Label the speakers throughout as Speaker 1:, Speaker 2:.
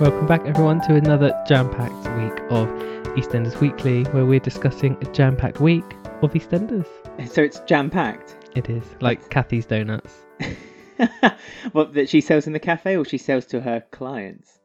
Speaker 1: Welcome back, everyone, to another jam packed week of EastEnders Weekly, where we're discussing a jam packed week of EastEnders.
Speaker 2: So it's jam packed.
Speaker 1: It is like Kathy's Donuts.
Speaker 2: what that she sells in the cafe or she sells to her clients?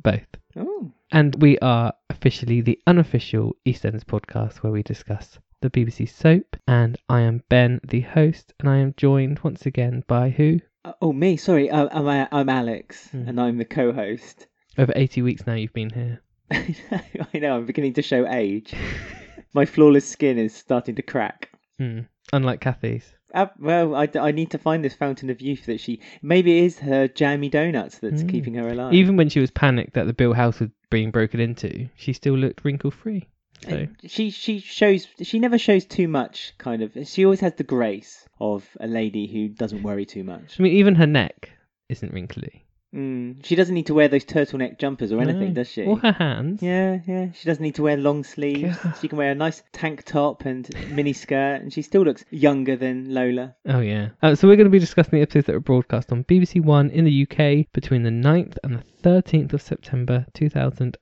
Speaker 1: Both.
Speaker 2: Oh,
Speaker 1: And we are officially the unofficial EastEnders podcast where we discuss the BBC soap. And I am Ben, the host, and I am joined once again by who?
Speaker 2: Uh, oh me. Sorry, uh, I'm uh, I'm Alex
Speaker 1: Hmm.
Speaker 2: and I'm the co-host.
Speaker 1: Over 80 weeks now you've been here.
Speaker 2: I know, I know. I'm beginning to show age. My flawless skin is starting to crack.
Speaker 1: Hmm. Unlike Kathy's.
Speaker 2: Uh, well, I, d- I need to find this fountain of youth that she maybe it is her jammy donuts that's
Speaker 1: Hmm.
Speaker 2: keeping her alive.
Speaker 1: Even when she was panicked that the Bill house was being broken into, she still looked wrinkle free. So.
Speaker 2: And she she shows she never shows too much. Kind of, she always has the grace of a lady who doesn't worry too much.
Speaker 1: I mean, even her neck isn't wrinkly.
Speaker 2: Mm, she doesn't need to wear those turtleneck jumpers or anything,
Speaker 1: No.
Speaker 2: does she?
Speaker 1: Or her hands.
Speaker 2: Yeah, yeah. She doesn't need to wear long sleeves.
Speaker 1: God.
Speaker 2: She can wear a nice tank top and mini skirt, and she still looks younger than Lola.
Speaker 1: Oh, yeah. Uh, so, we're going to be discussing the episodes that were broadcast on BBC One in the UK between the 9th and the 13th of September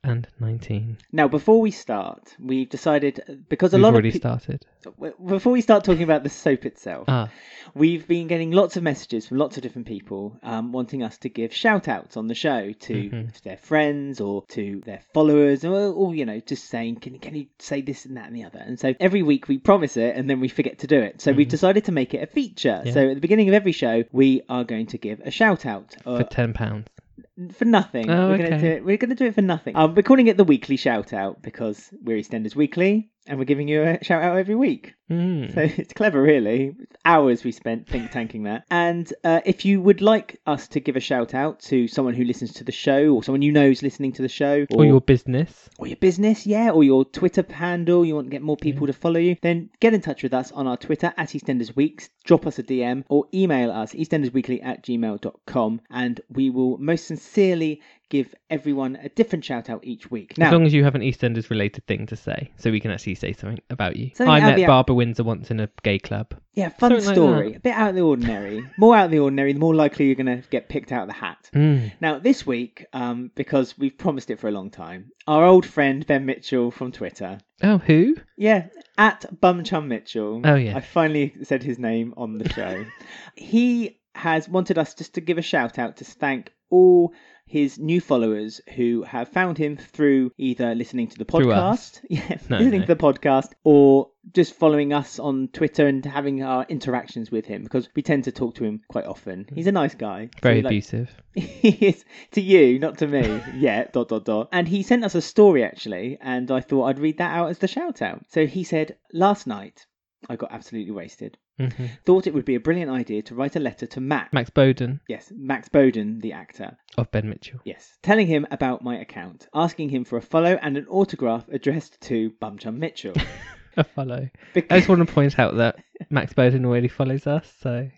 Speaker 1: 2019.
Speaker 2: Now, before we start, we've decided because a
Speaker 1: We've
Speaker 2: lot
Speaker 1: already
Speaker 2: of pe-
Speaker 1: started.
Speaker 2: w- before we start talking about the soap itself,
Speaker 1: Ah,
Speaker 2: we've been getting lots of messages from lots of different people um, wanting us to give shout outs on the show to,
Speaker 1: Mhm.
Speaker 2: to their friends or to their followers or, or you know just saying can, can you say this and that and the other and so every week we promise it and then we forget to do it so we've decided to make it a feature
Speaker 1: Mm-hmm. Yeah.
Speaker 2: so at the beginning of every show we are going to give a shout out
Speaker 1: for £10.
Speaker 2: for nothing.
Speaker 1: Oh,
Speaker 2: we're gonna
Speaker 1: okay.
Speaker 2: do it. We're gonna do it for nothing. Um, we're calling it the weekly shout out because we're EastEnders Weekly, and we're giving you a shout out every week.
Speaker 1: Mm.
Speaker 2: So it's clever, really. Hours we spent think tanking that. And uh, if you would like us to give a shout out to someone who listens to the show, or someone you know is listening to the show,
Speaker 1: or your business.
Speaker 2: or your business, yeah, or your Twitter handle, you want to get more people to follow you, then get in touch with us on our Twitter at EastEnders Weeks, drop us a DM, or email us eastendersweekly at gmail.com, and we will most sincerely give everyone a different shout out each week.
Speaker 1: as
Speaker 2: Now,
Speaker 1: long as you have an EastEnders related thing to say, so we can actually say something about you.
Speaker 2: Something
Speaker 1: I
Speaker 2: about
Speaker 1: met
Speaker 2: the-
Speaker 1: Barbara Windsor once in a gay club.
Speaker 2: yeah, fun
Speaker 1: something like
Speaker 2: story,
Speaker 1: that.
Speaker 2: a bit out of the ordinary. more out of the ordinary, the more likely you're going to get picked out of the hat.
Speaker 1: Mm.
Speaker 2: Now, this week, um, because we've promised it for a long time, our old friend Ben Mitchell from Twitter
Speaker 1: Oh, who?
Speaker 2: Yeah, at Bumchum Mitchell.
Speaker 1: Oh, yeah.
Speaker 2: I finally said his name on the show. he has wanted us just to give a shout out to thank all his new followers who have found him through either listening to the
Speaker 1: Through us.
Speaker 2: podcast, yeah,
Speaker 1: No,
Speaker 2: listening
Speaker 1: no.
Speaker 2: to the podcast, or just following us on Twitter and having our interactions with him because we tend to talk to him quite often. He's a nice guy. so
Speaker 1: Very
Speaker 2: we like-
Speaker 1: abusive.
Speaker 2: he is to you, not to me. yeah, dot dot dot. And he sent us a story actually, and I thought I'd read that out as the shout out. So he said, Last night I got absolutely wasted.
Speaker 1: hmm
Speaker 2: Thought it would be a brilliant idea to write a letter to Max.
Speaker 1: Max Bowden
Speaker 2: Yes, Max Bowden, the actor.
Speaker 1: of Ben Mitchell.
Speaker 2: Yes. Telling him about my account, asking him for a follow and an autograph addressed to Bumchum Mitchell.
Speaker 1: A follow. I
Speaker 2: Because
Speaker 1: just want to point out that Max Bowden already follows us, so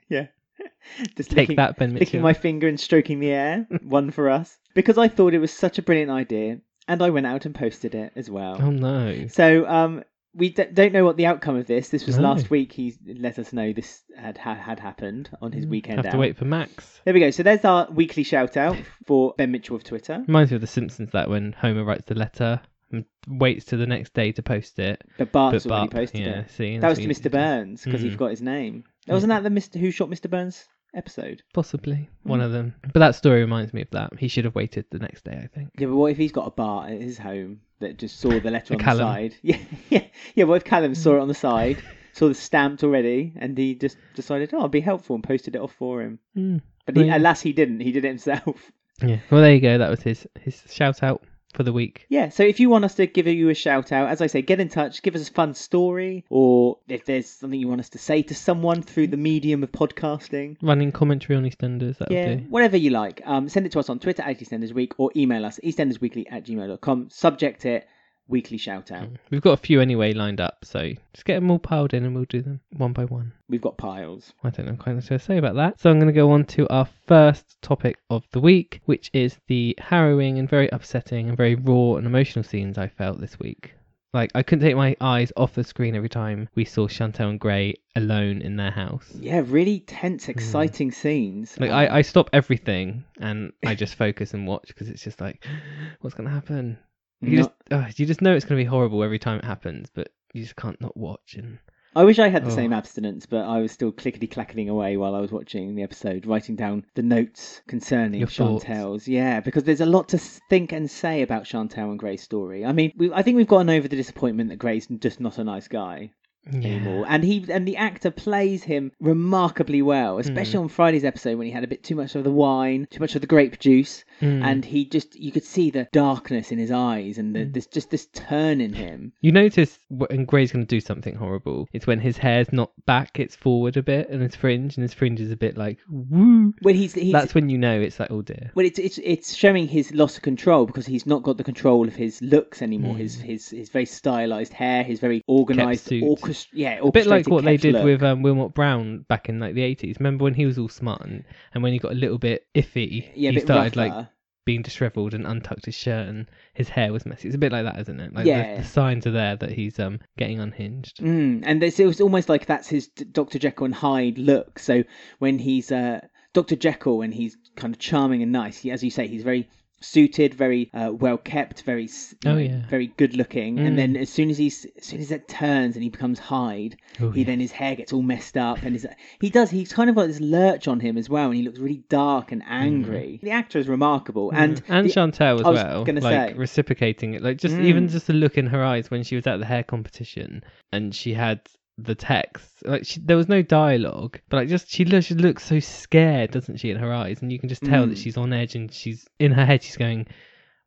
Speaker 2: just
Speaker 1: take
Speaker 2: looking-
Speaker 1: that, Ben Mitchell.
Speaker 2: Sticking my finger and stroking the air, one for us. Because I thought it was such a brilliant idea, and I went out and posted it as well.
Speaker 1: Oh no!
Speaker 2: So um, we d- don't know what the outcome of this. This was
Speaker 1: No.
Speaker 2: last week. He let us know this had ha- had happened on his weekend.
Speaker 1: Mm, Have
Speaker 2: out.
Speaker 1: to wait for Max.
Speaker 2: There we go. So there's our weekly shout out for Ben Mitchell of Twitter.
Speaker 1: Reminds me of The Simpsons that when Homer writes the letter and waits till the next day to post it,
Speaker 2: But Bart's
Speaker 1: but
Speaker 2: already
Speaker 1: Bart-
Speaker 2: posted
Speaker 1: yeah,
Speaker 2: it.
Speaker 1: see,
Speaker 2: That
Speaker 1: that's
Speaker 2: was to
Speaker 1: what you-
Speaker 2: Mr. Burns because he
Speaker 1: Mm.
Speaker 2: forgot his name. Wasn't that the Mr. Who Shot Mr. Burns episode?
Speaker 1: possibly
Speaker 2: Hmm.
Speaker 1: one of them. But that story reminds me of that. He should have waited the next day, I think.
Speaker 2: Yeah, but what if he's got a Bart at his home that just saw the letter
Speaker 1: A
Speaker 2: on
Speaker 1: Callum.
Speaker 2: the side? Yeah, yeah, yeah. What if Callum saw it on the side, saw the stamped already, and he just decided, oh, I'll be helpful and posted it off for him.
Speaker 1: Hmm.
Speaker 2: But he,
Speaker 1: Right.
Speaker 2: alas, he didn't. He did it himself.
Speaker 1: Yeah. Well, there you go. That was his his shout out for the week.
Speaker 2: Yeah, so if you want us to give you a shout out, as I say, get in touch, give us a fun story, or if there's something you want us to say to someone through the medium of podcasting.
Speaker 1: Running commentary on EastEnders. That'll
Speaker 2: Yeah,
Speaker 1: do.
Speaker 2: whatever you like. Um, send it to us on Twitter at EastEndersWeek or email us eastendersweekly at gmail.com. Subject it, weekly shout out.
Speaker 1: We've got a few anyway lined up, so just get them all piled in and we'll do them one by one.
Speaker 2: We've got piles.
Speaker 1: I don't know quite what to say about that. So I'm going to go on to our first topic of the week, which is the harrowing and very upsetting and very raw and emotional scenes I felt this week Like I couldn't take my eyes off the screen every time we saw Chantel and Grey alone in their house.
Speaker 2: Yeah, really tense, exciting scenes.
Speaker 1: Mm. Like
Speaker 2: Um,
Speaker 1: I, I stop everything and I just focus and watch because it's just like, what's gonna happen? You
Speaker 2: no-
Speaker 1: just oh, you just know it's gonna be horrible every time it happens, but you just can't not watch. And
Speaker 2: I wish I had the
Speaker 1: Oh.
Speaker 2: same abstinence, but I was still clickety clacketing away while I was watching the episode, writing down the notes concerning
Speaker 1: Your thoughts.
Speaker 2: Chantel's. Yeah, because there's a lot to s- think and say about Chantel and Gray's story. I mean, we, I think we've gotten over the disappointment that Gray's just not a nice guy anymore.
Speaker 1: yeah,
Speaker 2: And he and the actor plays him remarkably well, especially
Speaker 1: Hmm.
Speaker 2: on Friday's episode when he had a bit too much of the wine, too much of the grape juice,
Speaker 1: Mm.
Speaker 2: and he just you could see the darkness in his eyes and the,
Speaker 1: Mm.
Speaker 2: this just this turn in him.
Speaker 1: you notice when Gray's gonna do something horrible. It's when his hair's not back; it's forward a bit, and his fringe, and his fringe is a bit like woo.
Speaker 2: When he's he's
Speaker 1: That's when you know it's like, oh dear.
Speaker 2: Well, it's it's it's showing his loss of control because he's not got the control of his looks anymore. His his his very stylized hair, his very organized,
Speaker 1: Hmm. suit.
Speaker 2: orchestra, yeah,
Speaker 1: A bit like
Speaker 2: orchestrated
Speaker 1: what they
Speaker 2: kept
Speaker 1: did
Speaker 2: look.
Speaker 1: with um, Wilmot Brown back in like the eighties. Remember when he was all smart and, and when he got a little bit iffy,
Speaker 2: yeah, a
Speaker 1: he
Speaker 2: bit
Speaker 1: started like
Speaker 2: rougher.
Speaker 1: being dishevelled and untucked his shirt and his hair was messy. It's a bit like that, isn't it? Like
Speaker 2: Yeah.
Speaker 1: the, the signs are there that he's um getting unhinged.
Speaker 2: Mm, and this, it was almost like that's his D- Dr. Jekyll and Hyde look. So when he's uh, Dr. Jekyll, when he's kind of charming and nice, he, as you say, he's very suited, very uh, well kept, very s-
Speaker 1: Oh, yeah.
Speaker 2: very good looking.
Speaker 1: Mm.
Speaker 2: And then as soon as he's as soon as that turns and he becomes Hyde,
Speaker 1: Oh,
Speaker 2: he
Speaker 1: yeah.
Speaker 2: then his hair gets all messed up and his, he does he's kind of got this lurch on him as well, and he looks really dark and angry. The actor is remarkable, and
Speaker 1: Hmm. and
Speaker 2: the-
Speaker 1: Chantel as
Speaker 2: I was
Speaker 1: well,
Speaker 2: gonna
Speaker 1: like
Speaker 2: say.
Speaker 1: reciprocating it, like just
Speaker 2: Mm.
Speaker 1: even just the look in her eyes when she was at the hair competition and she had the text. Like she, there was no dialogue, but like just she looks, she looks so scared, doesn't she, in her eyes, and you can just tell that
Speaker 2: Mm.
Speaker 1: she's on edge and she's in her head, she's going,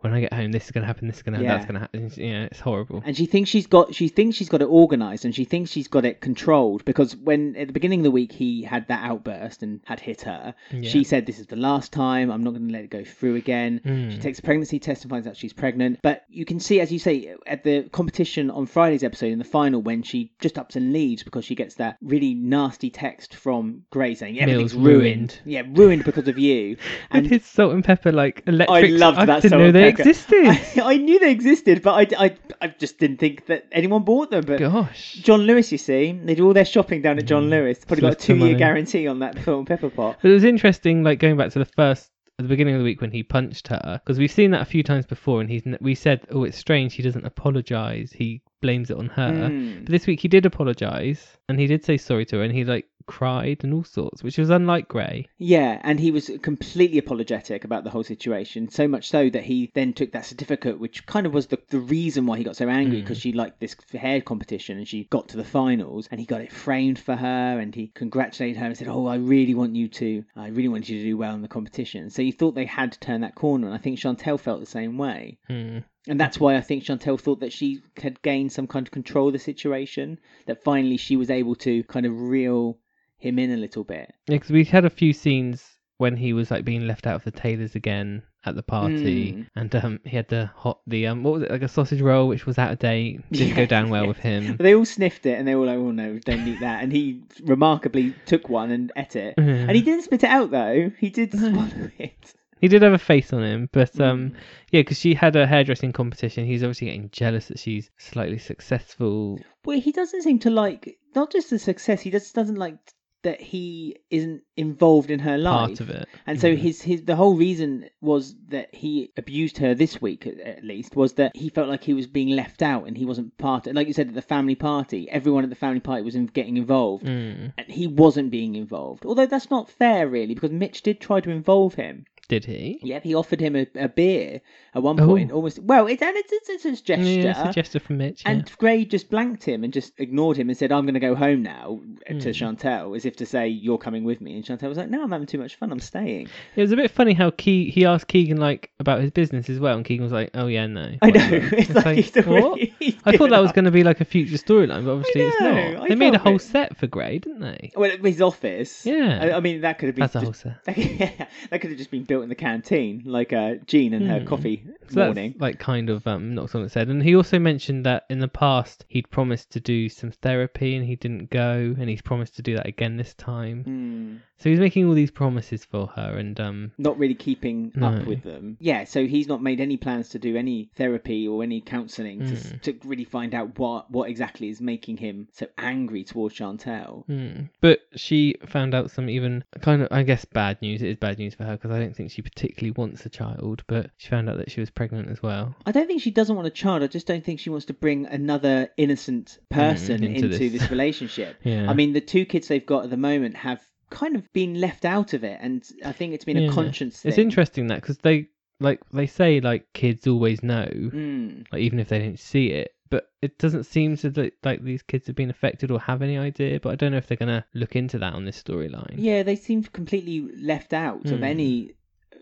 Speaker 1: "When I get home, this is gonna happen, this is gonna happen,
Speaker 2: Yeah.
Speaker 1: that's gonna happen." You know, it's horrible.
Speaker 2: and she thinks she's got she thinks she's got it organized and she thinks she's got it controlled because when at the beginning of the week he had that outburst and had hit her
Speaker 1: Yeah.
Speaker 2: she said this is the last time i'm not going to let it go through again
Speaker 1: Mm.
Speaker 2: she takes a pregnancy test and finds out she's pregnant but you can see as you say at the competition on friday's episode in the final when she just ups and leaves because she gets that really nasty text from gray saying everything's ruined.
Speaker 1: ruined."
Speaker 2: yeah ruined because of you
Speaker 1: and his salt and pepper like electric.
Speaker 2: loved
Speaker 1: I
Speaker 2: that
Speaker 1: didn't
Speaker 2: salt
Speaker 1: know
Speaker 2: and
Speaker 1: they
Speaker 2: pepper.
Speaker 1: existed.
Speaker 2: I, I knew they existed but I, I, I just didn't think that anyone bought them but
Speaker 1: Gosh.
Speaker 2: John Lewis, you see, they do all their shopping down at John Lewis. Probably got a
Speaker 1: Slipped Hmm. the
Speaker 2: two-year
Speaker 1: money.
Speaker 2: guarantee on that film Pepper Pot.
Speaker 1: But it was interesting, like going back to the first at the beginning of the week when he punched her, because we've seen that a few times before, and he's n- we said, oh, it's strange he doesn't apologize. He blames it on her.
Speaker 2: Mm.
Speaker 1: But this week he did apologize, and he did say sorry to her, and he like cried and all sorts, which was unlike Gray.
Speaker 2: Yeah, and he was completely apologetic about the whole situation, so much so that he then took that certificate, which kind of was the, the reason why he got so angry, because she liked this hair competition and she got to the finals, and he got it framed for her, and he congratulated her and said, "Oh, I really want you to, I really want you to do well in the competition." So he thought they had to turn that corner, and I think Chantel felt the same way.
Speaker 1: Hmm.
Speaker 2: And that's why I think Chantel thought that she had gained some kind of control of the situation, that finally she was able to kind of reel him in a little bit.
Speaker 1: Because we had a few scenes when he was like being left out of the tailors again at the party,
Speaker 2: Mm.
Speaker 1: and um, he had the hot the um, what was it like a sausage roll, which was out of date, didn't
Speaker 2: Yeah,
Speaker 1: go down well
Speaker 2: yeah.
Speaker 1: with him.
Speaker 2: But they all sniffed it and they were like, oh no, don't eat that. And he remarkably took one and ate it. And he didn't spit it out though, he did swallow it.
Speaker 1: He did have a face on him,
Speaker 2: Hmm.
Speaker 1: but um, yeah, because she had a hairdressing competition. He's obviously getting jealous that she's slightly successful.
Speaker 2: Well, he doesn't seem to like, not just the success, he just doesn't like that he isn't involved in her life.
Speaker 1: Part of it,
Speaker 2: And so
Speaker 1: Mhm.
Speaker 2: his his the whole reason was that he abused her this week at, at least was that he felt like he was being left out and he wasn't part. Like you said at the family party, everyone at the family party was in, getting involved
Speaker 1: Mm,
Speaker 2: and he wasn't being involved. Although that's not fair really because Mitch did try to involve him.
Speaker 1: did he?
Speaker 2: Yep, he offered him a, a beer at one
Speaker 1: Oh.
Speaker 2: point. Almost well, it's and it's, it's, it's a gesture.
Speaker 1: Yeah, it's a gesture from Mitch. Yeah.
Speaker 2: And Gray just blanked him and just ignored him and said, I'm going to go home now
Speaker 1: Hmm.
Speaker 2: to Chantel, as if to say, You're coming with me. And Chantel was like, No, I'm having too much fun. I'm staying.
Speaker 1: It was a bit funny how Ke- he asked Keegan like about his business as well, and Keegan was like, "Oh yeah, no."
Speaker 2: I know.
Speaker 1: whatever."
Speaker 2: It's like,
Speaker 1: like,
Speaker 2: he's already,
Speaker 1: what?
Speaker 2: he's
Speaker 1: I thought
Speaker 2: given
Speaker 1: that was
Speaker 2: up.
Speaker 1: going to be like a future storyline, but obviously it's
Speaker 2: know,
Speaker 1: not.
Speaker 2: I
Speaker 1: they made a
Speaker 2: felt
Speaker 1: whole
Speaker 2: it.
Speaker 1: set for Gray, didn't they?
Speaker 2: Well, his office.
Speaker 1: Yeah.
Speaker 2: I, I mean, that could have been.
Speaker 1: That's a whole
Speaker 2: just,
Speaker 1: set.
Speaker 2: that could have just been built in the canteen, like uh, Jean and her coffee
Speaker 1: Hmm. So
Speaker 2: Morning.
Speaker 1: that's like kind of um, knocks on its head. And he also mentioned that in the past he'd promised to do some therapy and he didn't go, and he's promised to do that again this time.
Speaker 2: Mm.
Speaker 1: So he's making all these promises for her, and um,
Speaker 2: Not really keeping
Speaker 1: No.
Speaker 2: up with them. Yeah, so he's not made any plans to do any therapy or any counselling to, s
Speaker 1: Mm.
Speaker 2: to really find out what, what exactly is making him so angry towards Chantel.
Speaker 1: hmm. but she found out some even kind of, I guess, bad news. It is bad news for her because I don't think she particularly wants a child, but she found out that she was pregnant as well.
Speaker 2: I don't think she doesn't want a child. I just don't think she wants to bring another innocent person
Speaker 1: Mm,
Speaker 2: into,
Speaker 1: into
Speaker 2: this.
Speaker 1: this.
Speaker 2: relationship.
Speaker 1: Yeah.
Speaker 2: I mean, the two kids they've got at the moment have kind of been left out of it, and I think it's been a
Speaker 1: Yeah.
Speaker 2: conscience thing.
Speaker 1: it's interesting that because they like they say like kids always know,
Speaker 2: Mm.
Speaker 1: like even if they don't see it. But it doesn't seem to that like these kids have been affected or have any idea. But I don't know if they're gonna look into that on this storyline.
Speaker 2: Yeah, they seem completely left out of
Speaker 1: Mm.
Speaker 2: any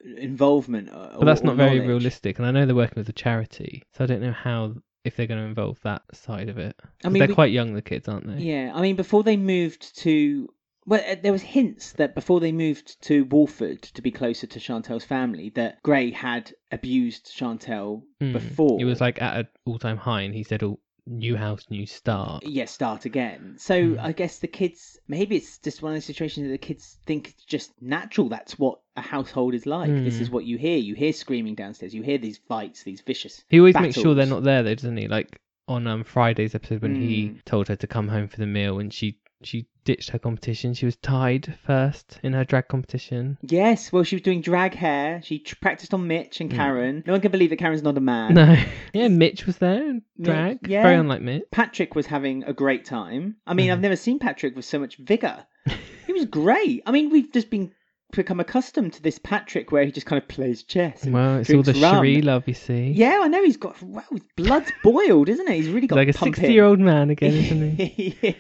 Speaker 2: involvement. Or,
Speaker 1: But that's
Speaker 2: or
Speaker 1: not very
Speaker 2: knowledge.
Speaker 1: realistic, and I know they're working with a charity, so I don't know how if they're going to involve that side of it.
Speaker 2: I
Speaker 1: 'Cause
Speaker 2: mean,
Speaker 1: they're
Speaker 2: we-
Speaker 1: quite young, the kids, aren't they?
Speaker 2: Yeah, I mean, before they moved to well, uh, there was hints that before they moved to Walford to be closer to Chantel's family, that Gray had abused Chantel
Speaker 1: Mm.
Speaker 2: before.
Speaker 1: it was like at an all-time high, and he said, "Oh, new house, new start."
Speaker 2: yeah, start again. So
Speaker 1: Mm.
Speaker 2: I guess the kids, maybe it's just one of those situations that the kids think it's just natural. That's what a household is like. This
Speaker 1: Mm.
Speaker 2: is what you hear. You hear screaming downstairs. You hear these fights, these vicious.
Speaker 1: He always makes sure they're not
Speaker 2: battles.
Speaker 1: there, though, doesn't he? Like on um, Friday's episode when he
Speaker 2: Mm.
Speaker 1: told her to come home for the meal, and she she ditched her competition. She was tied first in her drag competition.
Speaker 2: Yes, well, she was doing drag hair. She tr- practiced on Mitch and
Speaker 1: Mm.
Speaker 2: Karen. No one can believe that Karen's not a man.
Speaker 1: No, yeah, Mitch was there in drag.
Speaker 2: yeah.
Speaker 1: Very unlike Mitch.
Speaker 2: Patrick was having a great time. I mean,
Speaker 1: Mhm.
Speaker 2: I've never seen Patrick with so much vigor. he was great. I mean, we've just been become accustomed to this Patrick where he just kind of plays chess. and-
Speaker 1: Well, it's all the
Speaker 2: drinks rum.
Speaker 1: Cherie love you see.
Speaker 2: yeah, I know he's got wow, his blood's boiled, isn't it? He's really got
Speaker 1: like a
Speaker 2: pumping.
Speaker 1: sixty-year-old man again, isn't he?
Speaker 2: he is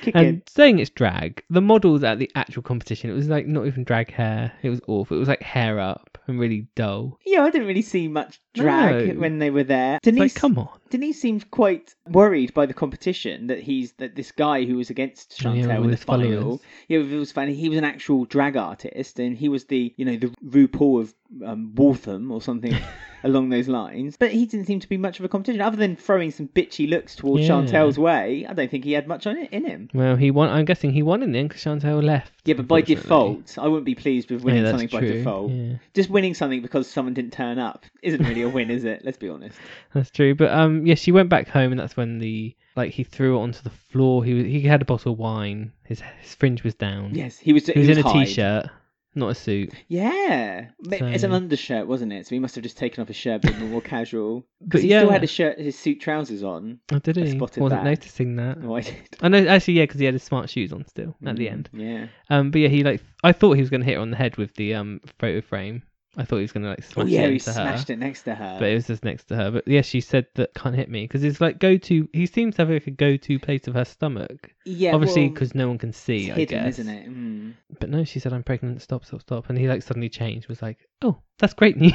Speaker 2: kicking.
Speaker 1: And saying it's drag, the models at the actual competition, it was like not even drag hair. It was awful. It was like hair up and really dull.
Speaker 2: Yeah, I didn't really see much drag
Speaker 1: No.
Speaker 2: when they were there.
Speaker 1: It's like,
Speaker 2: Denise,
Speaker 1: come on.
Speaker 2: Denise seemed quite worried by the competition that he's that this guy who was against
Speaker 1: Oh, Yeah, with
Speaker 2: Chantel in
Speaker 1: all
Speaker 2: the
Speaker 1: his followers.
Speaker 2: final. Yeah, with all his fan, he was an actual drag artist, and he was the you know the RuPaul of um, Waltham or something along those lines. But he didn't seem to be much of a competition, other than throwing some bitchy looks towards
Speaker 1: Yeah.
Speaker 2: Chantel's way. I don't think he had much on it in him.
Speaker 1: Well, he won. I'm guessing he won in the end because Chantel left.
Speaker 2: Yeah, but by
Speaker 1: unfortunately.
Speaker 2: default, I wouldn't be pleased with
Speaker 1: Yeah,
Speaker 2: winning
Speaker 1: that's
Speaker 2: something by
Speaker 1: true.
Speaker 2: default.
Speaker 1: Yeah,
Speaker 2: Just winning something because someone didn't turn up isn't really a win, is it? Let's be honest.
Speaker 1: that's true. But um, yeah, she went back home, and that's when the like he threw it onto the floor. He was, he had a bottle of wine. His his fringe was down.
Speaker 2: Yes, he was.
Speaker 1: he was, in a
Speaker 2: high.
Speaker 1: t-shirt, not a suit.
Speaker 2: Yeah, Ma- it's an
Speaker 1: So-
Speaker 2: undershirt, wasn't it? So he must have just taken off his shirt, been more casual.
Speaker 1: But
Speaker 2: But he
Speaker 1: yeah,
Speaker 2: still had his shirt, his suit trousers on.
Speaker 1: oh, did
Speaker 2: I
Speaker 1: he?
Speaker 2: spotted
Speaker 1: Wasn't
Speaker 2: that.
Speaker 1: noticing that.
Speaker 2: Oh, I did.
Speaker 1: I know, actually, yeah, because he had his smart shoes on still Mm. at the
Speaker 2: Mm,
Speaker 1: end.
Speaker 2: yeah.
Speaker 1: Um, but yeah, he like I thought he was gonna hit her on the head with the um photo frame. I thought he was gonna like
Speaker 2: Oh
Speaker 1: smash
Speaker 2: yeah,
Speaker 1: it
Speaker 2: he
Speaker 1: into her,
Speaker 2: smashed it next to her.
Speaker 1: but it was just next to her. But yeah, she said that can't hit me because it's like go to. He seems to have like a go to place of her stomach,
Speaker 2: yeah,
Speaker 1: obviously
Speaker 2: well,
Speaker 1: because no one can see.
Speaker 2: it's
Speaker 1: I
Speaker 2: hidden,
Speaker 1: guess.
Speaker 2: isn't it? Mm.
Speaker 1: But no, she said I'm pregnant. Stop, stop, stop. And he like suddenly changed. Was like, oh, that's great news.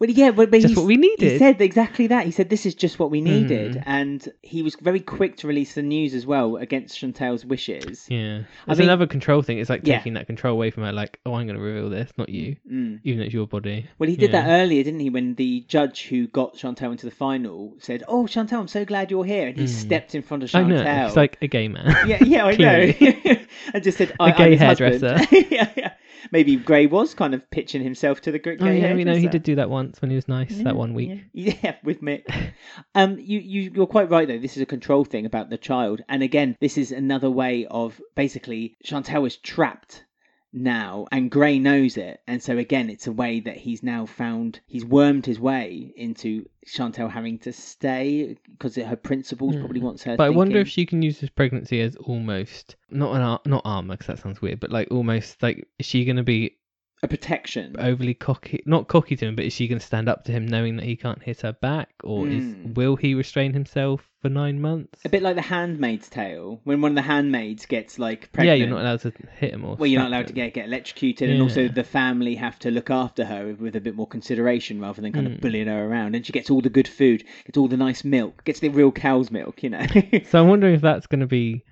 Speaker 2: Well, yeah, but, but
Speaker 1: just
Speaker 2: he's-
Speaker 1: what we needed.
Speaker 2: He said exactly that. He said this is just what we needed,
Speaker 1: Mm.
Speaker 2: and he was very quick to release the news as well against Chantel's wishes.
Speaker 1: yeah, it's
Speaker 2: I mean-
Speaker 1: another control thing. It's like
Speaker 2: Yeah.
Speaker 1: taking that control away from her. Like, oh, I'm gonna reveal this, not you,
Speaker 2: Mm.
Speaker 1: even though it's your body.
Speaker 2: Well, he did
Speaker 1: Yeah.
Speaker 2: that earlier, didn't he? When the judge who got Chantel into the final said, "Oh, Chantel, I'm so glad you're here," and he
Speaker 1: Mm.
Speaker 2: stepped in front of
Speaker 1: I
Speaker 2: Chantel.
Speaker 1: know. He's like a gay man.
Speaker 2: Yeah, yeah, I know. I just said I,
Speaker 1: A gay
Speaker 2: I'm his husband.
Speaker 1: hairdresser.
Speaker 2: yeah, yeah. Maybe Gray was kind of pitching himself to the gr-
Speaker 1: Oh
Speaker 2: gay
Speaker 1: yeah, we know he
Speaker 2: hairdresser.
Speaker 1: did do that once when he was nice that one week.
Speaker 2: Yeah, yeah, with Mick. Um, you, you you're quite right though. This is a control thing about the child, and again, this is another way of basically Chantel is trapped now, and Gray knows it, and so again, it's a way that he's now found. He's wormed his way into Chantel having to stay because her principles
Speaker 1: Hmm.
Speaker 2: probably wants her.
Speaker 1: But I wonder if
Speaker 2: thinking-
Speaker 1: she can use this pregnancy as almost not an ar- not armor because that sounds weird, but like almost like is she going to be
Speaker 2: a protection.
Speaker 1: overly cocky? Not cocky to him, but is she going to stand up to him knowing that he can't hit her back, or
Speaker 2: Mm.
Speaker 1: is will he restrain himself for nine months?
Speaker 2: A bit like the Handmaid's Tale, when one of the handmaids gets like pregnant.
Speaker 1: Yeah, you're not allowed to hit him or.
Speaker 2: Well, you're not
Speaker 1: slap
Speaker 2: allowed to
Speaker 1: him.
Speaker 2: get get electrocuted, and also
Speaker 1: Yeah.
Speaker 2: the family have to look after her with a bit more consideration rather than kind of
Speaker 1: Mm.
Speaker 2: bullying her around. And she gets all the good food, gets all the nice milk, gets the real cow's milk, you know.
Speaker 1: So I'm wondering if that's going to be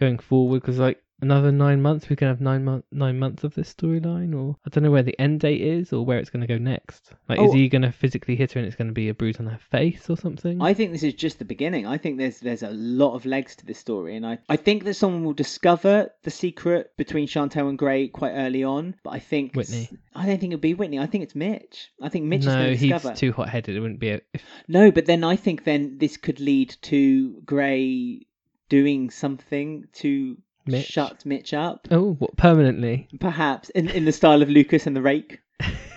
Speaker 1: going forward because like another nine months, we can have nine month nine months of this storyline, or I don't know where the end date is or where it's going to go next. Like, is
Speaker 2: Oh.
Speaker 1: he going to physically hit her and it's going to be a bruise on her face or something?
Speaker 2: I think this is just the beginning. I think there's there's a lot of legs to this story, and I, I think that someone will discover the secret between Chantel and Gray quite early on. But I think
Speaker 1: Whitney.
Speaker 2: I don't think it'll be Whitney. I think it's Mitch. I think Mitch is
Speaker 1: no,
Speaker 2: going to
Speaker 1: he's
Speaker 2: discover.
Speaker 1: too hot-headed. It wouldn't be a, if
Speaker 2: No, but then I think then this could lead to Gray doing something to
Speaker 1: Mitch.
Speaker 2: shut Mitch up,
Speaker 1: Oh, what permanently?
Speaker 2: perhaps in in the style of Lucas and the Rake.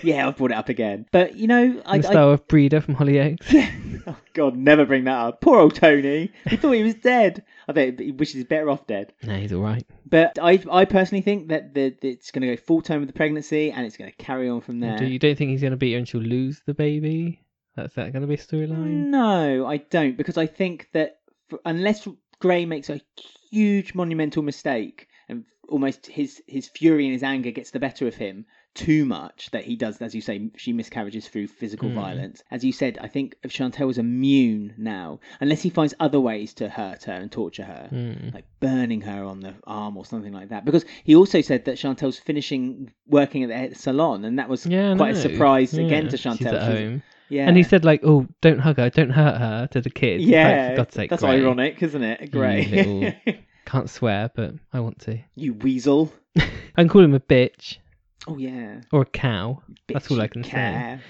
Speaker 2: yeah, I've brought it up again. But you know, I,
Speaker 1: In the
Speaker 2: I
Speaker 1: style of Breeder from Hollyoaks.
Speaker 2: Yeah. Oh God, never bring that up. Poor old Tony. We thought he was dead. I bet he wishes he's better off dead.
Speaker 1: no, he's all right.
Speaker 2: But I, I personally think that the, that it's going to go full time with the pregnancy and it's going to carry on from there.
Speaker 1: Do you don't think he's going to beat her and she'll lose the baby? That's that going to be a storyline?
Speaker 2: No, I don't, because I think that for, unless Gray makes a huge monumental mistake and almost his his fury and his anger gets the better of him too much that he does as you say she miscarriages through physical
Speaker 1: Mm.
Speaker 2: violence as you said i think if chantel was immune now unless he finds other ways to hurt her and torture her
Speaker 1: Mm.
Speaker 2: like burning her on the arm or something like that. Because he also said that Chantel's finishing working at the salon, and that was
Speaker 1: Yeah, I
Speaker 2: quite a
Speaker 1: know.
Speaker 2: surprise again
Speaker 1: Yeah,
Speaker 2: to Chantel.
Speaker 1: She's at
Speaker 2: She was-
Speaker 1: home.
Speaker 2: Yeah,
Speaker 1: And he said like, "Oh, don't hug her, don't hurt her" to the kids. It's like,
Speaker 2: yeah,
Speaker 1: for God's sake,
Speaker 2: that's
Speaker 1: Gray. Mm,
Speaker 2: ironic, isn't it?
Speaker 1: little-
Speaker 2: Great, you,
Speaker 1: Can't swear, but I want to.
Speaker 2: weasel.
Speaker 1: I can call him a bitch
Speaker 2: Oh yeah,
Speaker 1: or a cow. That's
Speaker 2: Bitch,
Speaker 1: all I
Speaker 2: you
Speaker 1: can say.
Speaker 2: care.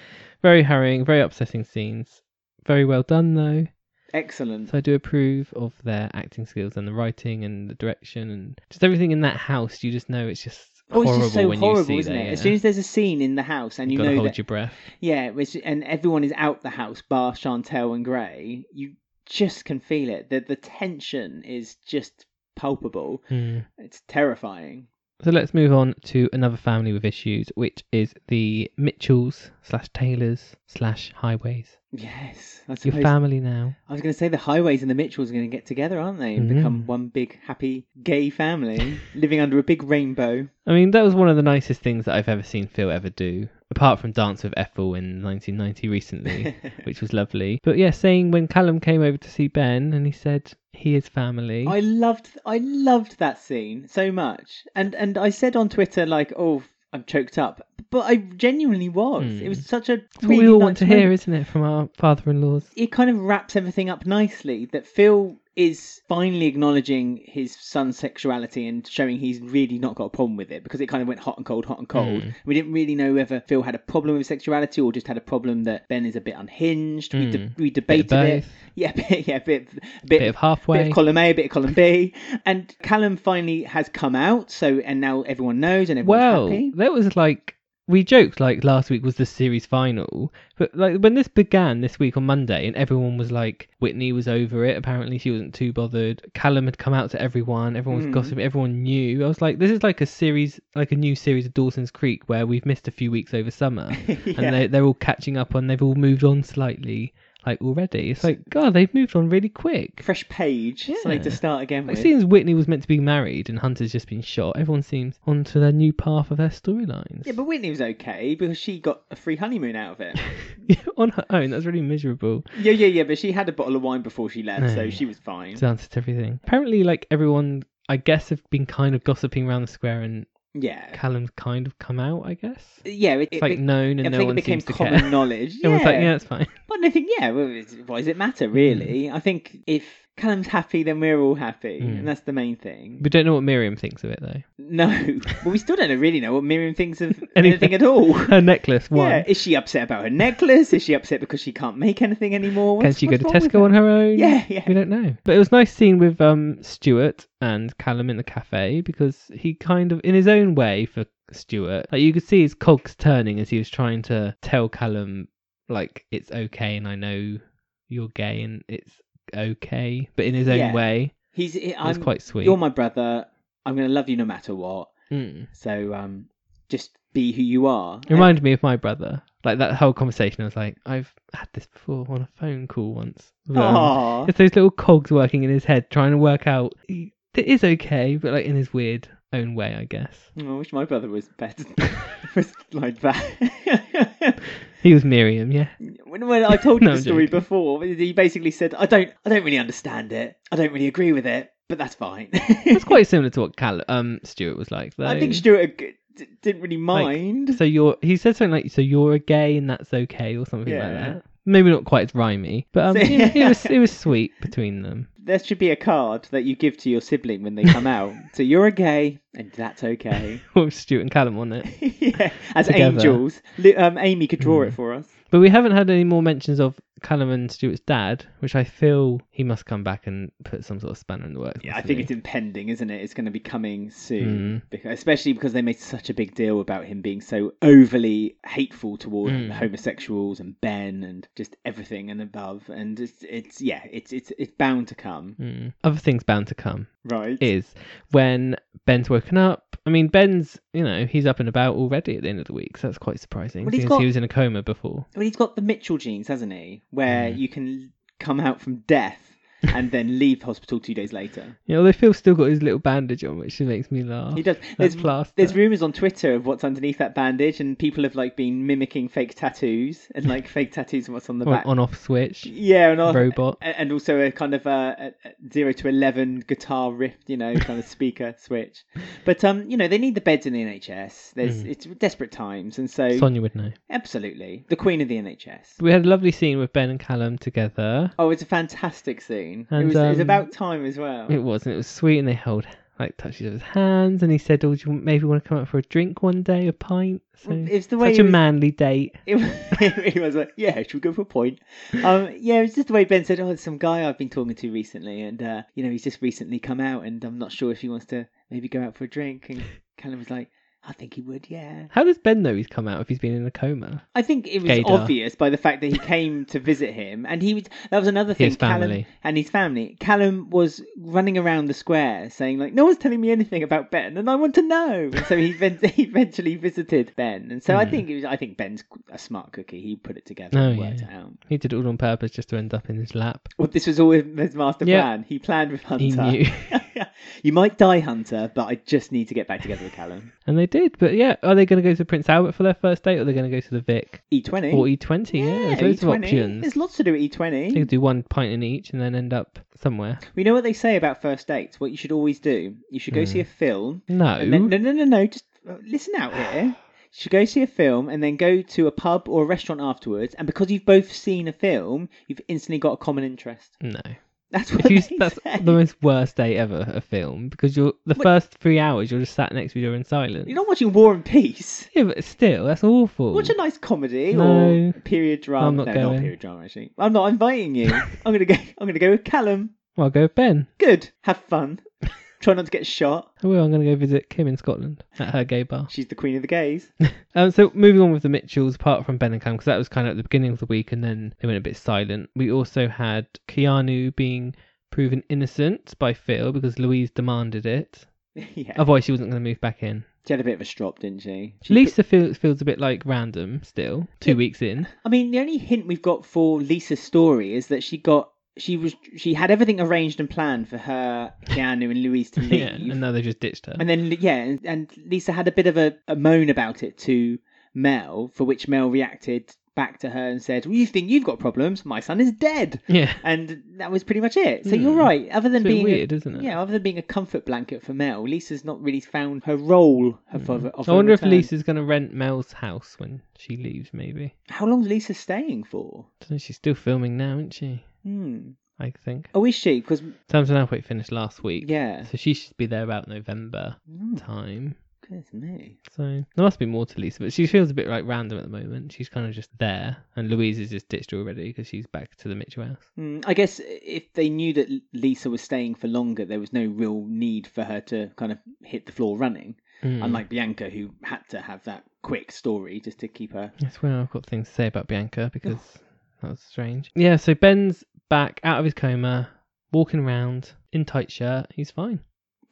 Speaker 1: Very harrowing, very upsetting scenes. Very well done though.
Speaker 2: Excellent.
Speaker 1: So I do approve of their acting skills and the writing and the direction and just everything in that house. You just know it's just
Speaker 2: Oh, it's
Speaker 1: horrible
Speaker 2: just so
Speaker 1: when you
Speaker 2: horrible,
Speaker 1: see
Speaker 2: isn't
Speaker 1: that.
Speaker 2: it?
Speaker 1: Yeah.
Speaker 2: As soon as there's a scene in the house, and you,
Speaker 1: gotta
Speaker 2: know
Speaker 1: hold
Speaker 2: that
Speaker 1: your breath.
Speaker 2: Yeah, which, and everyone is out the house, bar Chantel and Grey. You just can feel it. The the tension is just palpable.
Speaker 1: Hmm.
Speaker 2: It's terrifying.
Speaker 1: So let's move on to another family with issues, which is the Mitchells slash Taylors slash Highways.
Speaker 2: Yes, I
Speaker 1: Your
Speaker 2: suppose.
Speaker 1: family now.
Speaker 2: I was going to say the Highways and the Mitchells are going to get together, aren't they, and
Speaker 1: Mhm.
Speaker 2: become one big happy gay family living under a big rainbow.
Speaker 1: I mean, that was one of the nicest things that I've ever seen Phil ever do, apart from Dance with Ethel in 1990 recently, which was lovely. But yeah, saying when Callum came over to see Ben and he said he is family.
Speaker 2: I loved I loved that scene so much. And and I said on Twitter like, "Oh, I'm choked up." But I genuinely was.
Speaker 1: Hmm.
Speaker 2: It was such a
Speaker 1: That's what
Speaker 2: really
Speaker 1: we all
Speaker 2: nice
Speaker 1: want to
Speaker 2: moment.
Speaker 1: hear, isn't it, from our father-in-laws?
Speaker 2: it kind of wraps everything up nicely that Phil is finally acknowledging his son's sexuality and showing he's really not got a problem with it because it kind of went hot and cold, hot and cold.
Speaker 1: Mm.
Speaker 2: We didn't really know whether Phil had a problem with sexuality or just had a problem that Ben is a bit unhinged. We, de-
Speaker 1: Mm.
Speaker 2: we
Speaker 1: Bit of
Speaker 2: debated it.
Speaker 1: both,
Speaker 2: Yeah, bit, yeah, bit, bit,
Speaker 1: bit of halfway.
Speaker 2: Bit of column A, bit of column B, and Callum finally has come out. So, and now everyone knows, and everyone's
Speaker 1: Well,
Speaker 2: happy.
Speaker 1: that was like we joked like last week was the series final, but like when this began this week on Monday, and everyone was like Whitney was over it. Apparently, she wasn't too bothered. Callum had come out to everyone. Everyone was
Speaker 2: Mm.
Speaker 1: gossiping. Everyone knew. I was like, this is like a series, like a new series of Dawson's Creek, where we've missed a few weeks over summer,
Speaker 2: Yeah.
Speaker 1: and they, they're all catching up on. They've all moved on slightly, like already. It's like God, they've moved on really quick.
Speaker 2: Fresh page, something to
Speaker 1: Yeah.
Speaker 2: start again
Speaker 1: Like,
Speaker 2: with.
Speaker 1: seeing as Whitney was meant to be married and Hunter's just been shot, everyone seems onto their new path of their storylines.
Speaker 2: Yeah, but Whitney was okay because she got a free honeymoon out of it.
Speaker 1: Yeah, on her own. That's really miserable.
Speaker 2: yeah, yeah, yeah, but she had a bottle of wine before she left, so
Speaker 1: No.
Speaker 2: she was fine.
Speaker 1: It's the answer to everything. Apparently, like everyone, I guess, have been kind of gossiping around the square, and
Speaker 2: Yeah.
Speaker 1: Callum's kind of come out. I guess
Speaker 2: Yeah, it, it
Speaker 1: it's like
Speaker 2: be-
Speaker 1: known, and
Speaker 2: I
Speaker 1: no
Speaker 2: think
Speaker 1: one
Speaker 2: it became
Speaker 1: seems to care.
Speaker 2: common knowledge. Yeah.
Speaker 1: Everyone's like, yeah, Hmm. it's fine.
Speaker 2: But I think, yeah, well, it's- why does it matter, really? I think if Callum's happy, then we're all happy,
Speaker 1: Mm.
Speaker 2: and that's the main thing.
Speaker 1: We don't know what Miriam thinks of it though.
Speaker 2: No, but we still don't really know what Miriam thinks of anything
Speaker 1: Anything.
Speaker 2: at all.
Speaker 1: Her necklace, one.
Speaker 2: Yeah, is she upset about her necklace? Is she upset because she can't make anything anymore?
Speaker 1: Can
Speaker 2: What's-
Speaker 1: she go
Speaker 2: what's
Speaker 1: to
Speaker 2: wrong with
Speaker 1: Tesco on her own?
Speaker 2: Yeah, yeah.
Speaker 1: We don't know. But it was nice seeing with um Stuart and Callum in the cafe because he kind of in his own way for Stuart, like you could see his cogs turning as he was trying to tell Callum like it's okay and I know you're gay and it's okay, but in his own
Speaker 2: Yeah.
Speaker 1: way.
Speaker 2: He's. He,
Speaker 1: It was
Speaker 2: I'm,
Speaker 1: quite sweet.
Speaker 2: you're my brother. I'm gonna love you no matter what.
Speaker 1: Mm.
Speaker 2: So um, just be who you are.
Speaker 1: It reminded me of my brother. Like that whole conversation I was like, I've had this before on a phone call once. with, um,
Speaker 2: Aw.
Speaker 1: It's those little cogs working in his head, trying to work out. It is okay, but like in his weird own way, I guess.
Speaker 2: I wish my brother was better. was like that.
Speaker 1: He was Miriam, yeah.
Speaker 2: when, when I told you
Speaker 1: No,
Speaker 2: the
Speaker 1: I'm
Speaker 2: story
Speaker 1: joking.
Speaker 2: before, he basically said, "I don't, I don't really understand it. I don't really agree with it, but that's fine.
Speaker 1: It's quite similar to what Cal um Stuart was like. Though.
Speaker 2: I think Stuart g- d- didn't really
Speaker 1: Like,
Speaker 2: mind.
Speaker 1: so. You're he said something like so you're a gay and that's okay or something
Speaker 2: Yeah.
Speaker 1: like that. Maybe not quite as rhymey, but um,
Speaker 2: So-
Speaker 1: it, it was it was sweet between them.
Speaker 2: there should be a card that you give to your sibling when they come out. So you're a gay, and that's okay.
Speaker 1: With Stuart and Callum on it.
Speaker 2: yeah, as
Speaker 1: Together.
Speaker 2: angels, Li- um, Amy could draw it for us.
Speaker 1: But we haven't had any more mentions of Callum and Stuart's dad, which I feel he must come back and put some sort of spanner in the works.
Speaker 2: Yeah, I
Speaker 1: mustn't
Speaker 2: think
Speaker 1: he?
Speaker 2: it's impending, isn't it? It's going to be coming soon, because, especially because they made such a big deal about him being so overly hateful toward
Speaker 1: Mm.
Speaker 2: homosexuals and Ben and just everything and above. And it's, it's yeah, it's it's it's bound to come,
Speaker 1: Mm. Other things bound to come
Speaker 2: right?
Speaker 1: is when Ben's woken up. I mean, Ben's, you know, he's up and about already at the end of the week, so that's quite surprising.
Speaker 2: Well, he's
Speaker 1: since
Speaker 2: got-
Speaker 1: he was in a coma before.
Speaker 2: Well, he's got the Mitchell genes, hasn't he? Where
Speaker 1: Mm.
Speaker 2: you can come out from death and then leave hospital two days later.
Speaker 1: Yeah, although Phil's still got his little bandage on, which makes me laugh.
Speaker 2: He does.
Speaker 1: That's
Speaker 2: There's,
Speaker 1: plaster.
Speaker 2: there's rumors on Twitter of what's underneath that bandage, and people have like been mimicking fake tattoos and like fake tattoos and what's on the
Speaker 1: Or
Speaker 2: back.
Speaker 1: an on-off switch.
Speaker 2: yeah, and all,
Speaker 1: Robot.
Speaker 2: a- and also a kind of a, a a zero to eleven guitar riff, you know, kind of speaker switch. But um, you know, they need the beds in the NHS. There's it's desperate times, and so
Speaker 1: Sonia would know.
Speaker 2: absolutely the queen of the NHS.
Speaker 1: We had a lovely scene with Ben and Callum together.
Speaker 2: Oh, it's a fantastic scene. it,
Speaker 1: And,
Speaker 2: was, it was
Speaker 1: um,
Speaker 2: about time as well.
Speaker 1: It was, and it was sweet, and they held, like, touched each other's hands, and he said, oh, do you maybe want to come out for a drink one day, a pint? So,
Speaker 2: Mm, It's the way
Speaker 1: such
Speaker 2: he
Speaker 1: a
Speaker 2: was-
Speaker 1: manly date.
Speaker 2: It, it was like, yeah, should we go for a point? Um, yeah, it was just the way Ben said, oh, it's some guy I've been talking to recently, and uh, you know, he's just recently come out, and I'm not sure if he wants to maybe go out for a drink. And Callum was like, I think he would, yeah.
Speaker 1: How does Ben know he's come out if he's been in a coma?
Speaker 2: I think it was
Speaker 1: Gaydar.
Speaker 2: obvious by the fact that he came to visit him, and he was. That was another thing.
Speaker 1: His family.
Speaker 2: Callum and his family. Callum was running around the square saying, like, no one's telling me anything about Ben, and I want to know. And so he ven- he eventually visited Ben, and so I think it was, I think Ben's a smart cookie. He put it
Speaker 1: Hmm.
Speaker 2: together,
Speaker 1: Oh,
Speaker 2: and worked
Speaker 1: yeah.
Speaker 2: it out.
Speaker 1: He did it all on purpose just to end up in his lap.
Speaker 2: Well, this was all his master
Speaker 1: Yeah.
Speaker 2: plan. He planned with Hunter.
Speaker 1: He knew.
Speaker 2: you might die, Hunter, but I just need to get back together with Callum.
Speaker 1: And they did, but yeah, are they going to go to Prince Albert for their first date, or are they going to go to the Vic
Speaker 2: E20.
Speaker 1: or E20? E Yeah, there's loads of
Speaker 2: E20.
Speaker 1: options.
Speaker 2: E There's lots to do E at
Speaker 1: They
Speaker 2: E20.
Speaker 1: could do one pint in each and then end up somewhere.
Speaker 2: We know what they say about first dates. What you should always do, you should go see a film.
Speaker 1: Hmm. No,
Speaker 2: And then, no, no, no, no. Just uh, listen out here. You should go see a film and then go to a pub or a restaurant afterwards. And because you've both seen a film, you've instantly got a common interest.
Speaker 1: no.
Speaker 2: That's
Speaker 1: If
Speaker 2: what
Speaker 1: you,
Speaker 2: they
Speaker 1: that's
Speaker 2: say.
Speaker 1: the most worst day ever, a film, because you're the first three hours you're just sat next to each other in silence.
Speaker 2: You're not watching War and Peace.
Speaker 1: Yeah, but still, that's awful.
Speaker 2: Watch a nice comedy
Speaker 1: No.
Speaker 2: or period drama.
Speaker 1: I'm not
Speaker 2: no,
Speaker 1: going.
Speaker 2: not period drama. Actually, I'm not inviting you. I'm gonna go. I'm gonna go with Callum.
Speaker 1: Well, I'll go with Ben.
Speaker 2: Good. Have fun. Try not to get shot.
Speaker 1: I will. I'm going to go visit Kim in Scotland at her gay bar.
Speaker 2: She's the queen of the gays.
Speaker 1: Um, so moving on with the Mitchells, apart from Ben and Cam, because that was kind of at the beginning of the week, and then they went a bit silent. We also had Keanu being proven innocent by Phil because Louise demanded it.
Speaker 2: yeah.
Speaker 1: Otherwise, she wasn't going to move back in.
Speaker 2: She had a bit of a strop, didn't she? she
Speaker 1: Lisa feels feels a bit like random still. Two weeks in,
Speaker 2: I mean, the only hint we've got for Lisa's story is that she got she was she had everything arranged and planned for her, Keanu, and Louise to leave,
Speaker 1: yeah, and now they just ditched her.
Speaker 2: and then yeah, and, and Lisa had a bit of a, a moan about it to Mel, for which Mel reacted back to her and said, "Well, you think you've got problems? My son is dead."
Speaker 1: Yeah,
Speaker 2: And that was pretty much it. So you're
Speaker 1: Hmm.
Speaker 2: right. Other
Speaker 1: it's
Speaker 2: than
Speaker 1: a bit
Speaker 2: being a-
Speaker 1: weird, isn't it?
Speaker 2: yeah, other than being a comfort blanket for Mel, Lisa's not really found her role. Of, of, of
Speaker 1: Hmm. I
Speaker 2: her
Speaker 1: wonder if
Speaker 2: return.
Speaker 1: Lisa's going to rent Mel's house when she leaves. Maybe.
Speaker 2: How long's Lisa staying for?
Speaker 1: don't know, she's still filming now, isn't she?
Speaker 2: Hmm.
Speaker 1: I think.
Speaker 2: Oh, is she? Because
Speaker 1: Samson Alpwick finished last week.
Speaker 2: yeah.
Speaker 1: So she should be there about November
Speaker 2: Hmm.
Speaker 1: time.
Speaker 2: Goodness me.
Speaker 1: So there must be more to Lisa, but she feels a bit like random at the moment. She's kind of just there, and Louise is just ditched already because she's back to the Mitchell house.
Speaker 2: Mm, I guess if they knew that Lisa was staying for longer, there was no real need for her to kind of hit the floor running.
Speaker 1: Mm.
Speaker 2: Unlike Bianca, who had to have that quick story just to keep her.
Speaker 1: That's where I've got things to say about Bianca because that was strange. Yeah, so Ben's back out of his coma, walking around in tight shirt. He's fine.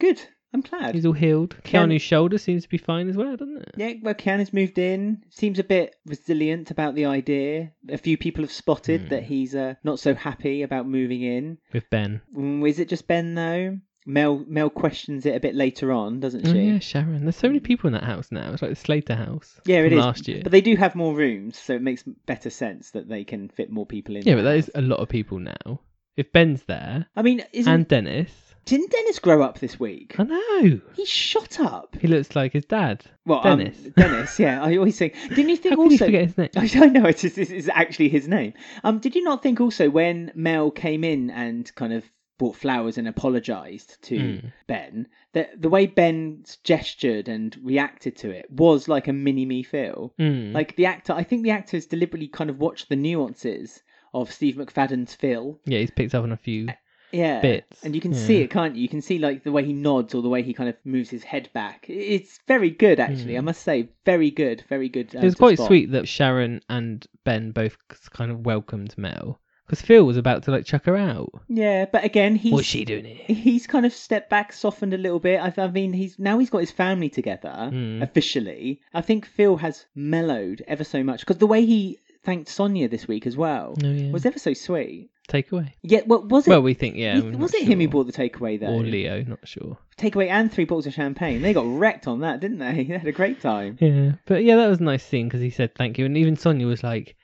Speaker 2: Good. I'm glad.
Speaker 1: He's all healed.
Speaker 2: Keanu-
Speaker 1: Keanu's shoulder seems to be fine as well, doesn't it?
Speaker 2: Yeah, well, Keanu's moved in. Seems a bit resilient about the idea. A few people have spotted
Speaker 1: Hmm.
Speaker 2: that he's uh, not so happy about moving in.
Speaker 1: With Ben.
Speaker 2: Mm, is it just Ben though? Mel Mel questions it a bit later on, doesn't she?
Speaker 1: Oh, yeah, Sharon. There's so many people in that house now. It's like the Slater house.
Speaker 2: Yeah, it
Speaker 1: from
Speaker 2: is.
Speaker 1: Last year.
Speaker 2: But they do have more rooms, so it makes better sense that they can fit more people in.
Speaker 1: Yeah, but
Speaker 2: the
Speaker 1: that is a
Speaker 2: house.
Speaker 1: lot of people now. If Ben's there
Speaker 2: I mean, isn't
Speaker 1: and Dennis,
Speaker 2: Didn't Dennis grow up this week?
Speaker 1: I know.
Speaker 2: He shot up.
Speaker 1: He looks like his dad.
Speaker 2: Well,
Speaker 1: Dennis.
Speaker 2: Um, Dennis, yeah. I always think. Didn't you think
Speaker 1: How could you
Speaker 2: also?
Speaker 1: forget his name?
Speaker 2: I don't know. It's, it's, it's actually his name. Um, did you not think also when Mel came in and kind of brought flowers and apologized to
Speaker 1: Mm.
Speaker 2: Ben that the way Ben gestured and reacted to it was like a mini me feel.
Speaker 1: Mm.
Speaker 2: Like the actor, I think the actors deliberately kind of watched the nuances of Steve McFadden's Phil.
Speaker 1: yeah, he's picked up on a few.
Speaker 2: Yeah.
Speaker 1: Bits,
Speaker 2: uh, And you can
Speaker 1: yeah.
Speaker 2: see it, can't you? You can see like the way he nods or the way he kind of moves his head back. It's very good, actually.
Speaker 1: Hmm.
Speaker 2: I must say, very good, very good. uh,
Speaker 1: It was quite sweet that Sharon and Ben both kind of welcomed Mel because Phil was about to like chuck her out.
Speaker 2: Yeah, but again, he's
Speaker 1: What's she doing here?
Speaker 2: he's kind of stepped back, softened a little bit. I, I mean, he's now he's got his family together
Speaker 1: Mm.
Speaker 2: officially. I think Phil has mellowed ever so much because the way he thanked Sonia this week as well
Speaker 1: Oh, yeah.
Speaker 2: was ever so sweet.
Speaker 1: takeaway?
Speaker 2: Yeah, well, was it?
Speaker 1: well, we think yeah. we're
Speaker 2: was
Speaker 1: not
Speaker 2: it him who
Speaker 1: sure.
Speaker 2: bought the takeaway though?
Speaker 1: or Leo? Not sure.
Speaker 2: Takeaway and three bottles of champagne. They got wrecked on that, didn't they? They had a great time.
Speaker 1: Yeah, but yeah, that was a nice scene because he said thank you, and even Sonia was like,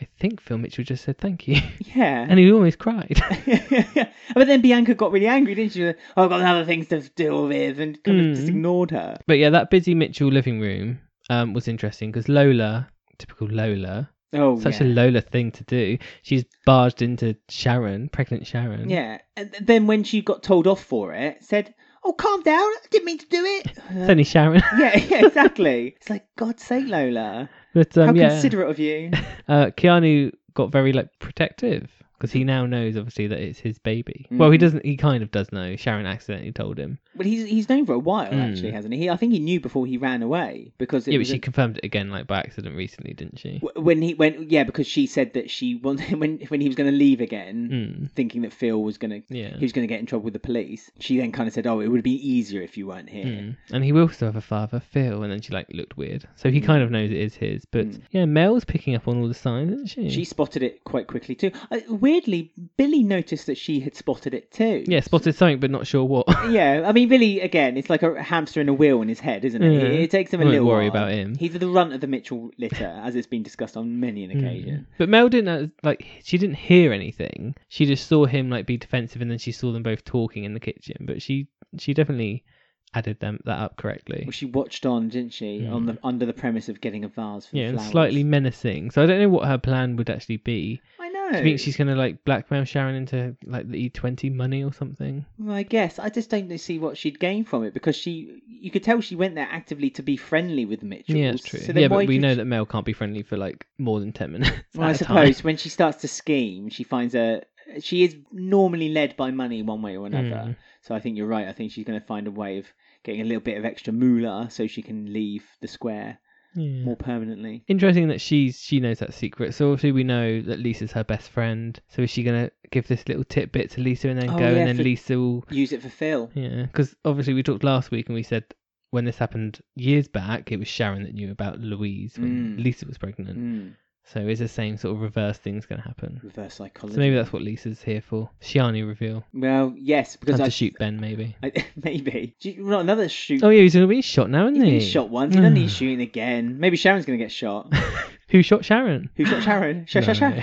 Speaker 1: "I think Phil Mitchell just said thank you,"
Speaker 2: Yeah.
Speaker 1: and he almost cried.
Speaker 2: but then Bianca got really angry, didn't she? She was like, "Oh, I've got other things to deal with, and kind of just
Speaker 1: Mm.
Speaker 2: ignored her.
Speaker 1: but yeah, that busy Mitchell living room um, was interesting because Lola, typical Lola,
Speaker 2: Oh,
Speaker 1: such a
Speaker 2: yeah.
Speaker 1: Lola thing to do. She's barged into Sharon, pregnant Sharon.
Speaker 2: Yeah, and th- then when she got told off for it, said, "Oh, calm down. I didn't mean to do it."
Speaker 1: it's only Sharon.
Speaker 2: yeah, yeah, exactly. It's like God's sake, Lola.
Speaker 1: but um,
Speaker 2: How
Speaker 1: yeah,
Speaker 2: considerate of you.
Speaker 1: uh, Keanu got very like protective because he now knows obviously that it's his baby. Well, he
Speaker 2: Mhm.
Speaker 1: doesn't. He kind of does know. Sharon accidentally told him.
Speaker 2: But he's he's known for a while,
Speaker 1: Mm.
Speaker 2: actually, hasn't he? He- I think he knew before he ran away because it
Speaker 1: yeah, but
Speaker 2: was
Speaker 1: she
Speaker 2: a-
Speaker 1: confirmed it again like by accident recently, didn't she?
Speaker 2: w- when he went. Yeah, because she said that she wanted when when he was going to leave again,
Speaker 1: Mm,
Speaker 2: thinking that Phil was going to
Speaker 1: yeah.
Speaker 2: he was going to get in trouble with the police. She then kind of said, "Oh, it would be easier if you weren't here."
Speaker 1: Mm. And he will still have a father, Phil. And then she like looked weird, so he
Speaker 2: Mm.
Speaker 1: kind of knows it is his. But
Speaker 2: Mm.
Speaker 1: yeah, Mel's picking up on all the signs, isn't she?
Speaker 2: She spotted it quite quickly too. Uh, weirdly, Billy noticed that she had spotted it too.
Speaker 1: yeah spotted something, but not sure what.
Speaker 2: Yeah, I mean, Billy again. It's like a hamster in a wheel in his head, isn't it?
Speaker 1: Yeah.
Speaker 2: It, it takes him a
Speaker 1: Won't
Speaker 2: little.
Speaker 1: worry
Speaker 2: while.
Speaker 1: about him.
Speaker 2: He's the runt of the Mitchell litter, as it's been discussed on many an
Speaker 1: Mm.
Speaker 2: occasion.
Speaker 1: But Mel didn't uh, like she didn't hear anything. She just saw him like be defensive, and then she saw them both talking in the kitchen. But she she definitely added them that up correctly.
Speaker 2: Well, she watched on, didn't she? On the under the premise of getting a vase for
Speaker 1: Mm. yeah,
Speaker 2: the
Speaker 1: and
Speaker 2: flowers.
Speaker 1: slightly menacing. So I don't know what her plan would actually be.
Speaker 2: I know.
Speaker 1: Do you think she's gonna like blackmail Sharon into like the E twenty money or something?
Speaker 2: Well, I guess I just don't see what she'd gain from it because she, you could tell she went there actively to be friendly with Mitchell.
Speaker 1: yeah, that's true.
Speaker 2: So then
Speaker 1: yeah,
Speaker 2: why
Speaker 1: but we
Speaker 2: did
Speaker 1: know
Speaker 2: she-
Speaker 1: that Mel can't be friendly for like more than ten minutes.
Speaker 2: Well, I
Speaker 1: at a time.
Speaker 2: suppose when she starts to scheme, she finds a. She is normally led by money one way or another.
Speaker 1: Mm.
Speaker 2: So I think you're right. I think she's going to find a way of getting a little bit of extra moolah so she can leave the square
Speaker 1: Yeah.
Speaker 2: more permanently.
Speaker 1: Interesting that she's she knows that secret. So obviously we know that Lisa's her best friend. So is she gonna give this little tidbit to Lisa and then
Speaker 2: Oh,
Speaker 1: go,
Speaker 2: yeah,
Speaker 1: and then
Speaker 2: for-
Speaker 1: Lisa will
Speaker 2: Use it for Phil.
Speaker 1: yeah? Because obviously we talked last week and we said when this happened years back, it was Sharon that knew about Louise when
Speaker 2: Mm.
Speaker 1: Lisa was pregnant.
Speaker 2: Mm,
Speaker 1: So is the same sort of reverse thing's gonna happen.
Speaker 2: reverse psychology.
Speaker 1: So maybe that's what Lisa's here for. Shiani reveal
Speaker 2: Well, yes, because
Speaker 1: and
Speaker 2: I
Speaker 1: to shoot Ben maybe.
Speaker 2: I, maybe Do you- well, another shoot.
Speaker 1: Oh yeah, he's gonna be shot now, isn't
Speaker 2: He's
Speaker 1: he? Hmm.
Speaker 2: been shot once. He doesn't need shooting again. Maybe Sharon's going to get shot.
Speaker 1: Who shot Sharon?
Speaker 2: Who shot Sharon? Sha sha
Speaker 1: No.
Speaker 2: sha.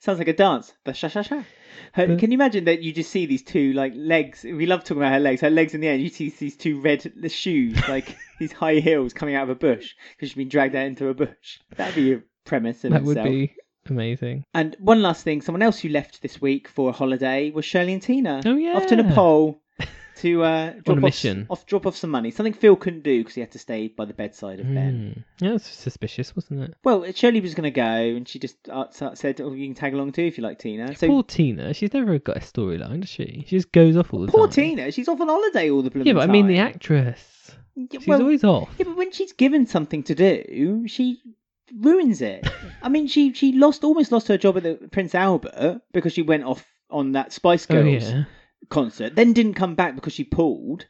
Speaker 2: Sounds like a dance. The sha sha sha. Her,
Speaker 1: But-
Speaker 2: Can you imagine that you just see these two like legs? We love talking about her legs. Her legs in the air. You see these two red the shoes, like these high heels coming out of a bush because she's been dragged out into a bush. That'd be a premise in
Speaker 1: That would
Speaker 2: itself.
Speaker 1: be amazing.
Speaker 2: And one last thing, someone else who left this week for a holiday was Shirley and Tina.
Speaker 1: Oh yeah.
Speaker 2: Off to Nepal to uh, drop
Speaker 1: a
Speaker 2: off,
Speaker 1: mission.
Speaker 2: off drop off some money. Something Phil couldn't do because he had to stay by the bedside of Ben.
Speaker 1: Mm. Yeah, it's suspicious, wasn't it?
Speaker 2: Well, Shirley was going to go, and she just uh, s- said, "Oh, you can tag along too if you like, Tina." So
Speaker 1: Poor Tina, she's never got a storyline, does she? She just goes off all the
Speaker 2: poor
Speaker 1: time.
Speaker 2: Tina, she's off on holiday all the blooming
Speaker 1: Yeah, but I mean the
Speaker 2: time.
Speaker 1: actress.
Speaker 2: Yeah,
Speaker 1: She's
Speaker 2: well,
Speaker 1: always off.
Speaker 2: yeah, but when she's given something to do, she ruins it. I mean, she she lost almost lost her job at the Prince Albert because she went off on that Spice
Speaker 1: Oh
Speaker 2: Girls
Speaker 1: yeah.
Speaker 2: concert, then didn't come back because she pulled.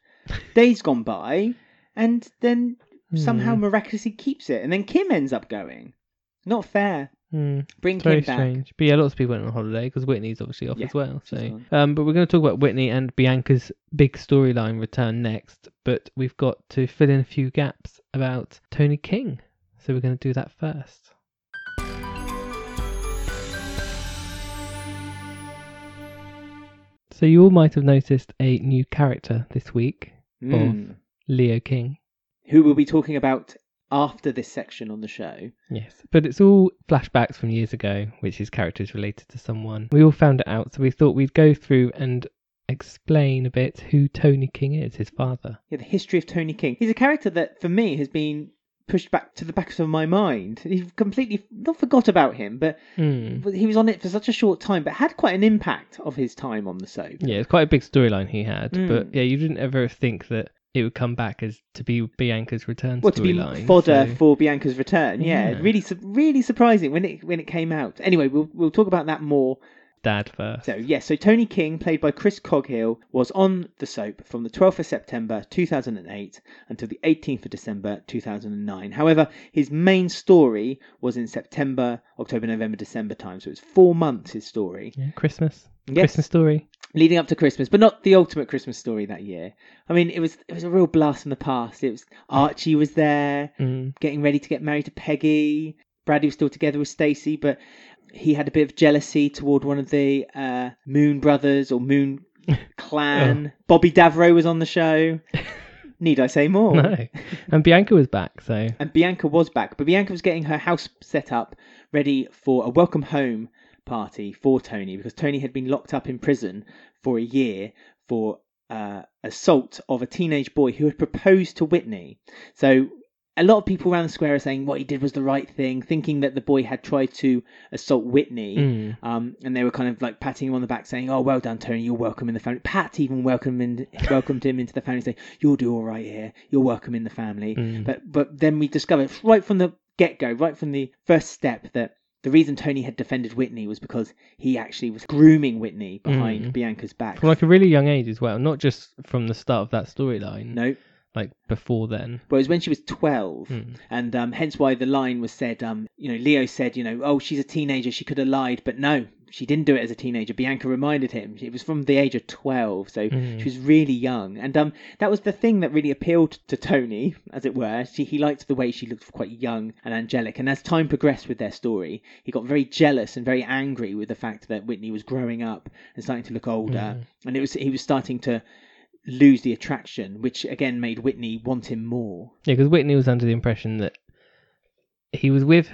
Speaker 2: Days gone by, and then somehow
Speaker 1: Hmm.
Speaker 2: miraculously keeps it, and then Kim ends up going. Not fair.
Speaker 1: Hmm,
Speaker 2: Bring
Speaker 1: it's very
Speaker 2: Kim back.
Speaker 1: strange. But yeah, lots of people went on holiday because Whitney's obviously off
Speaker 2: Yeah,
Speaker 1: as well.
Speaker 2: she's
Speaker 1: So,
Speaker 2: gone.
Speaker 1: um, but we're going to talk about Whitney and Bianca's big storyline return next. But we've got to fill in a few gaps about Tony King. So we're going to do that first. So So you all might have noticed a new character this week,
Speaker 2: Mm.
Speaker 1: Leo King.
Speaker 2: Who we'll be talking about after this section on the show.
Speaker 1: Yes, but it's all flashbacks from years ago, which his character is related to someone. We all found it out, so we thought we'd go through and explain a bit who Tony King is, his father.
Speaker 2: Yeah, the history of Tony King. He's a character that, for me, has been pushed back to the back of my mind. You've completely not forgot about him, but
Speaker 1: Hmm.
Speaker 2: but he was on it for such a short time, but had quite an impact of his time on the soap.
Speaker 1: Yeah, it's quite a big storyline he had,
Speaker 2: Mm.
Speaker 1: but yeah, you didn't ever think that it would come back as to be Bianca's return
Speaker 2: Well, to be
Speaker 1: storyline.
Speaker 2: fodder
Speaker 1: so-
Speaker 2: for Bianca's return, yeah,
Speaker 1: Yeah.
Speaker 2: really, su- really surprising when it when it came out. Anyway, we'll we'll talk about that more
Speaker 1: dad first.
Speaker 2: So yes, so Tony King, played by Chris Coghill, was on the soap from the 12th of September 2008 until the 18th of December 2009. However, his main story was in September, October, November, December time, so it's four months his story,
Speaker 1: Yeah, Christmas.
Speaker 2: Yes.
Speaker 1: Christmas story.
Speaker 2: leading up to Christmas, but not the ultimate Christmas story that year. I mean, it was it was a real blast from the past. It was Archie was there,
Speaker 1: Mm.
Speaker 2: getting ready to get married to Peggy. Bradley was still together with Stacy, but he had a bit of jealousy toward one of the uh, Moon brothers or Moon clan. Bobby Davro was on the show. Need I say more?
Speaker 1: No. And Bianca was back, so
Speaker 2: And Bianca was back, but Bianca was getting her house set up ready for a welcome home party for Tony because Tony had been locked up in prison for a year for uh, assault of a teenage boy who had proposed to Whitney. So a lot of people around the square are saying what he did was the right thing, thinking that the boy had tried to assault Whitney.
Speaker 1: mm.
Speaker 2: Um, and they were kind of like patting him on the back, saying, "Oh, well done, Tony. You're welcome in the family." Pat even welcomed in, welcomed him into the family, saying, "You'll do all right here. You're welcome in the family."
Speaker 1: Mm.
Speaker 2: But but then we discovered right from the get go, right from the first step, that the reason Tony had defended Whitney was because he actually was grooming Whitney behind
Speaker 1: Mm.
Speaker 2: Bianca's back.
Speaker 1: from like a really young age as well, not just from the start of that storyline,
Speaker 2: no,
Speaker 1: like before then.
Speaker 2: but it was when she was twelve.
Speaker 1: Mm.
Speaker 2: And um, hence why the line was said, um, you know, Leo said, you know, oh, she's a teenager, she could have lied, but no, she didn't do it as a teenager. Bianca reminded him. It was from the age of 12, so
Speaker 1: Mm.
Speaker 2: she was really young. And um, that was the thing that really appealed to Tony, as it were. She, he liked the way she looked quite young and angelic. And as time progressed with their story, he got very jealous and very angry with the fact that Whitney was growing up and starting to look older.
Speaker 1: Mm.
Speaker 2: And it was he was starting to lose the attraction, which again made Whitney want him more.
Speaker 1: Yeah, because Whitney was under the impression that he was with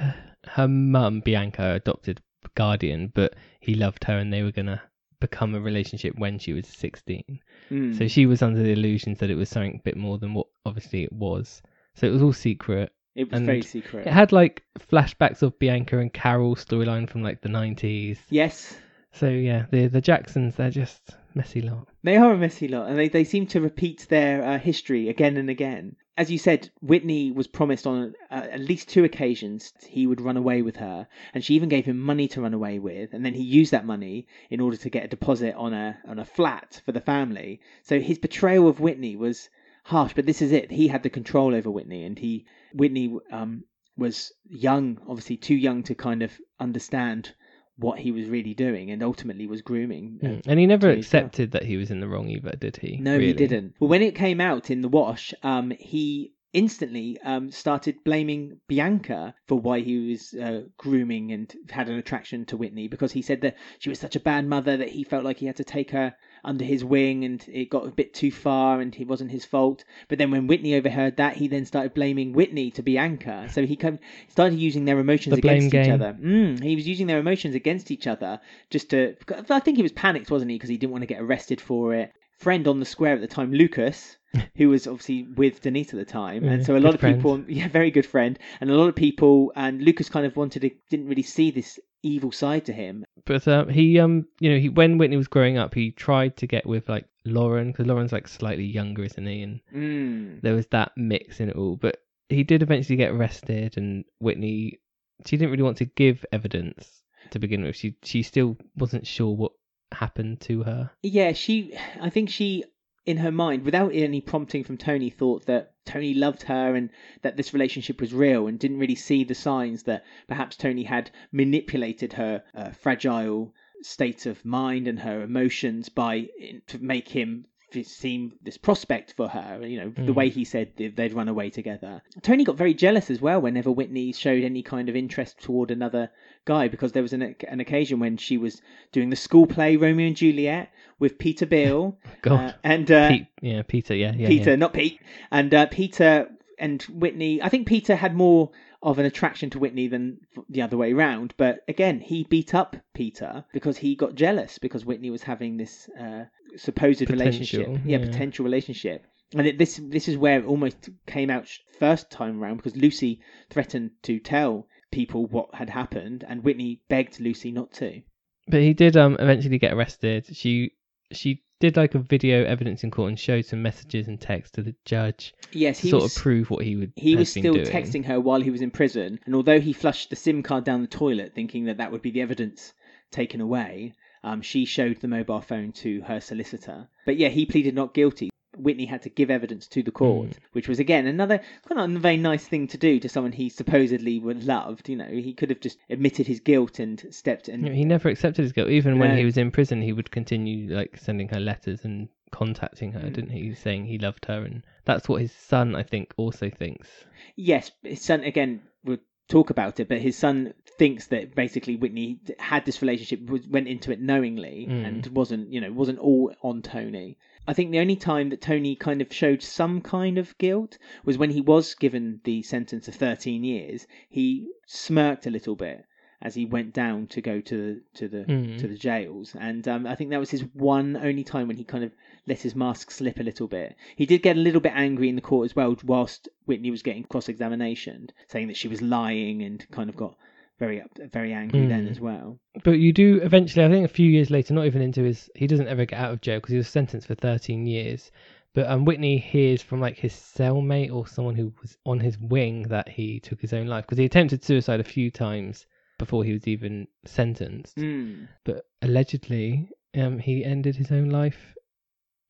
Speaker 1: her mum, Bianca, her adopted guardian, but he loved her and they were going to become a relationship when she was 16.
Speaker 2: Mm.
Speaker 1: So she was under the illusions that it was something a bit more than what obviously it was. So it was all secret.
Speaker 2: It was
Speaker 1: And
Speaker 2: very secret.
Speaker 1: It had like flashbacks of Bianca and Carol storyline from like the 90s.
Speaker 2: yes,
Speaker 1: So yeah, the the Jacksons, they're just messy lot.
Speaker 2: they are a messy lot, and they, they seem to repeat their uh, history again and again. As you said, Whitney was promised on uh, at least two occasions he would run away with her, and she even gave him money to run away with, and then he used that money in order to get a deposit on a on a flat for the family. So his betrayal of Whitney was harsh, but this is it. He had the control over Whitney, and he Whitney um, was young, obviously too young to kind of understand what he was really doing, and ultimately was grooming uh,
Speaker 1: Mm. And he never
Speaker 2: Tony Stark.
Speaker 1: accepted that he was in the wrong either, did he?
Speaker 2: No,
Speaker 1: Really?
Speaker 2: he didn't. Well, when it came out in the wash, um, he instantly um, started blaming Bianca for why he was uh, grooming and had an attraction to Whitney because he said that she was such a bad mother that he felt like he had to take her under his wing and it got a bit too far and it wasn't his fault. But then when Whitney overheard that, he then started blaming Whitney to Bianca. So he come, started using their emotions
Speaker 1: The blame
Speaker 2: against each
Speaker 1: game.
Speaker 2: other. Mm, he was using their emotions against each other just to. I think he was panicked, wasn't he? Because he didn't want to get arrested for it. Friend on the square at the time, Lucas, who was obviously with Denise at the time, and
Speaker 1: Yeah,
Speaker 2: so a
Speaker 1: good
Speaker 2: lot of
Speaker 1: friend.
Speaker 2: people, yeah, very good friend, and a lot of people, and Lucas kind of wanted to, didn't really see this evil side to him.
Speaker 1: But uh, he, um, you know, he when Whitney was growing up, he tried to get with like Lauren because Lauren's like slightly younger, isn't he? And
Speaker 2: Mm.
Speaker 1: there was that mix in it all. But he did eventually get arrested, and Whitney, she didn't really want to give evidence to begin with. She she still wasn't sure what happened to her.
Speaker 2: Yeah, she. I think she, in her mind, without any prompting from Tony, thought that Tony loved her and that this relationship was real, and didn't really see the signs that perhaps Tony had manipulated her uh, fragile state of mind and her emotions by to make him f- seem this prospect for her. You know, the way he said th- they'd run away together. Tony got very jealous as well whenever Whitney showed any kind of interest toward another guy, because there was an oc- an occasion when she was doing the school play Romeo and Juliet with Peter Bill uh,
Speaker 1: God.
Speaker 2: and uh,
Speaker 1: Oh, Pete, yeah, Peter, yeah, yeah.
Speaker 2: Peter,
Speaker 1: yeah.
Speaker 2: not Pete, and uh, Peter and Whitney. I think Peter had more of an attraction to Whitney than the other way around. But again, he beat up Peter because he got jealous because Whitney was having this uh, supposed relationship,
Speaker 1: Potential,
Speaker 2: yeah,
Speaker 1: yeah.
Speaker 2: potential relationship. And it, this this is where it almost came out sh- first time round because Lucy threatened to tell people what had happened, and Whitney begged Lucy not to.
Speaker 1: But he did um eventually get arrested. She she did like a video evidence in court and showed some messages and text to the judge
Speaker 2: Yes,
Speaker 1: to
Speaker 2: he
Speaker 1: sort
Speaker 2: was,
Speaker 1: of prove what he would.
Speaker 2: He
Speaker 1: had
Speaker 2: was
Speaker 1: been
Speaker 2: still
Speaker 1: doing.
Speaker 2: texting her while he was in prison, and although he flushed the SIM card down the toilet, thinking that that would be the evidence taken away, um, she showed the mobile phone to her solicitor. But yeah, he pleaded not guilty. Whitney had to give evidence to the court,
Speaker 1: Hmm.
Speaker 2: which was again another kind of a very nice thing to do to someone he supposedly would loved. You know, he could have just admitted his guilt and stepped in.
Speaker 1: No, He never accepted his guilt. Even when
Speaker 2: No.
Speaker 1: he was in prison, he would continue like sending her letters and contacting her, didn't he? Saying he loved her, and that's what his son, I think, also thinks.
Speaker 2: Yes, his son again. We'll talk about it, but his son thinks that basically Whitney had this relationship, was- went into it knowingly,
Speaker 1: Mm.
Speaker 2: and wasn't you know wasn't all on Tony. I think the only time that Tony kind of showed some kind of guilt was when he was given the sentence of thirteen years. He smirked a little bit as he went down to go to to the
Speaker 1: Mm.
Speaker 2: to the jails, and um, I think that was his one only time when he kind of let his mask slip a little bit. He did get a little bit angry in the court as well, whilst Whitney was getting cross examination, saying that she was lying, and kind of got very up, very angry then
Speaker 1: Mm.
Speaker 2: as well.
Speaker 1: But you do eventually, I think, a few years later, not even into his, he doesn't ever get out of jail because he was sentenced for 13 years. But um, Whitney hears from like his cellmate or someone who was on his wing that he took his own life because he attempted suicide a few times before he was even sentenced.
Speaker 2: Mm.
Speaker 1: But allegedly, um, he ended his own life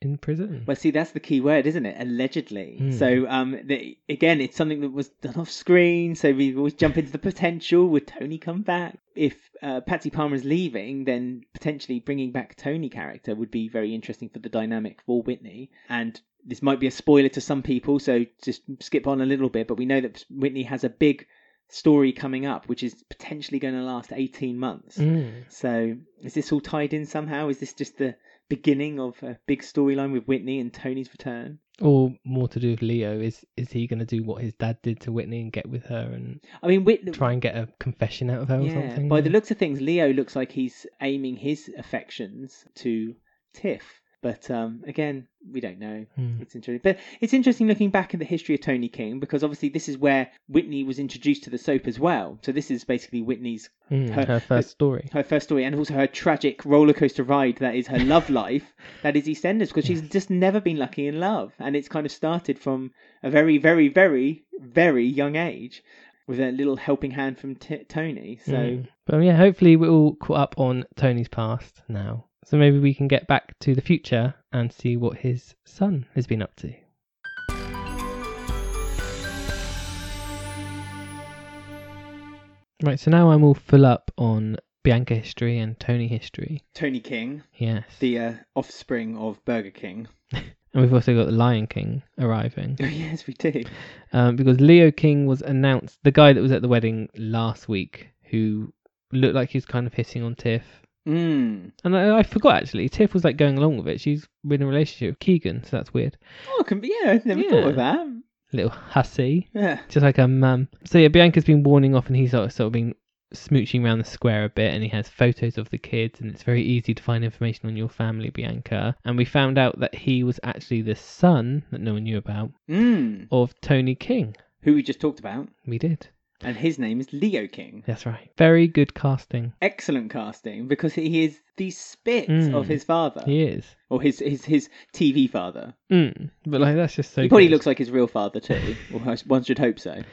Speaker 1: in prison.
Speaker 2: Well, see, that's the key word, isn't it? Allegedly.
Speaker 1: Mm.
Speaker 2: So, um, the, again, it's something that was done off screen. So we always jump into the potential. Would Tony come back? If uh, Patsy Palmer is leaving, then potentially bringing back Tony character would be very interesting for the dynamic for Whitney. And this might be a spoiler to some people, so just skip on a little bit. But we know that Whitney has a big story coming up, which is potentially going to last eighteen months.
Speaker 1: Mm.
Speaker 2: So is this all tied in somehow? Is this just the beginning of a big storyline with Whitney and Tony's return?
Speaker 1: Or more to do with Leo is is he going to do what his dad did to Whitney and get with her and
Speaker 2: I mean, Whitney.
Speaker 1: try and get a confession out of her or
Speaker 2: Yeah.
Speaker 1: something?
Speaker 2: By the looks of things, Leo looks like he's aiming his affections to Tiff. But um, again, we don't know.
Speaker 1: Mm.
Speaker 2: It's interesting, but it's interesting looking back at the history of Tony King because obviously this is where Whitney was introduced to the soap as well. So this is basically Whitney's
Speaker 1: Mm,
Speaker 2: her-
Speaker 1: her first story.
Speaker 2: her first story and also her tragic roller coaster ride that is her love life that is EastEnders because she's just never been lucky in love and it's kind of started from a very very very very young age with a little helping hand from t- Tony so
Speaker 1: Mm. but um, yeah, hopefully we're all caught up on Tony's past now, so maybe we can get back to the future and see what his son has been up to. Right, so now I'm all full up on Bianca history and Tony history.
Speaker 2: Tony King
Speaker 1: Yes,
Speaker 2: the uh, offspring of Burger King
Speaker 1: and we've also got the Lion King arriving.
Speaker 2: oh yes we do
Speaker 1: um, because Leo King was announced, the guy that was at the wedding last week, who looked like he was kind of hitting on Tiff.
Speaker 2: mm.
Speaker 1: And I, I forgot actually, Tiff was like going along with it. She's in a relationship with Keegan, so that's weird.
Speaker 2: oh can be, yeah I never
Speaker 1: Yeah.
Speaker 2: thought of that
Speaker 1: Little hussy,
Speaker 2: yeah
Speaker 1: just like a mum. So yeah, Bianca's been warning off, and he's sort of, sort of been smooching around the square a bit, and he has photos of the kids, and it's very easy to find information on your family, Bianca. And we found out that he was actually the son that no one knew about
Speaker 2: mm.
Speaker 1: of Tony King.
Speaker 2: who we just talked about
Speaker 1: We did.
Speaker 2: and his name is Leo King
Speaker 1: That's right. Very good casting.
Speaker 2: excellent casting because he is the spit
Speaker 1: Mm.
Speaker 2: of his father
Speaker 1: He is.
Speaker 2: or his his his TV father.
Speaker 1: Mm, but like that's just so.
Speaker 2: he probably
Speaker 1: good.
Speaker 2: looks like his real father too. or I- one should hope so.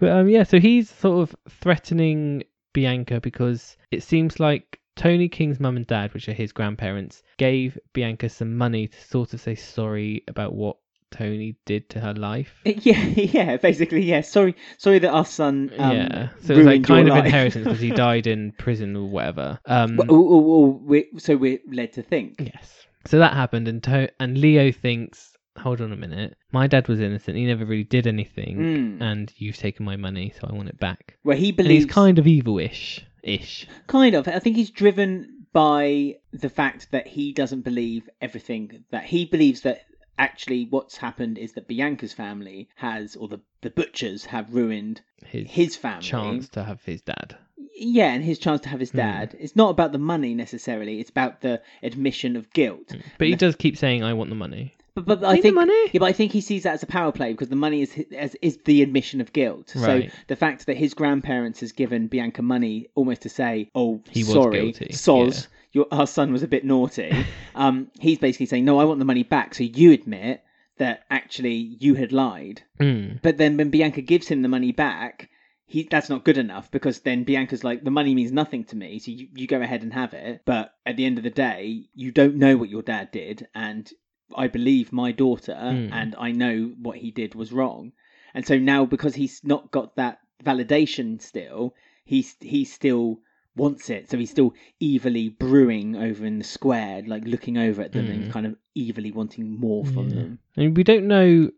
Speaker 1: But um, yeah. So he's sort of threatening Bianca because it seems like Tony King's mum and dad, which are his grandparents, gave Bianca some money to sort of say sorry about what Tony did to her life.
Speaker 2: Yeah, yeah. Basically, yeah. Sorry, sorry that our son. Um,
Speaker 1: yeah. So it's like
Speaker 2: ruined your
Speaker 1: kind of
Speaker 2: life.
Speaker 1: inheritance because he died in prison or whatever. Um.
Speaker 2: Well, or- or- or we- so we're led to think.
Speaker 1: yes. So that happened, and to- and Leo thinks, hold on a minute, my dad was innocent. He never really did anything,
Speaker 2: Mm.
Speaker 1: and you've taken my money, so I want it back.
Speaker 2: Where he
Speaker 1: And he's
Speaker 2: believes
Speaker 1: kind of evil-ish, ish.
Speaker 2: Kind of. I think he's driven by the fact that he doesn't believe everything that he believes that actually what's happened is that Bianca's family has or the the butchers have ruined
Speaker 1: His,
Speaker 2: his family.
Speaker 1: chance to have his dad.
Speaker 2: Yeah, and his chance to have his
Speaker 1: Hmm.
Speaker 2: dad. It's not about the money necessarily, it's about the admission of guilt.
Speaker 1: But he
Speaker 2: And
Speaker 1: does keep saying, "I want the money.
Speaker 2: But, but
Speaker 1: I
Speaker 2: I think
Speaker 1: the money."
Speaker 2: yeah, but I think he sees that as a power play because the money is is, is the admission of guilt.
Speaker 1: Right.
Speaker 2: So the fact that his grandparents has given Bianca money almost to say, "Oh,
Speaker 1: He was
Speaker 2: sorry,
Speaker 1: guilty."
Speaker 2: Soz, your our son was a bit naughty." um, he's basically saying, "No, I want the money back." So you admit that actually you had lied.
Speaker 1: Mm.
Speaker 2: But then when Bianca gives him the money back, he that's not good enough because then Bianca's like, the money means nothing to me, so you, you go ahead and have it. But at the end of the day, you don't know what your dad did, and I believe my daughter,
Speaker 1: Mm.
Speaker 2: and I know what he did was wrong. And so now, because he's not got that validation still, he's he still wants it, so he's still evilly brewing over in the square, like looking over at them
Speaker 1: Mm.
Speaker 2: and kind of evilly wanting more from
Speaker 1: Yeah.
Speaker 2: them.
Speaker 1: And we don't know.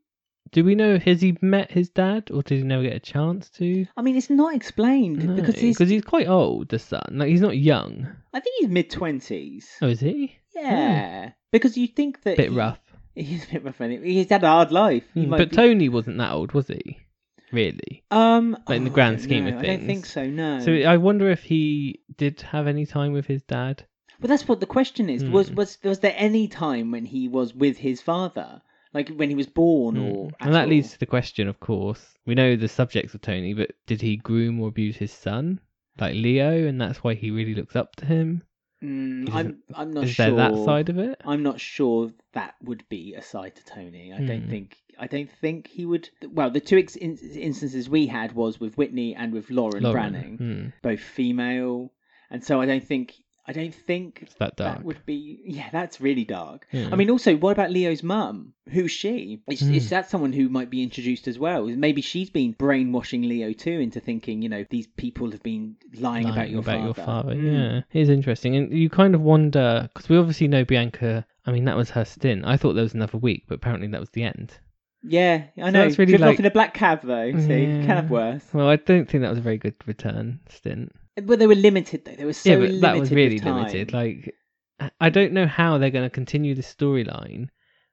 Speaker 1: Do we know has he met his dad, or did he never get a chance to?
Speaker 2: I mean, it's not explained
Speaker 1: No,
Speaker 2: because he's
Speaker 1: he's quite old. The son, like he's not young.
Speaker 2: I think he's mid twenties.
Speaker 1: Oh, is he?
Speaker 2: yeah.
Speaker 1: yeah.
Speaker 2: because you think that
Speaker 1: Bit
Speaker 2: he-
Speaker 1: rough.
Speaker 2: He's a bit rough. Anyway. He's had a hard life. He
Speaker 1: Mm,
Speaker 2: might
Speaker 1: But
Speaker 2: be-
Speaker 1: Tony wasn't that old, was he? Really?
Speaker 2: um,
Speaker 1: like, in the
Speaker 2: oh, I
Speaker 1: grand
Speaker 2: don't
Speaker 1: scheme of
Speaker 2: know. I don't think
Speaker 1: things.
Speaker 2: so. No.
Speaker 1: So uh, I wonder if he did have any time with his dad.
Speaker 2: Well, that's what the question is. Was
Speaker 1: Hmm.
Speaker 2: was was there any time when he was with his father, like when he was born, or
Speaker 1: Mm.
Speaker 2: at
Speaker 1: and that
Speaker 2: all?
Speaker 1: leads to the question, of course. We know the subjects of Tony, but did he groom or abuse his son, like Leo, and that's why he really looks up to him?
Speaker 2: Mm,
Speaker 1: Is-
Speaker 2: I'm I'm not
Speaker 1: is
Speaker 2: sure.
Speaker 1: there that side of it?
Speaker 2: I'm not sure that would be a side to Tony. I
Speaker 1: Hmm.
Speaker 2: don't think I don't think he would. Well, the two ex- in- instances we had was with Whitney and with Lauren,
Speaker 1: Lauren.
Speaker 2: Branning.
Speaker 1: Mm.
Speaker 2: both female, and so I don't think I don't think
Speaker 1: It's that dark.
Speaker 2: that would be yeah, that's really dark.
Speaker 1: Yeah.
Speaker 2: I mean, also, what about Leo's mum? Who's she? Is,
Speaker 1: Hmm.
Speaker 2: is that someone who might be introduced as well? Maybe she's been brainwashing Leo too into thinking, you know, these people have been lying, about your father. Mm.
Speaker 1: Yeah, it is interesting, and you kind of wonder because we obviously know Bianca. I mean, that was her stint. I thought there was another week, but apparently that was the end.
Speaker 2: Yeah, I
Speaker 1: So
Speaker 2: know.
Speaker 1: that's really
Speaker 2: Driven
Speaker 1: like-
Speaker 2: off in a black cab though, so
Speaker 1: Yeah.
Speaker 2: you can have worse.
Speaker 1: Well, I don't think that was a very good return stint.
Speaker 2: But they were limited though. They were so
Speaker 1: yeah, but
Speaker 2: limited.
Speaker 1: that was really
Speaker 2: with time.
Speaker 1: limited. Like, I- I don't know how they're going to continue the storyline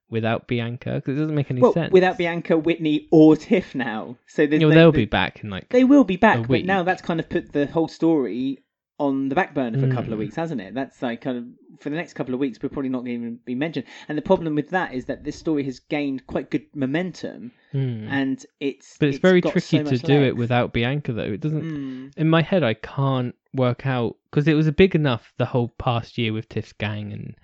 Speaker 1: without Bianca because it doesn't make any
Speaker 2: well,
Speaker 1: sense.
Speaker 2: without Bianca, Whitney, or Tiff now. So there's
Speaker 1: you know,
Speaker 2: no-
Speaker 1: they'll
Speaker 2: the-
Speaker 1: be back in like.
Speaker 2: They will be
Speaker 1: a
Speaker 2: back, but
Speaker 1: week.
Speaker 2: now that's kind of put the whole story on the back burner for a couple
Speaker 1: Mm.
Speaker 2: of weeks, hasn't it? That's like kind of for the next couple of weeks, we're probably not going to even be mentioned. And the problem with that is that this story has gained quite good momentum,
Speaker 1: Hmm.
Speaker 2: and it's
Speaker 1: but it's, very
Speaker 2: got
Speaker 1: tricky
Speaker 2: so
Speaker 1: to
Speaker 2: much
Speaker 1: do it
Speaker 2: legs.
Speaker 1: without Bianca, though. It doesn't.
Speaker 2: Mm.
Speaker 1: In my head, I can't work out because it was a big enough the whole past year with Tiff's gang and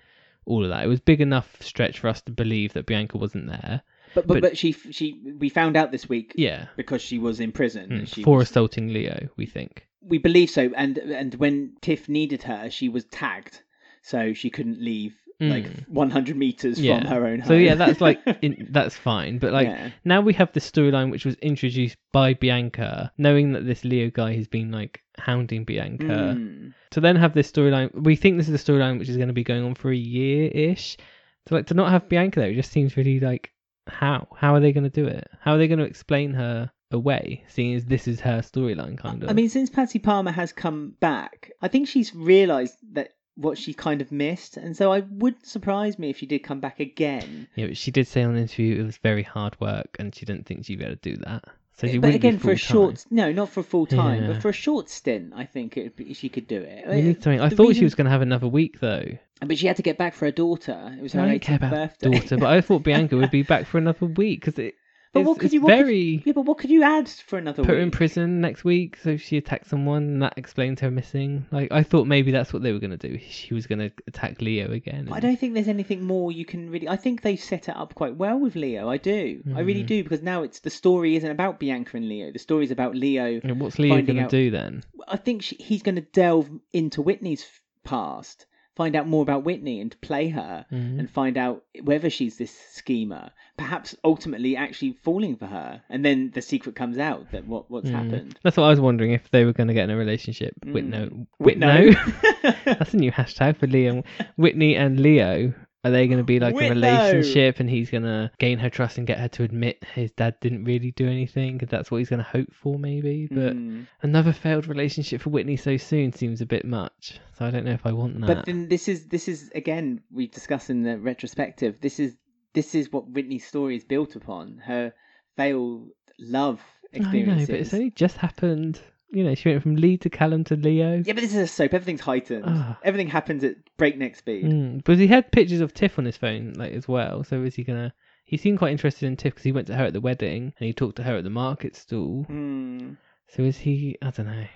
Speaker 1: all of that. It was big enough stretch for us to believe that Bianca wasn't there.
Speaker 2: But, but
Speaker 1: but-
Speaker 2: but she she we found out this week
Speaker 1: Yeah,
Speaker 2: because she was in prison.
Speaker 1: Mm,
Speaker 2: and she
Speaker 1: for
Speaker 2: was-
Speaker 1: assaulting Leo, we think.
Speaker 2: we believe so, and and when Tiff needed her, she was tagged, so she couldn't leave like 100 meters
Speaker 1: Hmm. Yeah.
Speaker 2: from her own home.
Speaker 1: So yeah, that's like in, that's fine, but like
Speaker 2: Yeah.
Speaker 1: now we have this storyline which was introduced by Bianca, knowing that this Leo guy has been like hounding Bianca.
Speaker 2: Mm.
Speaker 1: To then have this storyline, we think this is the storyline which is going to be going on for a year ish. So like to not have Bianca there, it just seems really like how how are they going to do it? How are they going to explain her away, seeing as this is her storyline kind of?
Speaker 2: I mean, since Patsy Palmer has come back, I think she's realised that what she kind of missed, and so I wouldn't surprise me if she did come back again.
Speaker 1: yeah, but she did say on an interview it was very hard work and she didn't think she'd be able to do that. So she
Speaker 2: Eh, but
Speaker 1: wouldn't be
Speaker 2: again, for a
Speaker 1: full-time.
Speaker 2: short, no, not for full time,
Speaker 1: Yeah.
Speaker 2: but for a short stint, I think it would be, she could do it.
Speaker 1: We need something. I
Speaker 2: eh, the
Speaker 1: thought she
Speaker 2: reason-
Speaker 1: was going to have another week though.
Speaker 2: But she had to get back for her daughter. It was her
Speaker 1: I don't
Speaker 2: 18th
Speaker 1: care about
Speaker 2: birthday.
Speaker 1: daughter, but I thought Bianca would be back for another week because it.
Speaker 2: But
Speaker 1: it's,
Speaker 2: what could
Speaker 1: it's
Speaker 2: you- what could
Speaker 1: very
Speaker 2: yeah, but what could you add for another?
Speaker 1: put her
Speaker 2: week?
Speaker 1: in prison next week? So if she attacks someone, and that explains her missing. Like I thought maybe that's what they were gonna do. She was gonna attack Leo again.
Speaker 2: I
Speaker 1: and-
Speaker 2: don't think there's anything more you can really. I think they set it up quite well with Leo. I do. I really
Speaker 1: Mhm.
Speaker 2: do because now it's the story isn't about Bianca and Leo. The story's about Leo
Speaker 1: Yeah, What's Leo
Speaker 2: finding
Speaker 1: gonna
Speaker 2: out-
Speaker 1: do then?
Speaker 2: I think she, he's going to delve into Whitney's f- past, find out more about Whitney and play her,
Speaker 1: Mhm.
Speaker 2: and find out whether she's this schemer, perhaps ultimately actually falling for her. And then the secret comes out that what what's
Speaker 1: Mm.
Speaker 2: happened.
Speaker 1: That's what I was wondering if they were gonna get in a relationship.
Speaker 2: Mm.
Speaker 1: Whitno, Whitno.
Speaker 2: Whitno.
Speaker 1: that's a new hashtag for Leo. Whitney and Leo. Are they going to be like a
Speaker 2: Whitlow!
Speaker 1: relationship and he's going to gain her trust and get her to admit his dad didn't really do anything? 'Cause That's what he's going to hope for, maybe. But uh,
Speaker 2: Mm.
Speaker 1: another failed relationship for Whitney so soon seems a bit much. So I don't know if I want that.
Speaker 2: But then this is this is again we discuss in the retrospective. This is this is what Whitney's story is built upon. Her failed love
Speaker 1: I know,
Speaker 2: experiences.
Speaker 1: but it's only just happened. You know, she went from Lee to Callum to Leo.
Speaker 2: Yeah, but this is a soap. Everything's heightened.
Speaker 1: Ah.
Speaker 2: Everything happens at breakneck speed.
Speaker 1: Mm, but he had pictures of Tiff on his phone, like as well. So is he gonna? He seemed quite interested in Tiff because he went to her at the wedding and he talked to her at the market stall.
Speaker 2: Hmm.
Speaker 1: So is he? I don't know.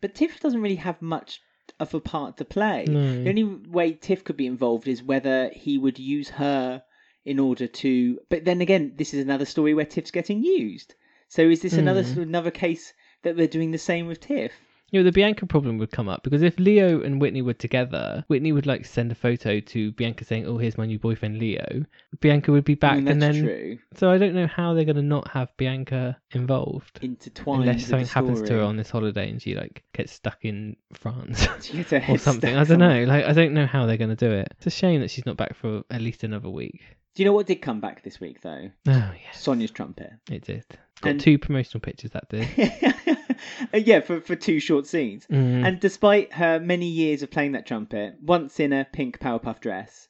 Speaker 2: But Tiff doesn't really have much of a part to play.
Speaker 1: No.
Speaker 2: The only way Tiff could be involved is whether he would use her in order to. But then again, this is another story where Tiff's getting used. So is this another
Speaker 1: Hmm.
Speaker 2: another case that they're doing the same with Tiff?
Speaker 1: You know, the Bianca problem would come up because if Leo and Whitney were together, Whitney would like send a photo to Bianca saying, "Oh, here's my new boyfriend, Leo." Bianca would be back,
Speaker 2: I mean,
Speaker 1: and
Speaker 2: that's
Speaker 1: then
Speaker 2: true.
Speaker 1: so I don't know how they're gonna not have Bianca involved.
Speaker 2: Intertwined.
Speaker 1: Unless
Speaker 2: with the
Speaker 1: something happens to her
Speaker 2: story.
Speaker 1: on this holiday and she like gets stuck in France
Speaker 2: She gets her
Speaker 1: or
Speaker 2: head
Speaker 1: something.
Speaker 2: stuck
Speaker 1: I don't
Speaker 2: somewhere.
Speaker 1: know. Like I don't know how they're gonna do it. It's a shame that she's not back for at least another week.
Speaker 2: Do you know what did come back this week though?
Speaker 1: Oh yes,
Speaker 2: Sonia's trumpet.
Speaker 1: it did. Got
Speaker 2: And-
Speaker 1: two promotional pictures that did.
Speaker 2: Uh, yeah, for for two short scenes.
Speaker 1: Mm.
Speaker 2: And despite her many years of playing that trumpet, once in a pink Powerpuff dress,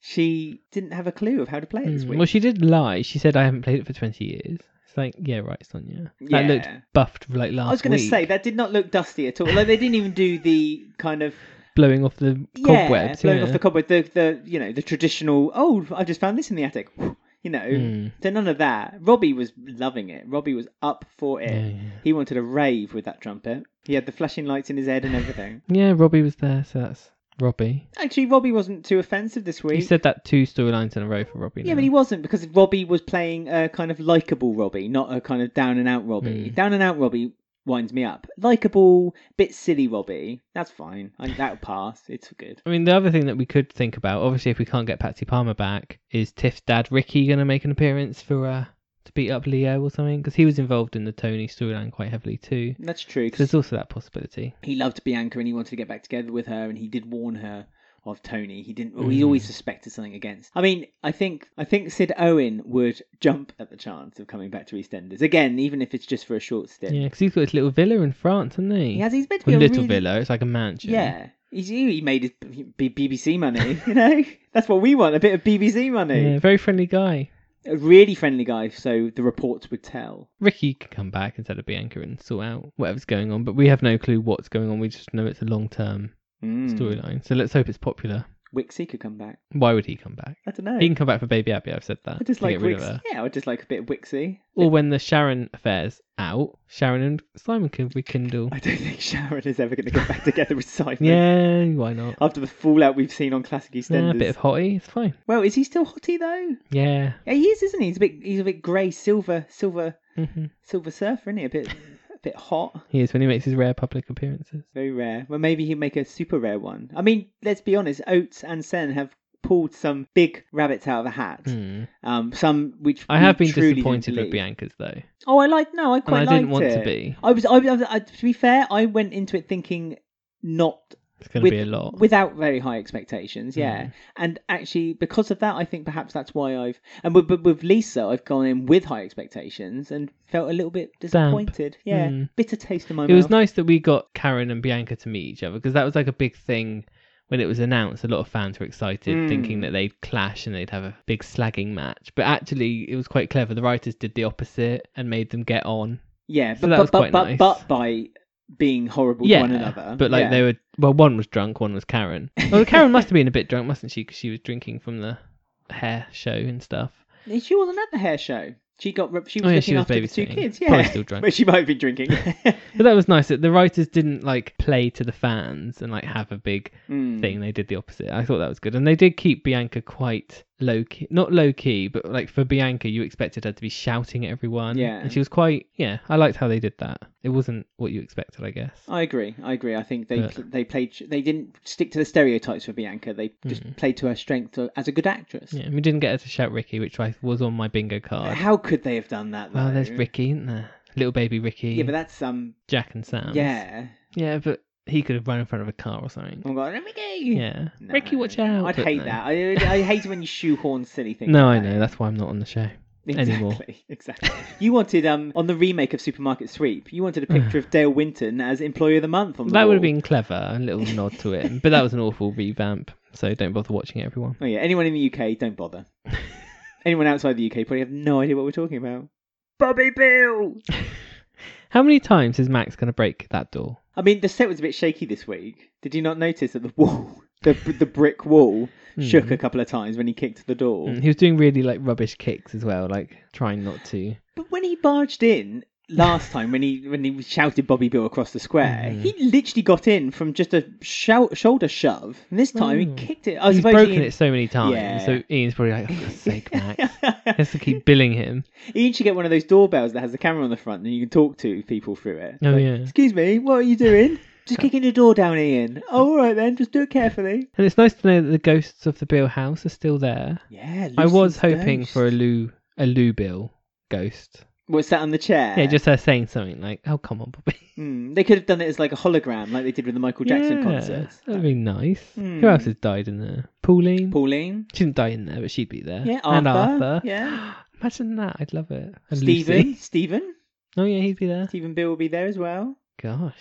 Speaker 2: she didn't have a clue of how to play it this
Speaker 1: Mm.
Speaker 2: week.
Speaker 1: Well, she did lie. She said I haven't played it for twenty years. It's like yeah, right, Sonia. That looked
Speaker 2: Yeah.
Speaker 1: buffed like last.
Speaker 2: I was going to
Speaker 1: week,
Speaker 2: say that did not look dusty at all. Like they didn't even do the kind of
Speaker 1: blowing off the
Speaker 2: yeah,
Speaker 1: cobwebs.
Speaker 2: blowing
Speaker 1: yeah.
Speaker 2: off the cobweb, the the you know the traditional. Oh, I just found this in the attic. You know,
Speaker 1: Mm.
Speaker 2: so none of that. Robbie was loving it. Robbie was up for it.
Speaker 1: Yeah, yeah.
Speaker 2: He wanted a rave with that trumpet. He had the flashing lights in his head and everything.
Speaker 1: Yeah, Robbie was there, so that's Robbie.
Speaker 2: Actually, Robbie wasn't too offensive this week.
Speaker 1: You said that two storylines in a row for Robbie.
Speaker 2: Yeah,
Speaker 1: now.
Speaker 2: but he wasn't because Robbie was playing a kind of likable Robbie, not a kind of down and out Robbie.
Speaker 1: Hmm.
Speaker 2: Down and out Robbie winds me up. Likable, bit silly Robbie. That's fine. I, that'll pass. It's good.
Speaker 1: I mean, the other thing that we could think about, obviously, if we can't get Patsy Palmer back, is Tiff's dad Ricky going to make an appearance for uh, to beat up Leo or something? Because he was involved in the Tony storyline quite heavily too.
Speaker 2: That's true.
Speaker 1: 'Cause
Speaker 2: 'cause
Speaker 1: there's also that possibility.
Speaker 2: he loved Bianca and he wanted to get back together with her, and he did warn her of Tony. He didn't.
Speaker 1: Hmm.
Speaker 2: He always suspected something against. I mean, I think I think Sid Owen would jump at the chance of coming back to EastEnders again, even if it's just for a short stint.
Speaker 1: Yeah, because he's got his little villa in France, hasn't he?
Speaker 2: He has. He's meant to
Speaker 1: a
Speaker 2: be a
Speaker 1: little
Speaker 2: really
Speaker 1: villa. It's like a mansion.
Speaker 2: Yeah. He's, he made his B- B- BBC money, you know? That's what we want, a bit of BBC money.
Speaker 1: Yeah, very friendly guy.
Speaker 2: A really friendly guy, so the reports would tell.
Speaker 1: Ricky could come back instead of Bianca and sort out whatever's going on, but we have no clue what's going on. We just know it's a long term
Speaker 2: Mm.
Speaker 1: storyline. So let's hope it's popular.
Speaker 2: Wixie could come back.
Speaker 1: Why would he come back?
Speaker 2: I don't know.
Speaker 1: He can come back for Baby Abby. I've said that.
Speaker 2: I just
Speaker 1: to
Speaker 2: like
Speaker 1: get rid of
Speaker 2: Wixie.
Speaker 1: her.
Speaker 2: Yeah, I just like a bit of Wixie.
Speaker 1: Or when the Sharon affair's out, Sharon and Simon can rekindle.
Speaker 2: I don't think Sharon is ever going to get back together with Simon.
Speaker 1: Yeah, why not?
Speaker 2: After the fallout we've seen on classic
Speaker 1: Nah,
Speaker 2: EastEnders.
Speaker 1: a bit of hottie, it's fine.
Speaker 2: Well, is he still hottie though?
Speaker 1: Yeah.
Speaker 2: Yeah, he is, isn't he? He's a bit, he's a bit grey, silver, silver,
Speaker 1: hmm
Speaker 2: silver surfer, isn't he? A bit, a bit hot.
Speaker 1: He is when he makes his rare public appearances.
Speaker 2: Very rare. Well, maybe he'd make a super rare one. I mean, let's be honest. Oates and Sen have pulled some big rabbits out of a hat.
Speaker 1: Hmm.
Speaker 2: Um, some which
Speaker 1: I
Speaker 2: we
Speaker 1: have been
Speaker 2: truly didn't
Speaker 1: disappointed with
Speaker 2: believe.
Speaker 1: Bianca's though.
Speaker 2: Oh, I like no, I quite
Speaker 1: and I didn't
Speaker 2: liked
Speaker 1: want to
Speaker 2: it.
Speaker 1: be.
Speaker 2: I was, I, was- I, to be fair, I went into it thinking not
Speaker 1: It's going to
Speaker 2: with-
Speaker 1: be a lot.
Speaker 2: without very high expectations.
Speaker 1: Hmm.
Speaker 2: Yeah, and actually because of that, I think perhaps that's why I've and with, with- with Lisa, I've gone in with high expectations and felt a little bit disappointed. Yeah,
Speaker 1: Mm.
Speaker 2: bitter taste in my
Speaker 1: It
Speaker 2: mouth.
Speaker 1: was nice that we got Karen and Bianca to meet each other because that was like a big thing when it was announced. A lot of fans were excited,
Speaker 2: Mm.
Speaker 1: thinking that they'd clash and they'd have a big slagging match. But actually, it was quite clever. The writers did the opposite and made them get on.
Speaker 2: Yeah,
Speaker 1: So
Speaker 2: but
Speaker 1: that was
Speaker 2: but, but,
Speaker 1: quite
Speaker 2: but,
Speaker 1: nice.
Speaker 2: but by being horrible to one another.
Speaker 1: But like
Speaker 2: yeah.
Speaker 1: they were, well, one was drunk, one was Karen. Well, Karen must have been a bit drunk, mustn't she? Because she was drinking from the hair show and stuff.
Speaker 2: she wasn't at the hair show. She got rep- she
Speaker 1: Oh,
Speaker 2: was
Speaker 1: yeah,
Speaker 2: looking
Speaker 1: she was
Speaker 2: after the two
Speaker 1: babysitting.
Speaker 2: kids. Yeah,
Speaker 1: Probably still drunk.
Speaker 2: but she might be drinking.
Speaker 1: But that was nice that the writers didn't like play to the fans and like have a big
Speaker 2: Mm.
Speaker 1: thing. They did the opposite. I thought that was good, and they did keep Bianca quite low key, not low key, but like for Bianca, you expected her to be shouting at everyone.
Speaker 2: Yeah.
Speaker 1: and she was quite. Yeah, I liked how they did that. It wasn't what you expected, I guess.
Speaker 2: I agree. I agree. I think they
Speaker 1: But-
Speaker 2: pl- they played they didn't stick to the stereotypes for Bianca. They just played to her strength o- as a good actress.
Speaker 1: Mm. Yeah, and we didn't get her to shout Ricky, which I was on my bingo card.
Speaker 2: How could they have done that?
Speaker 1: Oh,
Speaker 2: Though?
Speaker 1: Well, there's Ricky, isn't there? Little baby Ricky.
Speaker 2: Yeah, but that's um
Speaker 1: Jack and Sam.
Speaker 2: yeah.
Speaker 1: Yeah, but he could have run in front of a car or something.
Speaker 2: I'm going, Ricky!
Speaker 1: Yeah.
Speaker 2: No.
Speaker 1: Ricky, watch out.
Speaker 2: I'd
Speaker 1: but
Speaker 2: hate
Speaker 1: no.
Speaker 2: that. I, I hate when you shoehorn silly things.
Speaker 1: No, I
Speaker 2: like that.
Speaker 1: know. That's why I'm not on the show.
Speaker 2: Exactly,
Speaker 1: anymore.
Speaker 2: exactly. You wanted um on the remake of Supermarket Sweep, you wanted a picture of Dale Winton as Employee of the Month on the
Speaker 1: That would have
Speaker 2: wall.
Speaker 1: been clever, a little nod to it. But that was an awful revamp, so don't bother watching it, everyone.
Speaker 2: Oh yeah, anyone in the UK, don't bother. anyone outside the UK probably have no idea what we're talking about. Bobby Bill.
Speaker 1: How many times is Max going to break that door?
Speaker 2: I mean, the set was a bit shaky this week. Did you not notice that the wall, the the brick wall,
Speaker 1: Hmm.
Speaker 2: shook a couple of times when he kicked the door?
Speaker 1: Mm, He was doing really like rubbish kicks as well, like trying not to.
Speaker 2: But when he barged in last time, when he when he shouted Bobby Bill across the square,
Speaker 1: Mhm.
Speaker 2: he literally got in from just a shou- shoulder shove. And this time
Speaker 1: Oh.
Speaker 2: he kicked it. I
Speaker 1: He's
Speaker 2: suppose
Speaker 1: broken
Speaker 2: Ian...
Speaker 1: it so many times,
Speaker 2: Yeah.
Speaker 1: so Ian's probably like, oh, for God's sake, Max. He has to keep billing him.
Speaker 2: Ian should get one of those doorbells that has the camera on the front and you can talk to people through it.
Speaker 1: Oh,
Speaker 2: Like,
Speaker 1: yeah.
Speaker 2: Excuse me, what are you doing? Just kicking the door down, Ian. Oh, all right then, just do it carefully.
Speaker 1: And it's nice to know that the ghosts of the Bill house are still there.
Speaker 2: Yeah,
Speaker 1: I was
Speaker 2: Lucy's
Speaker 1: hoping
Speaker 2: ghost.
Speaker 1: for a Lou, a Lou Bill ghost.
Speaker 2: What's that on the chair?
Speaker 1: Yeah, just her saying something like, oh, come on, Bobby.
Speaker 2: Hmm, they could have done it as like a hologram, like they did with the Michael Jackson
Speaker 1: Yeah,
Speaker 2: concerts.
Speaker 1: That'd be nice.
Speaker 2: Hmm.
Speaker 1: Who else has died in there? Pauline?
Speaker 2: Pauline,
Speaker 1: She didn't die in there, but she'd be there.
Speaker 2: Yeah,
Speaker 1: And
Speaker 2: Arthur,
Speaker 1: Arthur.
Speaker 2: yeah.
Speaker 1: Imagine that. I'd love it. And
Speaker 2: Stephen,
Speaker 1: Lucy.
Speaker 2: Stephen,
Speaker 1: Oh, yeah, he'd be there.
Speaker 2: Stephen Bill will be there as well.
Speaker 1: Gosh.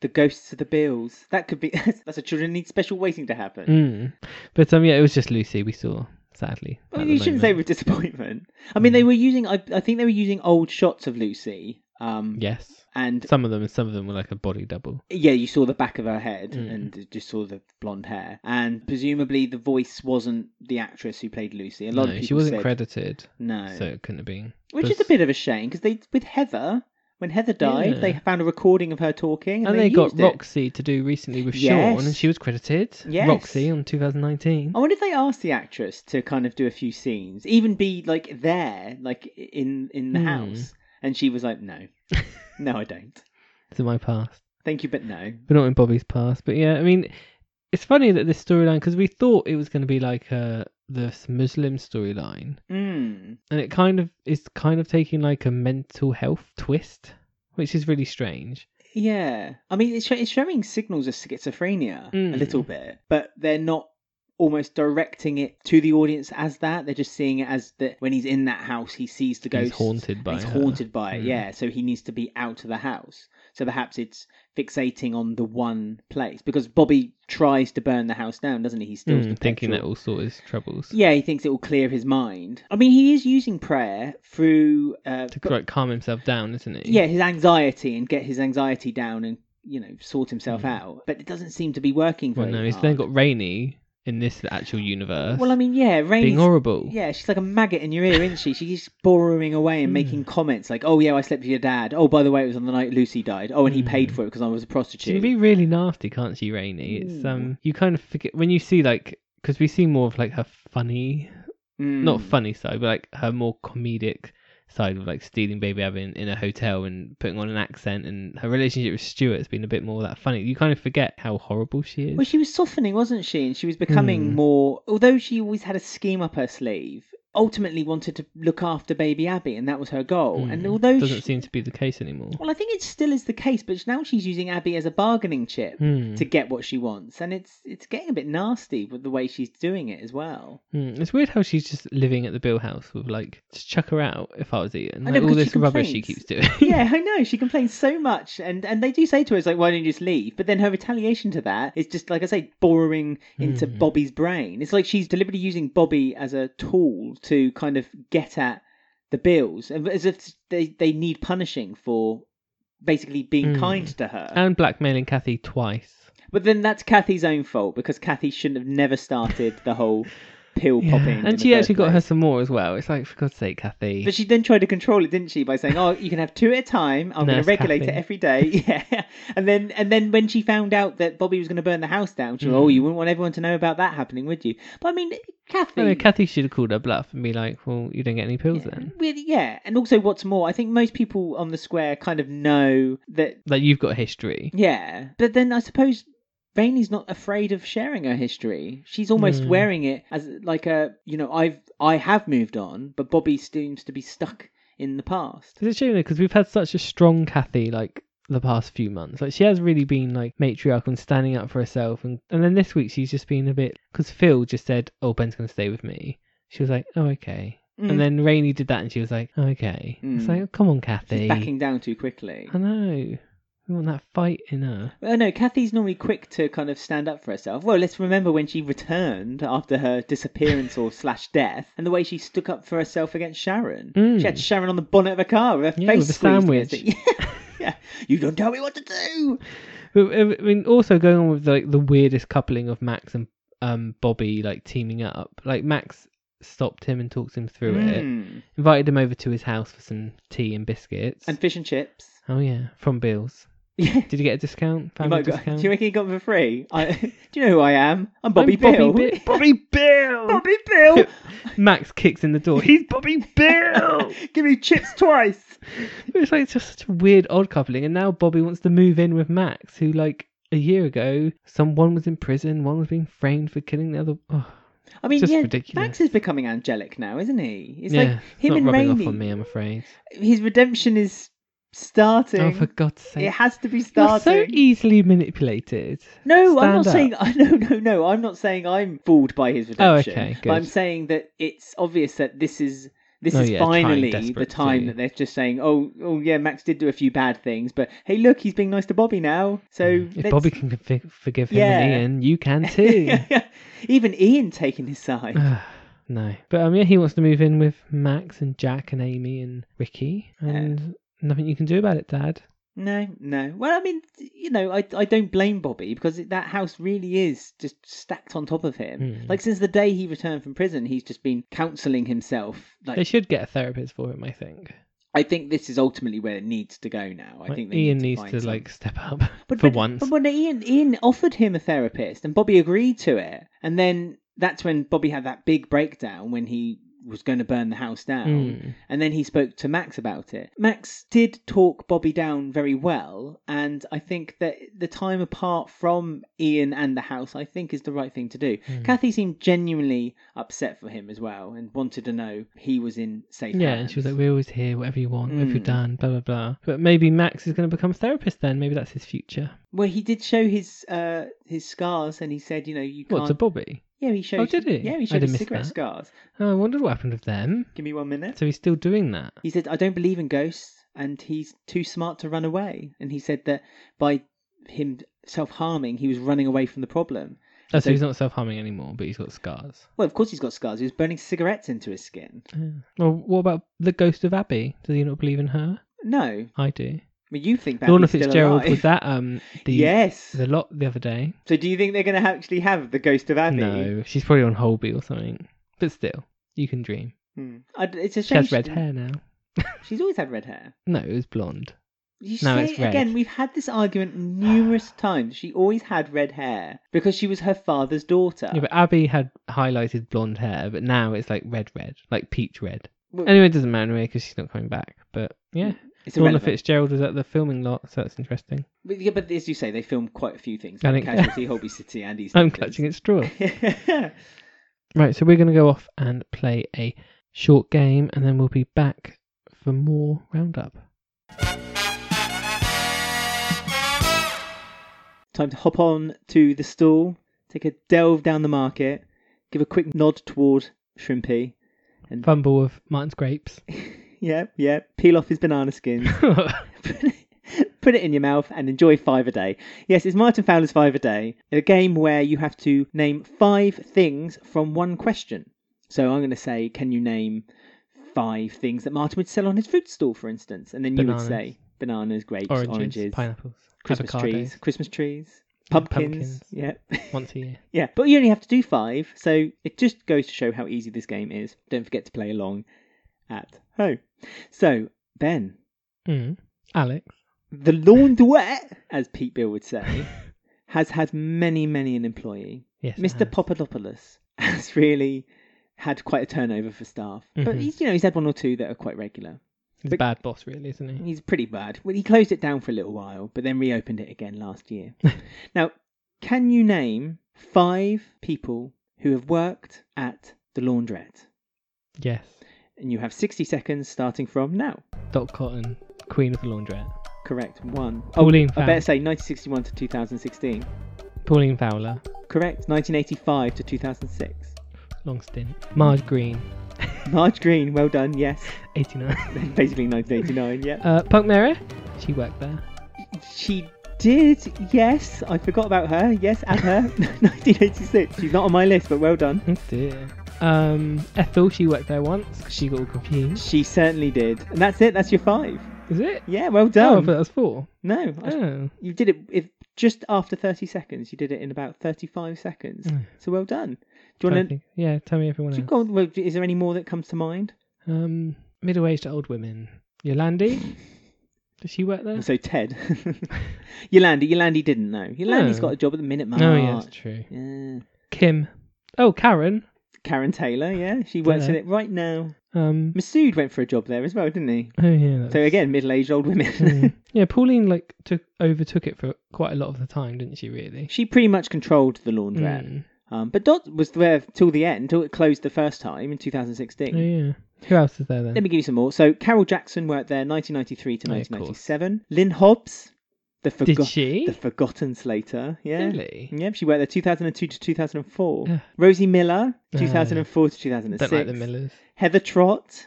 Speaker 2: The ghosts of the Bills. That could be. That's a children need special waiting to happen.
Speaker 1: Mm. But um, yeah, it was just Lucy we saw, sadly.
Speaker 2: I
Speaker 1: at
Speaker 2: mean,
Speaker 1: the
Speaker 2: you shouldn't say
Speaker 1: moment. Mm.
Speaker 2: with disappointment. I mean, they were using. I, I think they were using old shots of Lucy. Um,
Speaker 1: Yes.
Speaker 2: and
Speaker 1: Some of them, and some of them were like a body double.
Speaker 2: yeah, you saw the back of her head
Speaker 1: Mm.
Speaker 2: and just saw the blonde hair. And presumably, the voice wasn't the actress who played Lucy. A lot
Speaker 1: no,
Speaker 2: of people
Speaker 1: she wasn't
Speaker 2: said
Speaker 1: credited,
Speaker 2: no,
Speaker 1: so it couldn't have been.
Speaker 2: which
Speaker 1: but-
Speaker 2: is a bit of a shame because they with Heather when Heather died,
Speaker 1: Yeah.
Speaker 2: they found a recording of her talking, and,
Speaker 1: And they got
Speaker 2: used it.
Speaker 1: Roxy to do recently with Sean,
Speaker 2: Yes.
Speaker 1: and she was credited.
Speaker 2: Yes. Oh.
Speaker 1: Roxy on 2019.
Speaker 2: I wonder if they asked the actress to kind of do a few scenes, even be like there, like in in the
Speaker 1: Hmm.
Speaker 2: house, and she was like, "No, no, I don't.
Speaker 1: It's in my past.
Speaker 2: Thank you, but no."
Speaker 1: But not in Bobby's past. But yeah, I mean, it's funny that this storyline, because we thought it was going to be like uh, this Muslim storyline,
Speaker 2: Mm.
Speaker 1: and it kind of is kind of taking like a mental health twist, which is really strange.
Speaker 2: Yeah, I mean, it's, sho- it's showing signals of schizophrenia a
Speaker 1: Mm.
Speaker 2: little bit, but they're not almost directing it to the audience as that. They're just seeing it as that when he's in that house, he sees the ghost.
Speaker 1: He's haunted by
Speaker 2: he's
Speaker 1: her.
Speaker 2: haunted by it,
Speaker 1: Mm.
Speaker 2: yeah. So he needs to be out of the house. So perhaps it's fixating on the one place because Bobby tries to burn the house down, doesn't he? He steals
Speaker 1: Mm,
Speaker 2: the
Speaker 1: thinking that
Speaker 2: petrol.
Speaker 1: will sort his troubles.
Speaker 2: Yeah, he thinks it will clear his mind. I mean, he is using prayer through uh,
Speaker 1: To
Speaker 2: but-
Speaker 1: like calm himself down, isn't it?
Speaker 2: yeah his anxiety and get his anxiety down and you know sort himself
Speaker 1: Mm.
Speaker 2: out. But it doesn't seem to be working
Speaker 1: Well,
Speaker 2: very
Speaker 1: no, he's
Speaker 2: hard.
Speaker 1: then got Rainy in this actual universe.
Speaker 2: Well, I mean, yeah,
Speaker 1: being
Speaker 2: Rainey's
Speaker 1: horrible.
Speaker 2: Yeah, she's like a maggot in your ear, isn't she? She's borrowing away and making
Speaker 1: Hmm.
Speaker 2: comments like, "Oh yeah, I slept with your dad. Oh, by the way, it was on the night Lucy died. Oh, and he paid for it because I was a
Speaker 1: Hmm. She can
Speaker 2: prostitute."
Speaker 1: be really nasty, can't she, Rainy? It's um, you kind of forget when you see like because we see more of like her funny,
Speaker 2: Mm.
Speaker 1: not funny side, but like her more comedic side of like stealing baby Abby in, in a hotel and putting on an accent and her relationship with Stuart's been a bit more that funny. You kind of forget how horrible she is.
Speaker 2: Well, she was softening, wasn't she? And she was becoming
Speaker 1: Hmm.
Speaker 2: more. Although she always had a scheme up her sleeve, ultimately wanted to look after baby Abby, and that was her goal. And
Speaker 1: Mm,
Speaker 2: although
Speaker 1: doesn't
Speaker 2: she,
Speaker 1: seem to be the case anymore.
Speaker 2: well, I think it still is the case, but now she's using Abby as a bargaining chip
Speaker 1: Hmm.
Speaker 2: to get what she wants, and it's it's getting a bit nasty with the way she's doing it as well.
Speaker 1: Mm, it's weird how she's just living at the bill house with like just chuck her out if I was eating.
Speaker 2: I know,
Speaker 1: Like, all
Speaker 2: because she
Speaker 1: this rubbish she
Speaker 2: complains.
Speaker 1: keeps doing.
Speaker 2: yeah, I know. She complains so much, and and they do say to her, "It's like, why don't you just leave?" But then her retaliation to that is just like I say, boring into
Speaker 1: Mm.
Speaker 2: Bobby's brain. It's like she's deliberately using Bobby as a tool to kind of get at the bills, and as if they they need punishing for basically being
Speaker 1: Mm.
Speaker 2: kind to her.
Speaker 1: and blackmailing Kathy twice.
Speaker 2: but then that's Kathy's own fault because Kathy shouldn't have never started the whole pill
Speaker 1: Yeah,
Speaker 2: popping. in
Speaker 1: And
Speaker 2: the
Speaker 1: she
Speaker 2: first
Speaker 1: actually got her
Speaker 2: place.
Speaker 1: some more as well. It's like for God's sake, Kathy.
Speaker 2: But she then tried to control it, didn't she? By saying, "Oh, you can have two at a time. I'm going
Speaker 1: Nurse
Speaker 2: to regulate it
Speaker 1: Kathy.
Speaker 2: every day." Yeah. And then, and then when she found out that Bobby was going to burn the house down, she went,
Speaker 1: Hmm.
Speaker 2: "Oh, you wouldn't want everyone to know about that happening, would you?" But I mean, Kathy.
Speaker 1: I know, Kathy should have called her bluff and be like, "Well, you don't get any pills
Speaker 2: yeah,
Speaker 1: then.
Speaker 2: really, yeah. And also, what's more, I think most people on the square kind of know that.
Speaker 1: Like you've got history."
Speaker 2: Yeah. But then I suppose. Rainey's not afraid of sharing her history. She's almost
Speaker 1: No.
Speaker 2: wearing it as like a, you know, I've I have moved on, but Bobby seems to be stuck in the past.
Speaker 1: It's a shame because we've had such a strong Kathy like the past few months. Like she has really been like matriarch and standing up for herself, and and then this week she's just been a bit because Phil just said, "Oh, Ben's gonna stay with me." She was like, "Oh, okay."
Speaker 2: Mm.
Speaker 1: And then Rainey did that, and she was like, "Oh, "Okay."
Speaker 2: Mm.
Speaker 1: It's like, oh, "Come on,
Speaker 2: She's
Speaker 1: Kathy."
Speaker 2: backing down too quickly.
Speaker 1: I know. We want that fight in her.
Speaker 2: Well, no, Kathy's normally quick to kind of stand up for herself. Well, let's remember when she returned after her disappearance or slash death, and the way she stuck up for herself against Sharon.
Speaker 1: Mm.
Speaker 2: She had Sharon on the bonnet of her car with her
Speaker 1: Yeah,
Speaker 2: face
Speaker 1: with a
Speaker 2: squeezed against
Speaker 1: sandwich.
Speaker 2: it. Yeah. yeah, you don't tell me what to do.
Speaker 1: But, uh, I mean, also going on with like the weirdest coupling of Max and um Bobby like teaming up. Like Max stopped him and talked him through it,
Speaker 2: Mm.
Speaker 1: invited him over to his house for some tea and biscuits.
Speaker 2: And fish and chips.
Speaker 1: oh yeah, from Bill's.
Speaker 2: Yeah.
Speaker 1: Did you get a discount?
Speaker 2: You
Speaker 1: Family
Speaker 2: might got, do
Speaker 1: discount?
Speaker 2: you reckon he got them for free? I, do you know who I am? I'm
Speaker 1: I'm
Speaker 2: Bobby Bill.
Speaker 1: Bobby, Bi- Bobby Bill.
Speaker 2: Bobby Bill.
Speaker 1: Max kicks in the door. He's Bobby Bill.
Speaker 2: Give me chips twice.
Speaker 1: it's like just such a weird odd coupling, and now Bobby wants to move in with Max, who like a year ago, someone was in prison, one was being framed for killing the other. Oh,
Speaker 2: I mean,
Speaker 1: Just
Speaker 2: yeah,
Speaker 1: ridiculous.
Speaker 2: Max is becoming angelic now, isn't he? It's
Speaker 1: yeah,
Speaker 2: like
Speaker 1: it's
Speaker 2: him
Speaker 1: not
Speaker 2: and
Speaker 1: rubbing
Speaker 2: Rainey.
Speaker 1: off on me, I'm afraid.
Speaker 2: his redemption is starting.
Speaker 1: Oh, for God's sake!
Speaker 2: it has to be
Speaker 1: You're so
Speaker 2: starting.
Speaker 1: easily manipulated.
Speaker 2: no, I'm not
Speaker 1: Stand up.
Speaker 2: saying. No, no, no. I'm not saying I'm fooled by his
Speaker 1: Oh,
Speaker 2: redemption.
Speaker 1: okay,
Speaker 2: But I'm
Speaker 1: good.
Speaker 2: saying that it's obvious that this is this
Speaker 1: Oh,
Speaker 2: is
Speaker 1: yeah, time,
Speaker 2: finally the
Speaker 1: desperate
Speaker 2: time
Speaker 1: to-
Speaker 2: that they're just saying, oh, oh yeah, Max did do a few bad things, but hey, look, he's being nice to Bobby now. So
Speaker 1: If
Speaker 2: let's-
Speaker 1: Mm, Bobby can confi- forgive him and
Speaker 2: Yeah.
Speaker 1: Ian, you can too.
Speaker 2: Even Ian taking his side.
Speaker 1: no, but um, yeah, he wants to move in with Max and Jack and Amy and Ricky, and nothing you can do about it, Dad.
Speaker 2: No, no. Well, I mean, you know, I, I don't blame Bobby because it, that house really is just stacked on top of him.
Speaker 1: Mm.
Speaker 2: Like since the day he returned from prison, he's just been counselling himself. Like
Speaker 1: They should get a therapist for him, I think.
Speaker 2: I think this is ultimately where it needs to go now. I
Speaker 1: Like,
Speaker 2: think they
Speaker 1: Ian
Speaker 2: need to
Speaker 1: needs
Speaker 2: find
Speaker 1: to
Speaker 2: some-
Speaker 1: like step up
Speaker 2: but,
Speaker 1: for
Speaker 2: but,
Speaker 1: once.
Speaker 2: But when Ian Ian offered him a therapist and Bobby agreed to it, and then that's when Bobby had that big breakdown when he was going to burn the house down.
Speaker 1: Mm.
Speaker 2: And then he spoke to Max about it. Max did talk Bobby down very well, and I think that the time apart from Ian and the house, I think, is the right thing to do.
Speaker 1: Mm.
Speaker 2: Kathy seemed genuinely upset for him as well, and wanted to know he was in safe
Speaker 1: Yeah,
Speaker 2: hands.
Speaker 1: and she was like, "We're always here, whatever you want, whatever
Speaker 2: Mm.
Speaker 1: you've done, blah blah blah." But maybe Max is going to become a therapist then. Maybe that's his future.
Speaker 2: Well, he did show his uh, his scars, and he said, you know, you
Speaker 1: What
Speaker 2: can't.
Speaker 1: to Bobby?
Speaker 2: Yeah, he showed.
Speaker 1: Oh, did he?
Speaker 2: Yeah,
Speaker 1: I
Speaker 2: he showed
Speaker 1: didn't
Speaker 2: his
Speaker 1: miss
Speaker 2: cigarette
Speaker 1: that.
Speaker 2: scars.
Speaker 1: Oh, I wondered what happened with them.
Speaker 2: Give me one minute.
Speaker 1: So he's still doing that.
Speaker 2: He said, I don't believe in ghosts, and he's too smart to run away. And he said that by him self harming, he was running away from the problem.
Speaker 1: Oh, so,
Speaker 2: So-
Speaker 1: he's not self harming anymore, but he's got scars.
Speaker 2: Well, of course he's got scars. He was burning cigarettes into his skin.
Speaker 1: Yeah. Well, what about the ghost of Abby? Does he not believe in her?
Speaker 2: No,
Speaker 1: I do.
Speaker 2: well, you think that
Speaker 1: Lorna
Speaker 2: he's still
Speaker 1: Fitzgerald
Speaker 2: alive.
Speaker 1: was that um the
Speaker 2: yes.
Speaker 1: the lot the other day.
Speaker 2: So do you think they're going to actually have the ghost of Abby?
Speaker 1: No, she's probably on Holby or something. But still, you can dream.
Speaker 2: Hmm. I, it's a
Speaker 1: She
Speaker 2: shame.
Speaker 1: has red
Speaker 2: didn't-
Speaker 1: hair now.
Speaker 2: She's always had red hair.
Speaker 1: No, it was blonde.
Speaker 2: You
Speaker 1: No,
Speaker 2: say
Speaker 1: it's
Speaker 2: it
Speaker 1: red.
Speaker 2: again. We've had this argument numerous times. She always had red hair because she was her father's daughter.
Speaker 1: Yeah, but Abby had highlighted blonde hair, but now it's like red, red, like peach red.
Speaker 2: Well-
Speaker 1: Anyway, it doesn't matter anyway because she's not coming back. But yeah,
Speaker 2: it's
Speaker 1: Lorna
Speaker 2: irrelevant.
Speaker 1: Fitzgerald was at the filming lot, so that's interesting.
Speaker 2: But, yeah, but as you say, they film quite a few things.
Speaker 1: I
Speaker 2: Like
Speaker 1: think-
Speaker 2: Casualty, Holby City, and East.
Speaker 1: I'm clutching at straw.
Speaker 2: it.
Speaker 1: Right, so we're going to go off and play a short game, and then we'll be back for more roundup.
Speaker 2: Time to hop on to the stall, take a delve down the market, give a quick nod toward Shrimpy.
Speaker 1: Fumble of Martin's grapes.
Speaker 2: Yeah, yeah. Peel off his banana skin,
Speaker 1: That's
Speaker 2: put it in your mouth, and enjoy five a day. Yes, it's Martin Fowler's five a day, a game where you have to name five things from one question. So I'm going to say, can you name five things that Martin would sell on his fruit stall, for instance? And then
Speaker 1: Bananas.
Speaker 2: you would say bananas, grapes,
Speaker 1: oranges,
Speaker 2: oranges
Speaker 1: pineapples,
Speaker 2: Christmas
Speaker 1: avocados,
Speaker 2: trees, Christmas trees, pumpkins.
Speaker 1: pumpkins.
Speaker 2: Yeah,
Speaker 1: Once a year.
Speaker 2: yeah. But you only have to do five, so it just goes to show how easy this game is. Don't forget to play along at home. So Ben,
Speaker 1: Mm. Alex.
Speaker 2: the laundrette, as Pete Bill would say, has had many, many an employee.
Speaker 1: Yes. it
Speaker 2: Mr.
Speaker 1: has.
Speaker 2: Papadopoulos has really had quite a turnover for staff, but
Speaker 1: Mhm.
Speaker 2: he's you know he's had one or two that are quite regular.
Speaker 1: He's a bad boss, really, isn't he?
Speaker 2: He's pretty bad. Well, he closed it down for a little while, but then reopened it again last year. now, can you name five people who have worked at the laundrette?
Speaker 1: Yes.
Speaker 2: And you have 60 seconds starting from now.
Speaker 1: Dot Cotton, Queen of the Laundrette.
Speaker 2: Correct. One.
Speaker 1: Pauline
Speaker 2: Oh, I
Speaker 1: Fowler.
Speaker 2: better say 1961 to 2016.
Speaker 1: Pauline Fowler.
Speaker 2: Correct. 1985 to 2006.
Speaker 1: Long stint. Marge Green.
Speaker 2: Marge Green, well done, yes.
Speaker 1: 89.
Speaker 2: Basically 1989, yeah.
Speaker 1: Uh, Punk Mary. She worked there.
Speaker 2: She did, yes. I forgot about her, yes, and her. 1986. She's not on my list, but well done.
Speaker 1: Oh dear. Um, Ethel. She worked there once 'cause she got all confused.
Speaker 2: She certainly did. And that's it, that's your five.
Speaker 1: Is it?
Speaker 2: Yeah, well
Speaker 1: Oh, I thought
Speaker 2: done.
Speaker 1: that was four.
Speaker 2: no, I-
Speaker 1: Oh.
Speaker 2: you did it if, just after 30 seconds. You did it in about 35 seconds.
Speaker 1: Mm.
Speaker 2: So well done. Do you want to.
Speaker 1: Think, yeah, tell me everyone
Speaker 2: Do you
Speaker 1: else.
Speaker 2: go, well, is there any more that comes to mind?
Speaker 1: Um, middle-aged old women. Yolandi. Does she work there?
Speaker 2: So Ted, Yolandi, Yolandi didn't know. Yolandi's
Speaker 1: No. Oh,
Speaker 2: got a job at the Minute March.
Speaker 1: No, yeah, that's true.
Speaker 2: Yeah.
Speaker 1: Kim. Oh, Karen.
Speaker 2: Karen Taylor, yeah, she works in
Speaker 1: Yeah.
Speaker 2: it right now.
Speaker 1: Um.
Speaker 2: Masood went for a job there as well, didn't he?
Speaker 1: Oh yeah. That's...
Speaker 2: So again, middle-aged old women.
Speaker 1: Mm. yeah, Pauline like took overtook it for quite a lot of the time, didn't she? Really.
Speaker 2: she pretty much controlled the laundrette,
Speaker 1: Mm.
Speaker 2: um, but Dot was there till the end, till it closed the first time in 2016.
Speaker 1: Oh yeah. Who else is there
Speaker 2: Let
Speaker 1: then?
Speaker 2: me give you some more. So Carol Jackson worked there 1993 to
Speaker 1: Oh, of
Speaker 2: 1997. Lynn Hobbs, the,
Speaker 1: Did
Speaker 2: forgo-
Speaker 1: she?
Speaker 2: the Forgotten Slater, yeah. Mm,
Speaker 1: Really?
Speaker 2: Yep, she worked there 2002 to 2004.
Speaker 1: Yeah.
Speaker 2: Rosie Miller,
Speaker 1: Uh,
Speaker 2: 2004 to 2006.
Speaker 1: Don't like the Millers.
Speaker 2: Heather Trott,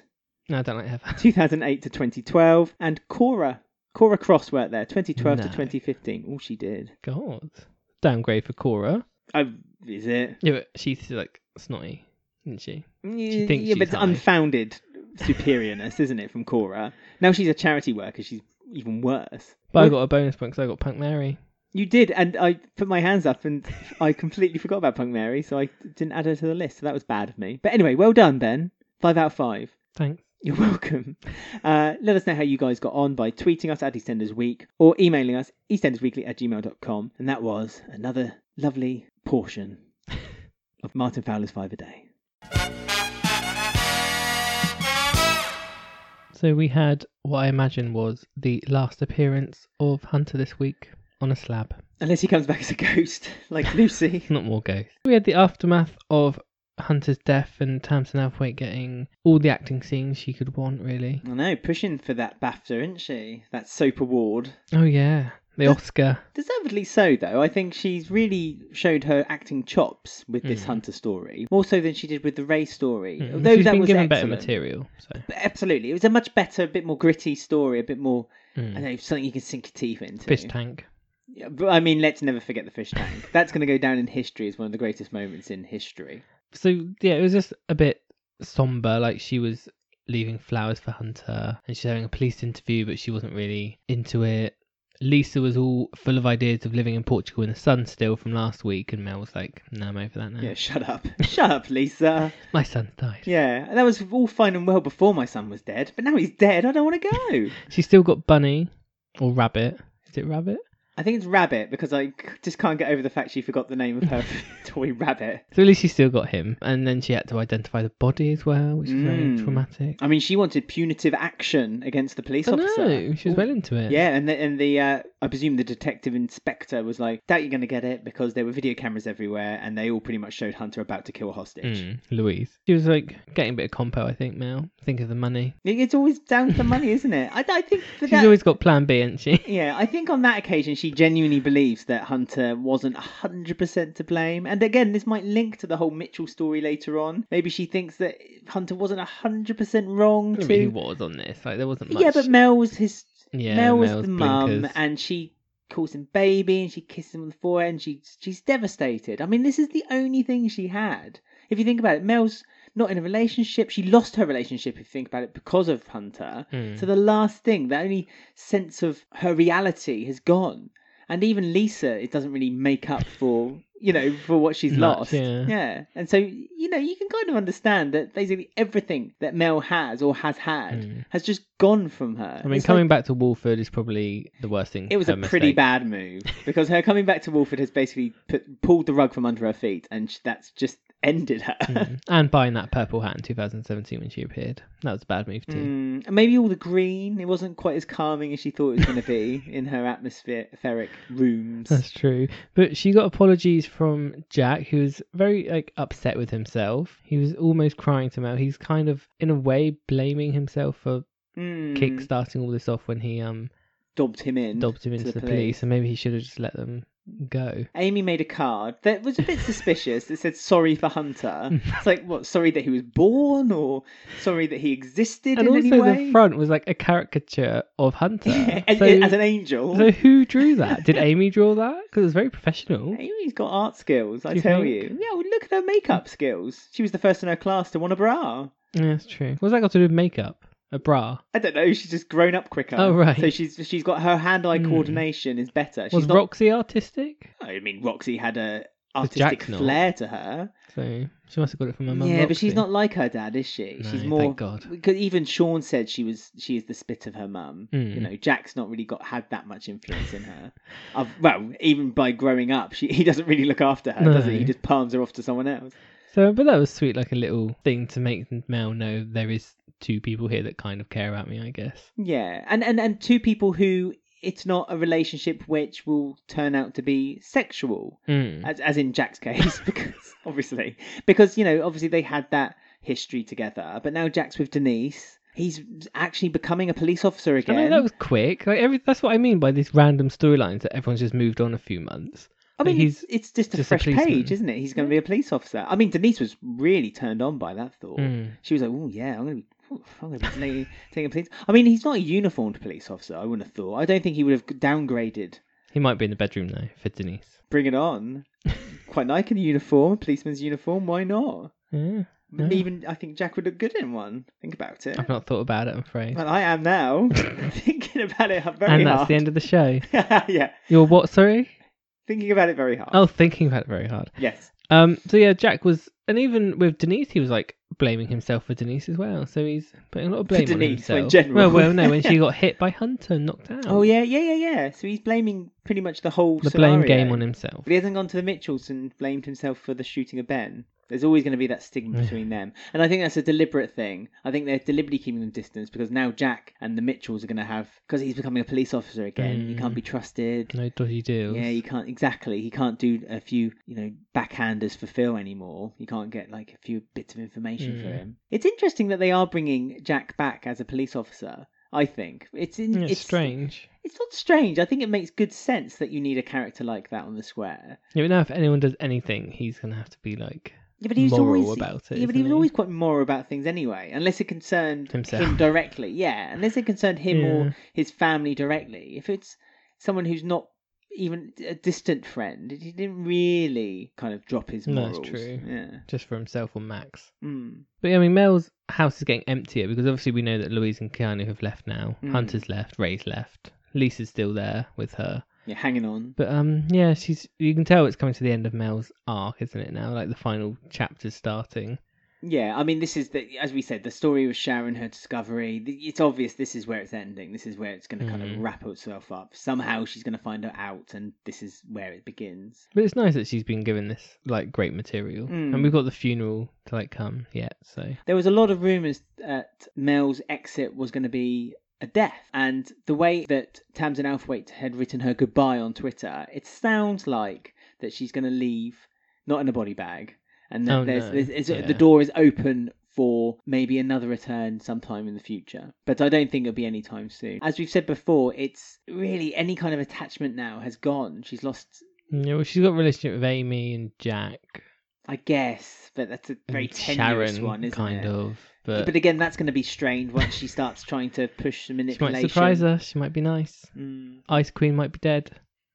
Speaker 1: No, I don't like Heather.
Speaker 2: 2008 to 2012. And Cora, Cora Cross worked there 2012 to
Speaker 1: No.
Speaker 2: 2015. All she did.
Speaker 1: God. Downgrade for Cora.
Speaker 2: Oh, is it?
Speaker 1: Yeah, but she's like snotty, isn't she?
Speaker 2: Yeah,
Speaker 1: thinks
Speaker 2: Mm, yeah, but
Speaker 1: she's
Speaker 2: it's
Speaker 1: high.
Speaker 2: unfounded superiorness, isn't it, from Cora? Now she's a charity worker. She's even worse.
Speaker 1: But I
Speaker 2: Well,
Speaker 1: got a bonus point because I got Punk Mary.
Speaker 2: You did, and I put my hands up, and I completely forgot about Punk Mary, so I didn't add her to the list. So that was bad of me. But anyway, well done, Ben. Five out of five.
Speaker 1: Thanks.
Speaker 2: You're welcome. Uh, let us know how you guys got on by tweeting us at EastEnders Week or emailing us eastendersweekly at gmail.com. And that was another lovely portion of Martin Fowler's Five a Day.
Speaker 1: So we had what I imagine was the last appearance of Hunter this week on a slab.
Speaker 2: Unless he comes back as a ghost, like Lucy.
Speaker 1: Not more ghosts. We had the aftermath of Hunter's death and Tamsin Althwaite getting all the acting scenes she could want, really.
Speaker 2: I know, pushing for that BAFTA, isn't she? That soap award.
Speaker 1: Oh yeah, the Oscar.
Speaker 2: Deservedly so, though. I think she's really showed her acting chops with this
Speaker 1: Mm.
Speaker 2: Hunter story, more so than she did with the Ray story.
Speaker 1: Mm,
Speaker 2: Although
Speaker 1: She's
Speaker 2: that
Speaker 1: been
Speaker 2: was
Speaker 1: given
Speaker 2: excellent.
Speaker 1: better material. So
Speaker 2: But absolutely, it was a much better, a bit more gritty story, a bit more
Speaker 1: mm.
Speaker 2: I know something you can sink your teeth into.
Speaker 1: fish tank.
Speaker 2: Yeah, but I mean, let's never forget the fish tank. That's going to go down in history as one of the greatest moments in history.
Speaker 1: So yeah, it was just a bit somber. Like she was leaving flowers for Hunter, and she's having a police interview, but she wasn't really into it. Lisa was all full of ideas of living in Portugal in the sun still from last week, and Mel was like, "No, I'm over that now.
Speaker 2: Yeah, shut up, shut up, Lisa.
Speaker 1: My son's died."
Speaker 2: Yeah, and that was all fine and well before my son was dead, but now he's dead. I don't want to go.
Speaker 1: She's still got Bunny or Rabbit. Is it Rabbit?
Speaker 2: I think it's Rabbit because I c- just can't get over the fact she forgot the name of her toy rabbit.
Speaker 1: So at least she still got him, and then she had to identify the body as well, which is very
Speaker 2: Mm.
Speaker 1: traumatic.
Speaker 2: I mean, she wanted punitive action against the police
Speaker 1: I
Speaker 2: officer.
Speaker 1: know she was well into it.
Speaker 2: Yeah, and the, and the uh, I presume the detective inspector was like, "Doubt you're gonna get it," because there were video cameras everywhere, and they all pretty much showed Hunter about to kill a hostage.
Speaker 1: Mm, Louise. She was like getting a bit of compo, I think, Mel. Think of the money.
Speaker 2: It- It's always down to money, isn't it? I, I think for
Speaker 1: She's
Speaker 2: that,
Speaker 1: always got plan B, hasn't she?
Speaker 2: yeah, I think on that occasion she genuinely believes that Hunter wasn't hundred percent to blame. And again, this might link to the whole Mitchell story later on. Maybe she thinks that Hunter wasn't hundred percent wrong
Speaker 1: I
Speaker 2: to.
Speaker 1: mean, he was on this. Like there wasn't much.
Speaker 2: Yeah, but Mel was his
Speaker 1: yeah,
Speaker 2: Mel was
Speaker 1: Mel's
Speaker 2: the mum,
Speaker 1: blinkers.
Speaker 2: and she calls him baby, and she kisses him on the forehead, and she she's devastated. I mean, this is the only thing she had. If you think about it, Mel's not in a relationship. She lost her relationship. If you think about it, because of Hunter.
Speaker 1: Mm.
Speaker 2: So the last thing, the only sense of her reality has gone. And even Lisa, it doesn't really make up for you know for what she's
Speaker 1: Much,
Speaker 2: lost.
Speaker 1: yeah.
Speaker 2: yeah. And so you know you can kind of understand that basically everything that Mel has or has had
Speaker 1: Mm.
Speaker 2: has just gone from her.
Speaker 1: I mean,
Speaker 2: It's like-
Speaker 1: coming back to Walford is probably the worst thing.
Speaker 2: it was
Speaker 1: her
Speaker 2: a pretty
Speaker 1: mistake.
Speaker 2: bad move because her coming back to Wolford has basically put, pulled the rug from under her feet, and sh that's just ended her.
Speaker 1: Mm. And buying that purple hat in 2017 when she appeared, that was a bad move too.
Speaker 2: Mm, and maybe all the green, it wasn't quite as calming as she thought it was going to be in her atmospheric rooms.
Speaker 1: That's true. But she got apologies from Jack, who was very like upset with himself. He was almost crying to Mel. He's kind of in a way blaming himself for
Speaker 2: Mm.
Speaker 1: kick starting all this off when he um
Speaker 2: dobbed him in.
Speaker 1: dobbed him into the, police. and maybe he should have just let them go.
Speaker 2: Amy made a card that was a bit suspicious that said sorry for Hunter. It's like, what, sorry that he was born or sorry that he existed
Speaker 1: And
Speaker 2: in
Speaker 1: also,
Speaker 2: any way?
Speaker 1: the front was like a caricature of Hunter.
Speaker 2: Yeah, as,
Speaker 1: so,
Speaker 2: as an angel.
Speaker 1: so who drew that? Did Amy draw that? Because it was very professional.
Speaker 2: Amy's got art skills, I
Speaker 1: Do you
Speaker 2: tell
Speaker 1: think?
Speaker 2: you. Yeah, well, look at her makeup skills. She was the first in her class to want a bra.
Speaker 1: Yeah, that's true. What's that got to do with makeup? A bra?
Speaker 2: I don't know. She's just grown up quicker.
Speaker 1: Oh, right.
Speaker 2: So she's she's got her hand-eye
Speaker 1: Hmm.
Speaker 2: coordination is better. She's
Speaker 1: Was
Speaker 2: not.
Speaker 1: Roxy artistic?
Speaker 2: I mean, Roxy had a
Speaker 1: Jack
Speaker 2: artistic
Speaker 1: Knoll.
Speaker 2: flair to her.
Speaker 1: So she must have got it from her mum.
Speaker 2: yeah, but she's
Speaker 1: Roxy.
Speaker 2: not like her dad, is she?
Speaker 1: No,
Speaker 2: she's more.
Speaker 1: Thank God.
Speaker 2: Because even Sean said she was she is the spit of her mum.
Speaker 1: Mm.
Speaker 2: You know, Jack's not really got had that much influence in her. Of, well, even by growing up, she he doesn't really look after her, does he?
Speaker 1: No.
Speaker 2: He just palms her off to someone else.
Speaker 1: So, but that was sweet, like a little thing to make Mel know there is two people here that kind of care about me. I guess.
Speaker 2: Yeah, and and and two people who it's not a relationship which will turn out to be sexual,
Speaker 1: Mm.
Speaker 2: as as in Jack's case, because obviously, because you know, obviously they had that history together, but now Jack's with Denise. He's actually becoming a police officer
Speaker 1: I
Speaker 2: again.
Speaker 1: mean, that was quick. Like every, that's what I mean by these random storylines that everyone's just moved on a few months.
Speaker 2: I mean,
Speaker 1: he's
Speaker 2: it's, it's just a
Speaker 1: just a
Speaker 2: fresh page,
Speaker 1: policeman.
Speaker 2: isn't it? He's going to be a police officer. I mean, Denise was really turned on by that thought.
Speaker 1: Mm.
Speaker 2: She was like, "Oh yeah, I'm going to be." ooh, I'm going to be taking- taking a police. I mean, he's not a uniformed police officer. I wouldn't have thought. I don't think he would have downgraded
Speaker 1: He might be in the bedroom though for Denise.
Speaker 2: Bring it on. Quite like a uniform, a policeman's uniform, why not?
Speaker 1: Yeah,
Speaker 2: But
Speaker 1: Yeah.
Speaker 2: Even I think Jack would look good in one. Think about it.
Speaker 1: I've not thought about it. I'm afraid.
Speaker 2: Well, I am now. thinking about it very
Speaker 1: and that's
Speaker 2: hard.
Speaker 1: the end of the show.
Speaker 2: yeah,
Speaker 1: You're what? Sorry.
Speaker 2: thinking about it very hard.
Speaker 1: Oh, thinking about it very hard.
Speaker 2: Yes.
Speaker 1: Um. So yeah, Jack was, and even with Denise, he was like blaming himself for Denise as well. So he's putting a lot of blame on
Speaker 2: Denise, well,
Speaker 1: himself.
Speaker 2: in general.
Speaker 1: Well, well, no, when she got hit by Hunter and knocked out.
Speaker 2: Oh yeah, yeah, yeah, yeah. So he's blaming pretty much the whole
Speaker 1: the
Speaker 2: scenario.
Speaker 1: blame game on himself.
Speaker 2: But he hasn't gone to the Mitchells and blamed himself for the shooting of Ben. There's always going to be that stigma
Speaker 1: Yeah.
Speaker 2: between them. And I think that's a deliberate thing. I think they're deliberately keeping them distance because now Jack and the Mitchells are going to have, because he's becoming a police officer again, he can't
Speaker 1: Mm.
Speaker 2: be trusted.
Speaker 1: No dodgy deals.
Speaker 2: Yeah, he can't, exactly. He can't do a few, you know, backhanders for Phil anymore. He can't get like a few bits of information for
Speaker 1: Mm.
Speaker 2: him. It's interesting that they are bringing Jack back as a police officer. I think it's in,
Speaker 1: Yeah,
Speaker 2: it's
Speaker 1: it's strange.
Speaker 2: It's not strange. I think it makes good sense that you need a character like that on the square.
Speaker 1: Yeah, but now if anyone does anything, he's gonna have to be like
Speaker 2: Yeah, but he was
Speaker 1: moral
Speaker 2: always,
Speaker 1: about it,
Speaker 2: Yeah, but he
Speaker 1: isn't
Speaker 2: was
Speaker 1: he?
Speaker 2: always quite moral about things anyway, unless it concerned
Speaker 1: Himself.
Speaker 2: him directly. Yeah, unless it concerned him
Speaker 1: Yeah.
Speaker 2: or his family directly. If it's someone who's not even a distant friend, he didn't really kind of drop his
Speaker 1: No, that's
Speaker 2: morals.
Speaker 1: true.
Speaker 2: Yeah.
Speaker 1: just for himself or Max.
Speaker 2: Mm.
Speaker 1: But yeah, I mean, Mel's house is getting emptier because obviously we know that Louise and Keanu have left now.
Speaker 2: Mm.
Speaker 1: Hunter's left. Ray's left. Lisa's still there with her.
Speaker 2: Yeah, hanging on.
Speaker 1: But um, yeah, she's. You can tell it's coming to the end of Mel's arc, isn't it? Now, like the final chapter's starting.
Speaker 2: Yeah, I mean, this is the as we said, the story with Sharon, her discovery. th- It's obvious this is where it's ending. This is where it's going to kind of
Speaker 1: Mhm.
Speaker 2: wrap itself up. Somehow she's going to find her out, and this is where it begins.
Speaker 1: But it's nice that she's been given this like great material,
Speaker 2: Mm.
Speaker 1: and we've got the funeral to like come yet. So
Speaker 2: There was a lot of rumours that Mel's exit was going to be a death, and the way that Tamsin Althwaite had written her goodbye on Twitter, it sounds like that she's going to leave not in a body bag, and that
Speaker 1: Oh,
Speaker 2: there's,
Speaker 1: no.
Speaker 2: there's, is-
Speaker 1: Yeah.
Speaker 2: the door is open for maybe another return sometime in the future. But I don't think it'll be anytime soon. As we've said before, it's really any kind of attachment now has gone. She's lost.
Speaker 1: yeah, well, she's got a relationship with Amy and Jack,
Speaker 2: I guess, but that's a very
Speaker 1: and
Speaker 2: tenuous
Speaker 1: Sharon,
Speaker 2: one, isn't
Speaker 1: kind
Speaker 2: it?
Speaker 1: of.
Speaker 2: But,
Speaker 1: But,
Speaker 2: again, that's going to be strained once she starts trying to push
Speaker 1: she
Speaker 2: the
Speaker 1: might
Speaker 2: manipulation.
Speaker 1: surprise us. She might be nice.
Speaker 2: Mm,
Speaker 1: Ice Queen might be dead.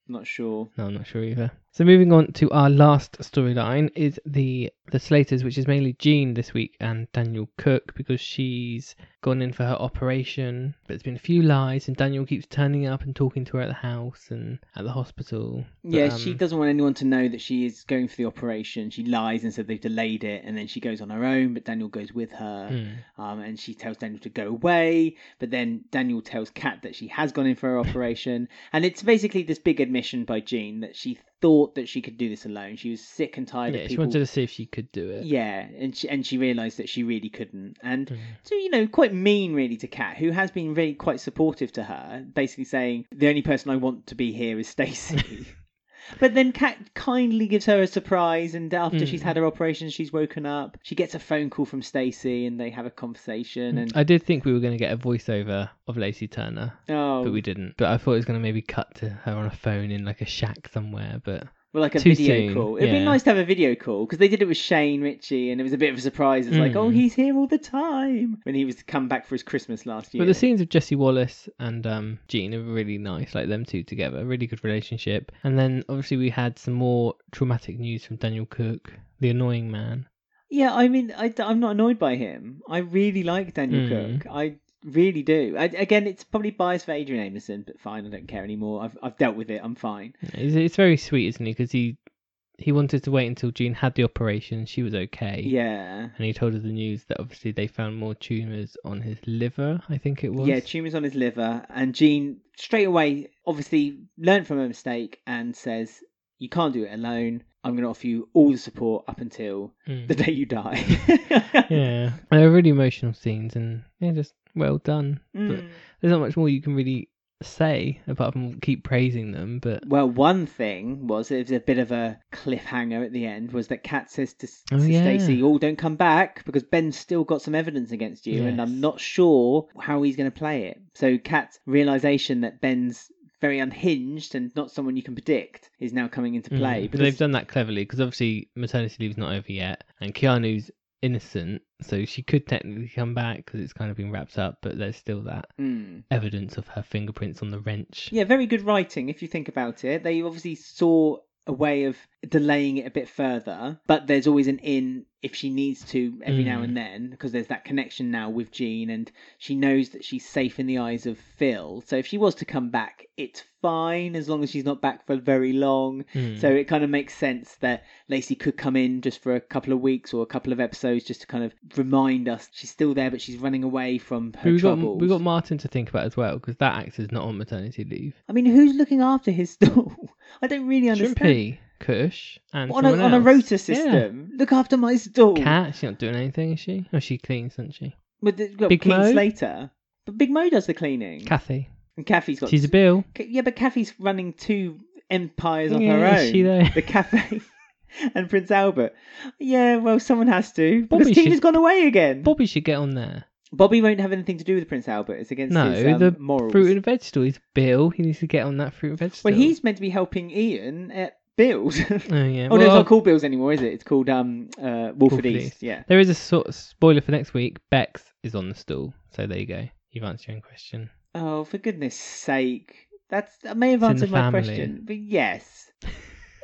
Speaker 2: not sure.
Speaker 1: No, I'm not sure either. So moving on to our last storyline is the the Slaters, which is mainly Jean this week and Daniel Cook because she's gone in for her operation, but there's been a few lies and Daniel keeps turning up and talking to her at the house and at the hospital. But,
Speaker 2: yeah, she
Speaker 1: um,
Speaker 2: doesn't want anyone to know that she is going for the operation. She lies and said they've delayed it, and then she goes on her own. But Daniel goes with her,
Speaker 1: mm.
Speaker 2: um, and she tells Daniel to go away. But then Daniel tells Kat that she has gone in for her operation, and it's basically this big admission by Jean that she thought that she could do this alone. She was sick and tired
Speaker 1: Yeah,
Speaker 2: of
Speaker 1: she
Speaker 2: people.
Speaker 1: wanted to see if she could do it.
Speaker 2: Yeah, and she and she realised that she really couldn't, and
Speaker 1: Mm.
Speaker 2: So, you know, quite mean really to Kat, who has been really quite supportive to her, basically saying, the only person I want to be here is Stacey. But then Kat kindly gives her a surprise, and after she's
Speaker 1: Hmm.
Speaker 2: had her operation, she's woken up. She gets a phone call from Stacy, and they have a conversation. And
Speaker 1: I did think we were going to get a voiceover of Lacey Turner,
Speaker 2: oh,
Speaker 1: but we didn't. But I thought it was going to maybe cut to her on a phone in like a shack somewhere. But
Speaker 2: well, like a
Speaker 1: too
Speaker 2: video
Speaker 1: soon,
Speaker 2: call. It'd be
Speaker 1: yeah.
Speaker 2: nice to have a video call because they did it with Shane Ritchie, and it was a bit of a surprise. It's like,
Speaker 1: Mm.
Speaker 2: oh, he's here all the time when he was come back for his Christmas last year.
Speaker 1: but the scenes of Jesse Wallace and um, Gene are really nice, like them two together, really good relationship. And then obviously we had some more traumatic news from Daniel Cook, the annoying man.
Speaker 2: Yeah, I mean, I, am not annoyed by him. I really like Daniel
Speaker 1: Mm.
Speaker 2: Cook. I really do. I, again, it's probably biased for Adrian Amerson, but fine, I don't care anymore. I've I've dealt with it. I'm fine.
Speaker 1: It's, it's very sweet, isn't it? Because he he wanted to wait until Gene had the operation, she was okay.
Speaker 2: Yeah.
Speaker 1: And he told her the news that obviously they found more tumors on his liver. I think it was.
Speaker 2: Yeah, tumors on his liver, and Gene straight away obviously learned from her mistake and says, "You can't do it alone. I'm going to offer you all the support up until
Speaker 1: Mm.
Speaker 2: the day you die."
Speaker 1: yeah, and they're really emotional scenes, and yeah, just well done.
Speaker 2: Mm.
Speaker 1: There's not much more you can really say apart from keep praising them, but
Speaker 2: Well, one thing was it was a bit of a cliffhanger at the end was that Kat says to,
Speaker 1: Oh,
Speaker 2: to
Speaker 1: yeah.
Speaker 2: Stacey, "Oh, don't come back because Ben's still got some evidence against you, and
Speaker 1: Yes.
Speaker 2: I'm not sure how he's going to play it." So Kat's realization that Ben's very unhinged and not someone you can predict is now coming into
Speaker 1: Mm.
Speaker 2: play.
Speaker 1: But
Speaker 2: But
Speaker 1: they've
Speaker 2: this-
Speaker 1: done that cleverly because obviously maternity leave's not over yet, and Keanu's innocent, so she could technically come back because it's kind of been wrapped up, but there's still that
Speaker 2: Mm.
Speaker 1: evidence of her fingerprints on the wrench.
Speaker 2: Yeah, very good writing if you think about it. They obviously saw a way of delaying it a bit further, but there's always an in if she needs to every now
Speaker 1: Mm.
Speaker 2: and then because there's that connection now with Jean and she knows that she's safe in the eyes of Phil. So if she was to come back, it's fine as long as she's not back for very long.
Speaker 1: Mm.
Speaker 2: So it kind of makes sense that Lacey could come in just for a couple of weeks or a couple of episodes just to kind of remind us she's still there but she's running away from her
Speaker 1: But we got
Speaker 2: troubles.
Speaker 1: we got Martin to think about as well because that actor's not on maternity leave.
Speaker 2: I mean, who's looking after his stall? I don't really understand.
Speaker 1: Shrimpy, Kush, and
Speaker 2: on a,
Speaker 1: someone
Speaker 2: on a
Speaker 1: else.
Speaker 2: rotor system. Look after my stall.
Speaker 1: Cat, she's not doing anything, is she? Oh, she cleans, isn't she?
Speaker 2: With the, got
Speaker 1: Big
Speaker 2: Keith
Speaker 1: Mo?
Speaker 2: Slater. But Big Mo does the cleaning.
Speaker 1: Kathy.
Speaker 2: and Kathy's got.
Speaker 1: She's a bill.
Speaker 2: K- yeah, but Kathy's running two empires on
Speaker 1: Yeah,
Speaker 2: her
Speaker 1: is
Speaker 2: own.
Speaker 1: she though?
Speaker 2: The cafe and Prince Albert. Yeah, well, someone has to.
Speaker 1: Bobby
Speaker 2: Because Tina's
Speaker 1: should-
Speaker 2: gone away again.
Speaker 1: Bobby should get on there.
Speaker 2: Bobby won't have anything to do with Prince Albert. It's against
Speaker 1: No,
Speaker 2: his um,
Speaker 1: the
Speaker 2: morals.
Speaker 1: Fruit and vegetable is Bill. He needs to get on that fruit and vegetable.
Speaker 2: well, he's meant to be helping Ian at Bill's.
Speaker 1: Oh yeah.
Speaker 2: Oh no, it's
Speaker 1: Well,
Speaker 2: not called Bills anymore, is it? It's called um uh, Wolford
Speaker 1: Wolford
Speaker 2: East.
Speaker 1: East.
Speaker 2: Yeah.
Speaker 1: There is a sort of spoiler for next week. Bex is on the stool. So there you go. You've answered your own question.
Speaker 2: Oh, for goodness sake. That's I may have
Speaker 1: It's in
Speaker 2: answered
Speaker 1: the
Speaker 2: my
Speaker 1: family.
Speaker 2: question. But yes.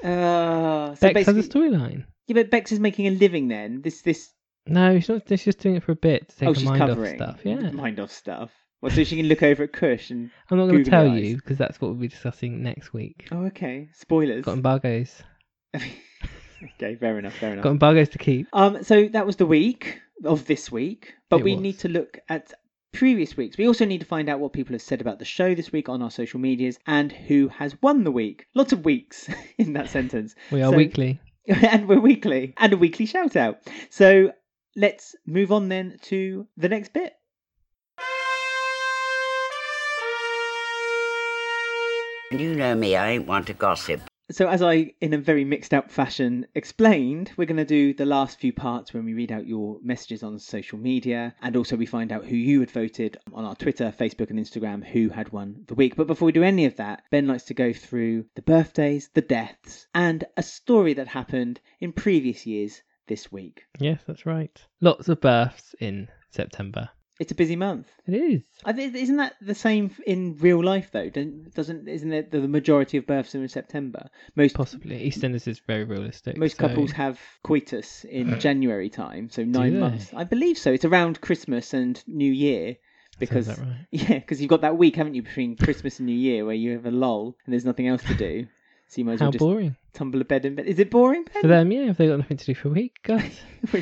Speaker 2: Uh, so
Speaker 1: Bex has a
Speaker 2: basically,
Speaker 1: storyline.
Speaker 2: yeah, but Bex is making a living then. This this
Speaker 1: No, she's not. She's just doing it for a bit to take
Speaker 2: oh
Speaker 1: her
Speaker 2: she's
Speaker 1: mind
Speaker 2: covering
Speaker 1: off stuff. Yeah.
Speaker 2: mind off stuff. Well, so she can look over at Kush and
Speaker 1: I'm not going
Speaker 2: Googly
Speaker 1: to tell
Speaker 2: eyes.
Speaker 1: you because that's what we'll be discussing next week.
Speaker 2: oh okay spoilers.
Speaker 1: Got embargoes.
Speaker 2: okay, fair enough, fair enough.
Speaker 1: Got embargoes to keep.
Speaker 2: Um, so that was the week of this week, but
Speaker 1: It
Speaker 2: we
Speaker 1: was.
Speaker 2: need to look at previous weeks. We also need to find out what people have said about the show this week on our social medias and who has won the week. Lots of weeks in that sentence.
Speaker 1: We are
Speaker 2: So-
Speaker 1: weekly.
Speaker 2: and we're weekly and a weekly shout out. So let's move on then to the next bit.
Speaker 3: You know me, I ain't one to gossip.
Speaker 2: So, as I, in a very mixed up fashion, explained, we're going to do the last few parts when we read out your messages on social media. And also, we find out who you had voted on our Twitter, Facebook, and Instagram who had won the week. But before we do any of that, Ben likes to go through the birthdays, the deaths, and a story that happened in previous years this week.
Speaker 1: Yes, that's right. Lots of births in September.
Speaker 2: It's a busy month.
Speaker 1: It is.
Speaker 2: I thi- Isn't that the same in real life though? Don't- Doesn't isn't it the majority of births are in September? Most
Speaker 1: Possibly. EastEnders is very realistic.
Speaker 2: most
Speaker 1: so-
Speaker 2: couples have coitus in January time, so nine
Speaker 1: they?
Speaker 2: months. I believe so. It's around Christmas and New Year because
Speaker 1: Sounds about right.
Speaker 2: yeah, because you've got that week, haven't you, between Christmas and New Year where you have a lull and there's nothing else to do. So you might as
Speaker 1: How
Speaker 2: well just
Speaker 1: boring.
Speaker 2: tumble a bed in bed. Is it boring,
Speaker 1: For
Speaker 2: Ben?
Speaker 1: them, yeah, if they've got nothing to do for a week, God.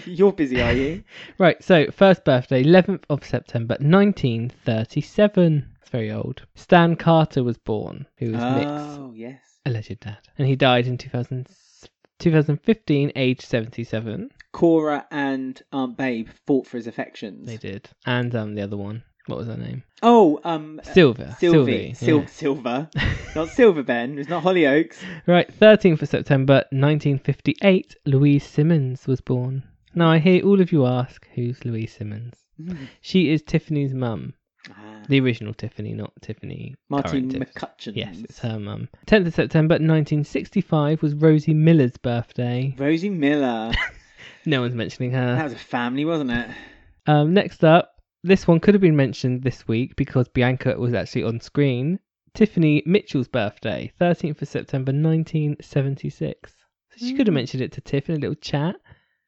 Speaker 2: You're busy, are you?
Speaker 1: Right, so first birthday, 11th of September, 1937. It's very old. Stan Carter was born, who was Nick's
Speaker 2: oh yes.
Speaker 1: alleged dad. And he died in 2000, 2015, age 77.
Speaker 2: Cora and Aunt Babe fought for his affections.
Speaker 1: They did. And um, the other one, What was her name?
Speaker 2: Oh, um,
Speaker 1: Silver.
Speaker 2: Sylvie.
Speaker 1: Sylvie. yeah.
Speaker 2: Sil- Silver. not Silver Ben. It's not Hollyoaks.
Speaker 1: Right, 13th of September 1958, Louise Simmons was born. Now, I hear all of you ask, who's Louise Simmons? She is Tiffany's mum.
Speaker 2: Ah,
Speaker 1: The original Tiffany, not Tiffany.
Speaker 2: Marty
Speaker 1: current Tiff-
Speaker 2: McCutcheon.
Speaker 1: Yes, it's her mum. 10th of September 1965 was Rosie Miller's birthday.
Speaker 2: Rosie Miller.
Speaker 1: No one's mentioning
Speaker 2: That
Speaker 1: her.
Speaker 2: was a family, wasn't it?
Speaker 1: Um, next up, this one could have been mentioned this week because Bianca was actually on screen. Tiffany Mitchell's birthday, 13th of September 1976. So she could have mentioned it to Tiff in a little chat.
Speaker 2: Mm.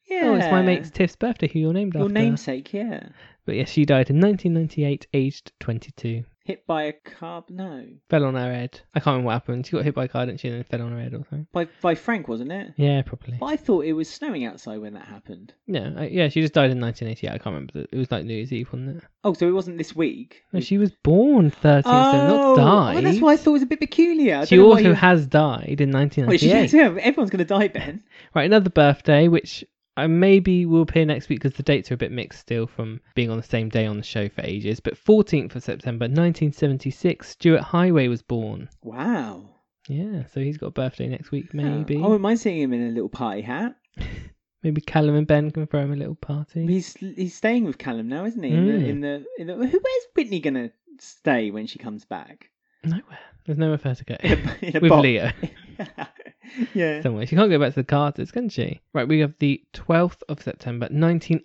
Speaker 2: Yeah.
Speaker 1: Oh, it's my mate's Tiff's birthday, who you're named
Speaker 2: Your
Speaker 1: after.
Speaker 2: namesake, yeah.
Speaker 1: But yes, she died in 1998, aged 22.
Speaker 2: Hit by a car? No.
Speaker 1: Fell on her head. I can't remember what happened. She got hit by a car, didn't she? And then fell on her head or something.
Speaker 2: By by Frank, wasn't it?
Speaker 1: Yeah, probably.
Speaker 2: But I thought it was snowing outside when that happened.
Speaker 1: No, I, yeah, she just died in 1988. I can't remember. The, it was like New Year's Eve, wasn't it?
Speaker 2: Oh, so it wasn't this week.
Speaker 1: No, she was born 13th,
Speaker 2: oh,
Speaker 1: Oh, so not died.
Speaker 2: well, that's why I thought it was a bit peculiar. I
Speaker 1: she
Speaker 2: don't know why
Speaker 1: also
Speaker 2: you-
Speaker 1: has died in
Speaker 2: Well, she-
Speaker 1: 1998.
Speaker 2: yeah, everyone's going to die, Ben.
Speaker 1: Right, another birthday, which I maybe will appear next week because the dates are a bit mixed still from being on the same day on the show for ages. But 14th of September 1976, Stuart Highway was born.
Speaker 2: Wow.
Speaker 1: Yeah, so he's got a birthday next week,
Speaker 2: Yeah.
Speaker 1: maybe.
Speaker 2: I wouldn't mind seeing him in a little party hat.
Speaker 1: Maybe Callum and Ben can throw him a little party.
Speaker 2: He's he's staying with Callum now, isn't he? In, the,
Speaker 1: Mm.
Speaker 2: in the in the who where's Whitney going to stay when she comes back?
Speaker 1: Nowhere. There's nowhere for her to go.
Speaker 2: In a, in a
Speaker 1: With
Speaker 2: box.
Speaker 1: Leo.
Speaker 2: yeah.
Speaker 1: Somewhere. She can't go back to the Carters, can she? Right, we have the 12th of September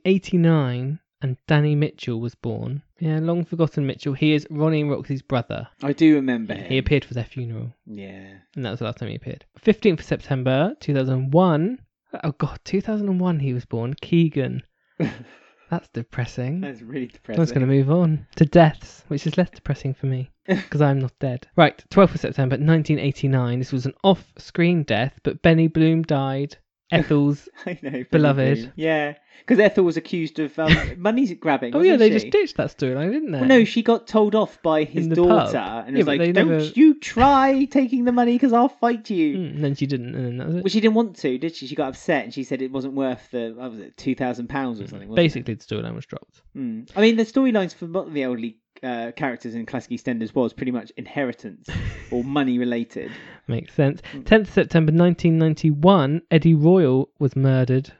Speaker 1: 1989, and Danny Mitchell was born. Yeah, long forgotten Mitchell. He is Ronnie and Roxy's brother.
Speaker 2: I do remember him.
Speaker 1: He appeared for their funeral.
Speaker 2: Yeah.
Speaker 1: And that was the last time he appeared. 15th of September 2001. Oh, God, 2001 he was born. Keegan. That's depressing.
Speaker 2: That's
Speaker 1: I
Speaker 2: really
Speaker 1: was
Speaker 2: depressing.
Speaker 1: going to move on to deaths, which is less depressing for me because I'm not dead. Right, 12th of September 1989. This was an off screen death, but Benny Bloom died. Ethel's.
Speaker 2: I know,
Speaker 1: Beloved.
Speaker 2: probably. Yeah, because Ethel was accused of um, money grabbing.
Speaker 1: oh, yeah,
Speaker 2: wasn't
Speaker 1: they
Speaker 2: she?
Speaker 1: just ditched that storyline, didn't they?
Speaker 2: Well, no, she got told off by his
Speaker 1: In the
Speaker 2: daughter,
Speaker 1: pub.
Speaker 2: and
Speaker 1: Yeah,
Speaker 2: it was
Speaker 1: but
Speaker 2: like,
Speaker 1: they
Speaker 2: "Don't
Speaker 1: never-
Speaker 2: you try taking the money, because I'll fight you."
Speaker 1: Mm, and then she didn't, and then that was it.
Speaker 2: Well, she didn't want to, did she? She got upset, and she said it wasn't worth the what was it two thousand pounds
Speaker 1: Mm-hmm.
Speaker 2: or something. wasn't it?
Speaker 1: Basically, the storyline was dropped.
Speaker 2: Mm. I mean, the storylines for mo- the elderly uh, characters in classic EastEnders was pretty much inheritance or money related.
Speaker 1: Makes sense.
Speaker 2: Hmm.
Speaker 1: 10th of September 1991, Eddie Royal was murdered.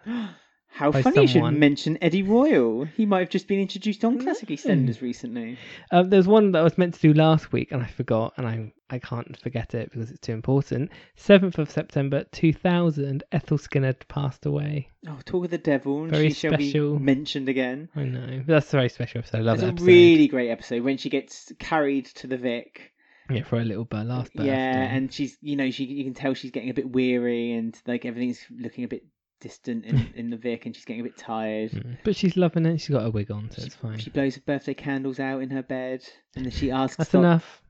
Speaker 2: How
Speaker 1: By
Speaker 2: funny you should
Speaker 1: someone.
Speaker 2: mention Eddie Royal. He might have just been introduced on classic EastEnders recently.
Speaker 1: Um, there's one that I was meant to do last week and I forgot, and I I can't forget it because it's too important. 7th of September 2000, Ethel Skinner passed away.
Speaker 2: Oh, Talk of the Devil, and
Speaker 1: Very
Speaker 2: she shall
Speaker 1: special.
Speaker 2: be mentioned again.
Speaker 1: I know. but That's a very special episode. I love
Speaker 2: It's
Speaker 1: that
Speaker 2: a
Speaker 1: episode.
Speaker 2: really great episode when she gets carried to the Vic.
Speaker 1: Yeah, for a little bit last birthday.
Speaker 2: Yeah, and she's you know she you can tell she's getting a bit weary and like everything's looking a bit distant in, in the Vic and she's getting a bit tired.
Speaker 1: Mm. But she's loving it. She's got a wig on, so it's fine.
Speaker 2: She blows her birthday candles out in her bed and then she asks.
Speaker 1: That's
Speaker 2: Doc-
Speaker 1: enough.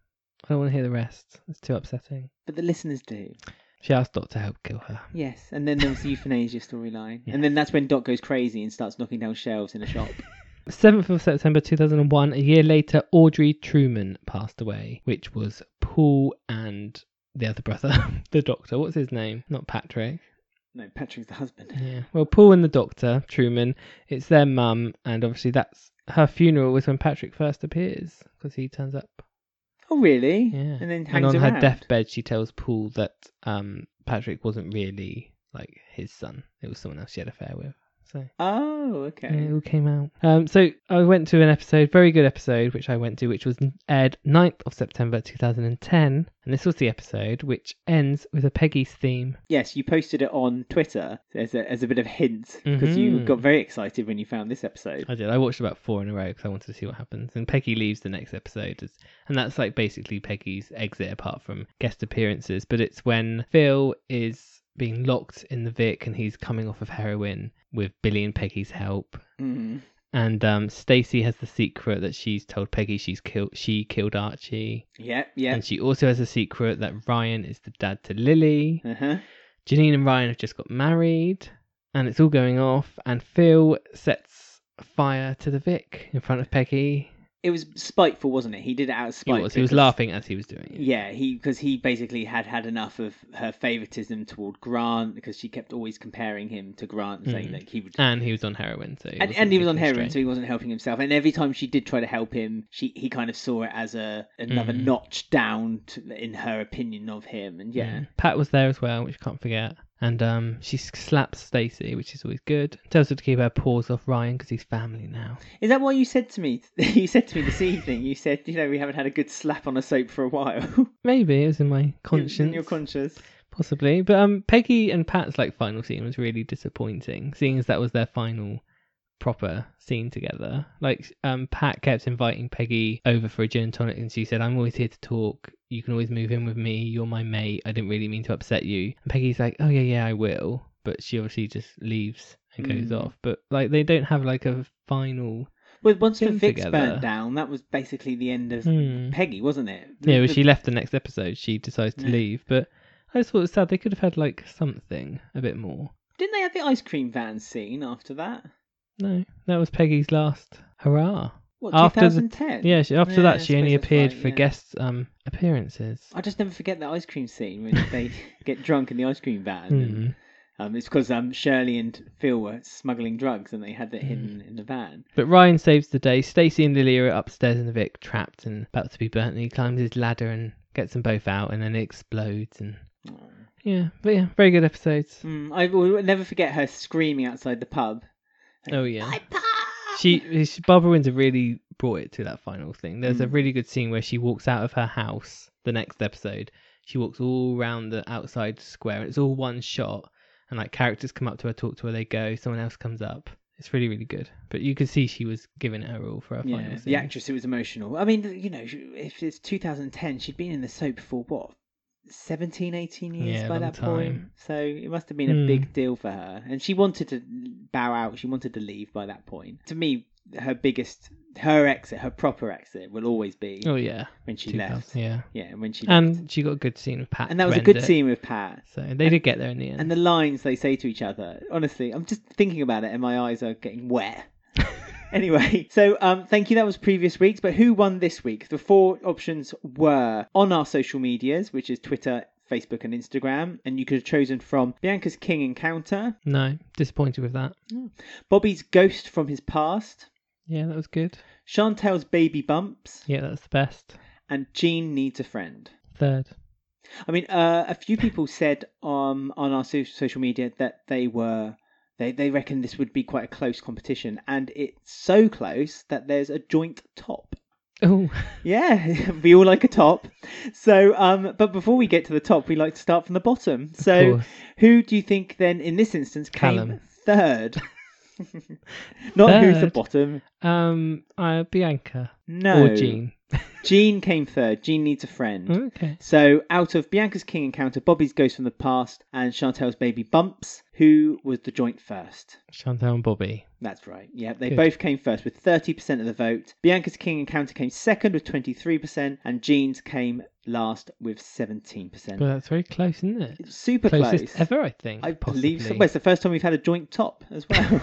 Speaker 1: I don't want to hear the rest. It's too upsetting.
Speaker 2: But the listeners do.
Speaker 1: She asked Doc to help kill her.
Speaker 2: Yes, and then there's the euthanasia storyline, and then that's when Doc goes crazy and starts knocking down shelves in a shop.
Speaker 1: 7th of September 2001, a year later, Audrey Truman passed away, which was Paul and the other brother, the doctor. What's his name? Not Patrick.
Speaker 2: no, Patrick's the husband.
Speaker 1: Yeah. Well, Paul and the doctor, Truman, it's their mum, and obviously that's her funeral was when Patrick first appears because he turns up.
Speaker 2: Oh really?
Speaker 1: Yeah.
Speaker 2: And then hangs
Speaker 1: on
Speaker 2: around.
Speaker 1: her deathbed, she tells Paul that um, Patrick wasn't really like his son. It was someone else she had an affair with. So
Speaker 2: Oh okay.
Speaker 1: yeah, it all came out. Um, so I went to an episode, very good episode, which I went to, which was aired 9th of September 2010. And this was the episode which ends with a Peggy's theme.
Speaker 2: Yes, you posted it on Twitter as a, as a bit of hint because you
Speaker 1: Mhm.
Speaker 2: got very excited when you found this episode.
Speaker 1: I did. I watched about four in a row because I wanted to see what happens. And Peggy leaves the next episode, as, and that's like basically Peggy's exit, apart from guest appearances. But it's when Phil is being locked in the Vic and he's coming off of heroin with Billy and Peggy's help.
Speaker 2: Mm.
Speaker 1: And um, Stacy has the secret that she's told Peggy she's killed. She killed Archie,
Speaker 2: Yep, yep.
Speaker 1: and she also has a secret that Ryan is the dad to Lily.
Speaker 2: Uh huh.
Speaker 1: Janine and Ryan have just got married, and it's all going off. And Phil sets fire to the Vic in front of Peggy,
Speaker 2: it was spiteful, wasn't it? He did it out of
Speaker 1: He
Speaker 2: spite.
Speaker 1: was. He was
Speaker 2: because-
Speaker 1: laughing as he was doing it.
Speaker 2: Yeah, he because he basically had had enough of her favoritism toward Grant because she kept always comparing him to Grant, and saying
Speaker 1: Mm.
Speaker 2: like he would
Speaker 1: And he was on heroin, so
Speaker 2: and, and he was on heroin, so
Speaker 1: too.
Speaker 2: he wasn't helping himself. And every time she did try to help him, she he kind of saw it as a another
Speaker 1: Mm.
Speaker 2: notch down to, in her opinion of him. And yeah,
Speaker 1: Mm. Pat was there as well, which you can't forget. And um, she s- slaps Stacy, which is always good. Tells her to keep her paws off Ryan because he's family now.
Speaker 2: is that what you said to me? you said to me this evening. You said you know we haven't had a good slap on a soap for a while.
Speaker 1: Maybe it was in my conscience,
Speaker 2: In your conscious.
Speaker 1: possibly. But um, Peggy and Pat's like final scene was really disappointing, seeing as that was their final proper scene together. Like um, Pat kept inviting Peggy over for a gin and tonic, and she said, "I'm always here to talk. You can always move in with me. You're my mate. I didn't really mean to upset you." And Peggy's like, "Oh yeah, yeah, I will," but she obviously just leaves and goes
Speaker 2: Mm.
Speaker 1: off. But like they don't have like a final.
Speaker 2: Well, once the
Speaker 1: Been
Speaker 2: Vicks
Speaker 1: together.
Speaker 2: burnt down, that was basically the end of
Speaker 1: Hmm.
Speaker 2: Peggy, wasn't it?
Speaker 1: Yeah, well,
Speaker 2: The-
Speaker 1: she left the next episode. She decides to
Speaker 2: Yeah.
Speaker 1: leave, but. I just thought it was sad. They could have had like something a bit more.
Speaker 2: Didn't they have the ice cream van scene after that?
Speaker 1: No, that was Peggy's last hurrah.
Speaker 2: What,
Speaker 1: After the-
Speaker 2: 2010?
Speaker 1: Yeah, she, after
Speaker 2: Yeah, I
Speaker 1: that she only
Speaker 2: suppose that's
Speaker 1: appeared
Speaker 2: right,
Speaker 1: for
Speaker 2: yeah. Oh,
Speaker 1: guest um appearances.
Speaker 2: I just never forget that ice cream scene when they get drunk in the ice cream van.
Speaker 1: Hmm.
Speaker 2: Um, it's because um, Shirley and Phil were smuggling drugs and they had it hidden
Speaker 1: Mm.
Speaker 2: in the van.
Speaker 1: But Ryan saves the day. Stacy and Lily are upstairs in the Vic, trapped and about to be burnt. And he climbs his ladder and gets them both out, and then it explodes. And yeah, but yeah, very good episodes.
Speaker 2: Mm, I will never forget her screaming outside the pub.
Speaker 1: Oh yeah.
Speaker 2: My pub!
Speaker 1: she, she Barbara Windsor really brought it to that final thing. There's a
Speaker 2: Mm.
Speaker 1: really good scene where she walks out of her house the next episode. She walks all round the outside square. It's all one shot, and like characters come up to her, talk to her, they go. Someone else comes up. It's really really good. But you could see she was giving it her all for her
Speaker 2: Yeah,
Speaker 1: final scene.
Speaker 2: the actress who was emotional. I mean, you know, she- if it's 2010, she'd been in the soap for what, 17, 18 years
Speaker 1: Yeah,
Speaker 2: by
Speaker 1: long
Speaker 2: that point?
Speaker 1: time.
Speaker 2: So it must have been a
Speaker 1: Hmm.
Speaker 2: big deal for her. And she wanted to bow out, she wanted to leave by that point. To me, her biggest, her exit, her proper exit will always be
Speaker 1: Oh yeah,
Speaker 2: when she
Speaker 1: 2000,
Speaker 2: left.
Speaker 1: Yeah,
Speaker 2: Yeah, when she left.
Speaker 1: and she got a good scene with Pat.
Speaker 2: and that
Speaker 1: to
Speaker 2: was a
Speaker 1: end
Speaker 2: good
Speaker 1: it.
Speaker 2: scene with Pat.
Speaker 1: So they did get there in the end.
Speaker 2: And the lines they say to each other, honestly, I'm just thinking about it and my eyes are getting wet. anyway, so um, thank you. That was previous weeks, but who won this week? The four options were on our social medias, which is Twitter, Facebook, and Instagram. And you could have chosen from Bianca's King Encounter,
Speaker 1: no, disappointed with that.
Speaker 2: Bobby's Ghost from His Past,
Speaker 1: Yeah, that was good.
Speaker 2: Chantel's Baby Bumps,
Speaker 1: Yeah, that's the best.
Speaker 2: and Jean Needs a Friend.
Speaker 1: Third.
Speaker 2: I mean, uh, a few people said um, on our so- social media that they were they they reckon this would be quite a close competition, and it's so close that there's a joint top.
Speaker 1: Oh,
Speaker 2: Yeah, we all like a top. So, um, but before we get to the top, we like to start from the bottom.
Speaker 1: of
Speaker 2: So,
Speaker 1: course.
Speaker 2: who do you think then in this instance came
Speaker 1: Callum.
Speaker 2: third? Not who's the
Speaker 1: Third?
Speaker 2: bottom.
Speaker 1: Um, uh, Bianca
Speaker 2: No,
Speaker 1: or Jean. Oh,
Speaker 2: Jean came third. Jean needs a friend.
Speaker 1: Okay.
Speaker 2: So, out of Bianca's King Encounter, Bobby's Ghost from the Past, and Chantel's Baby Bumps, who was the joint first?
Speaker 1: Chantal and Bobby.
Speaker 2: That's right. Yeah, they
Speaker 1: Good.
Speaker 2: both came first with 30% of the vote. Bianca's King Encounter came second with 23%, and Jean's came last with 17%.
Speaker 1: Well, that's very close, isn't it?
Speaker 2: Super
Speaker 1: Closest
Speaker 2: close.
Speaker 1: ever, I think.
Speaker 2: I
Speaker 1: possibly.
Speaker 2: believe so. Well, it's the first time we've had a joint top as well.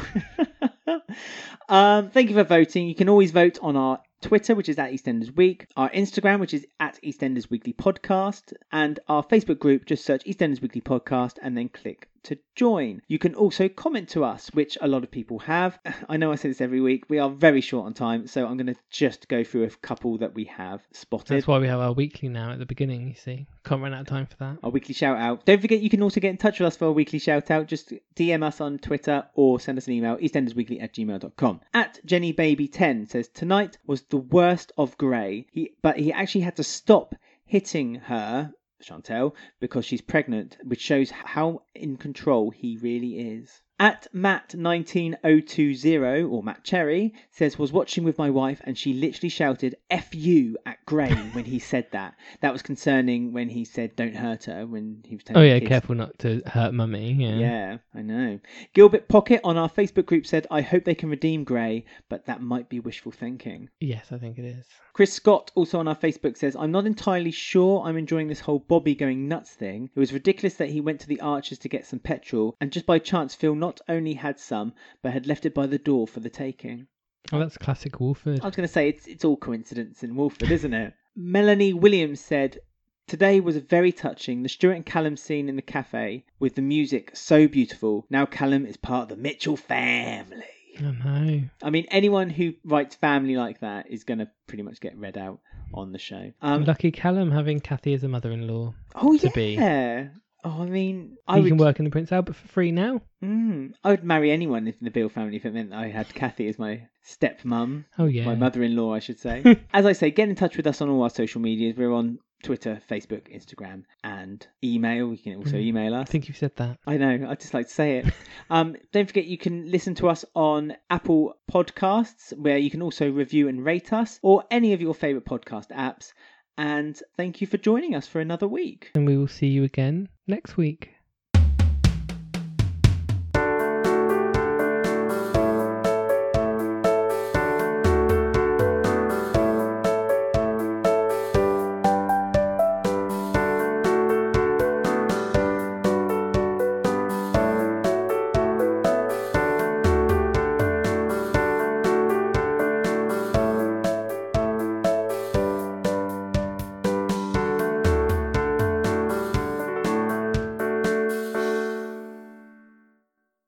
Speaker 2: um, thank you for voting. You can always vote on our Twitter, which is at EastEnders Week, our Instagram, which is at EastEnders Weekly Podcast, and our Facebook group. Just search EastEnders Weekly Podcast and then click to join. You can also comment to us, which a lot of people have. I know I say this every week. We are very short on time, so I'm going to just go through a couple that we have spotted.
Speaker 1: That's why we have our weekly now at the beginning, you see. Can't run out of time for that.
Speaker 2: our weekly shout out. Don't forget you can also get in touch with us for a weekly shout out. Just DM us on Twitter or send us an email, eastendersweekly at gmail.com. At JennyBaby10 says, Tonight was the worst of Grey, he, but he actually had to stop hitting her, Chantel, because she's pregnant, which shows how in control he really is. At Matt19020 or Matt Cherry says was watching with my wife and she literally shouted "f you" at Gray when he said that. That was concerning when he said "don't hurt her" when he was telling
Speaker 1: Oh,
Speaker 2: the
Speaker 1: yeah,
Speaker 2: kids.
Speaker 1: careful not to hurt mummy. Yeah.
Speaker 2: Yeah, I know. Gilbert Pocket on our Facebook group said, "I hope they can redeem Gray, but that might be wishful thinking."
Speaker 1: Yes, I think it is.
Speaker 2: Chris Scott, also on our Facebook, says, I'm not entirely sure I'm enjoying this whole Bobby going nuts thing. It was ridiculous that he went to the Archers to get some petrol, and just by chance, Phil not only had some, but had left it by the door for the taking.
Speaker 1: Oh, that's classic Wolford.
Speaker 2: I was going to say it's it's all coincidence in Wolford, isn't it? Melanie Williams said, "Today was very touching. The Stuart and Callum scene in the cafe with the music so beautiful. Now Callum is part of the Mitchell family."
Speaker 1: I know.
Speaker 2: I mean, anyone who writes family like that is going to pretty much get read out on the show. Um,
Speaker 1: Lucky Callum having Kathy as a mother-in-law.
Speaker 2: oh
Speaker 1: to be.
Speaker 2: yeah. Oh, I mean, I
Speaker 1: He
Speaker 2: would.
Speaker 1: can work in the Prince Albert for free now.
Speaker 2: Mm, I would marry anyone in the Beale family if it meant I had Kathy as my stepmum.
Speaker 1: Oh yeah.
Speaker 2: my mother-in-law, I should say. As I say, get in touch with us on all our social medias. We're on Twitter, Facebook, Instagram, and email. You can also
Speaker 1: Mm.
Speaker 2: email
Speaker 1: I
Speaker 2: us.
Speaker 1: think you've said that.
Speaker 2: I know. I just like to say it. Um, don't forget, you can listen to us on Apple Podcasts, where you can also review and rate us, or any of your favorite podcast apps. And thank you for joining us for another week.
Speaker 1: And we will see you again next week.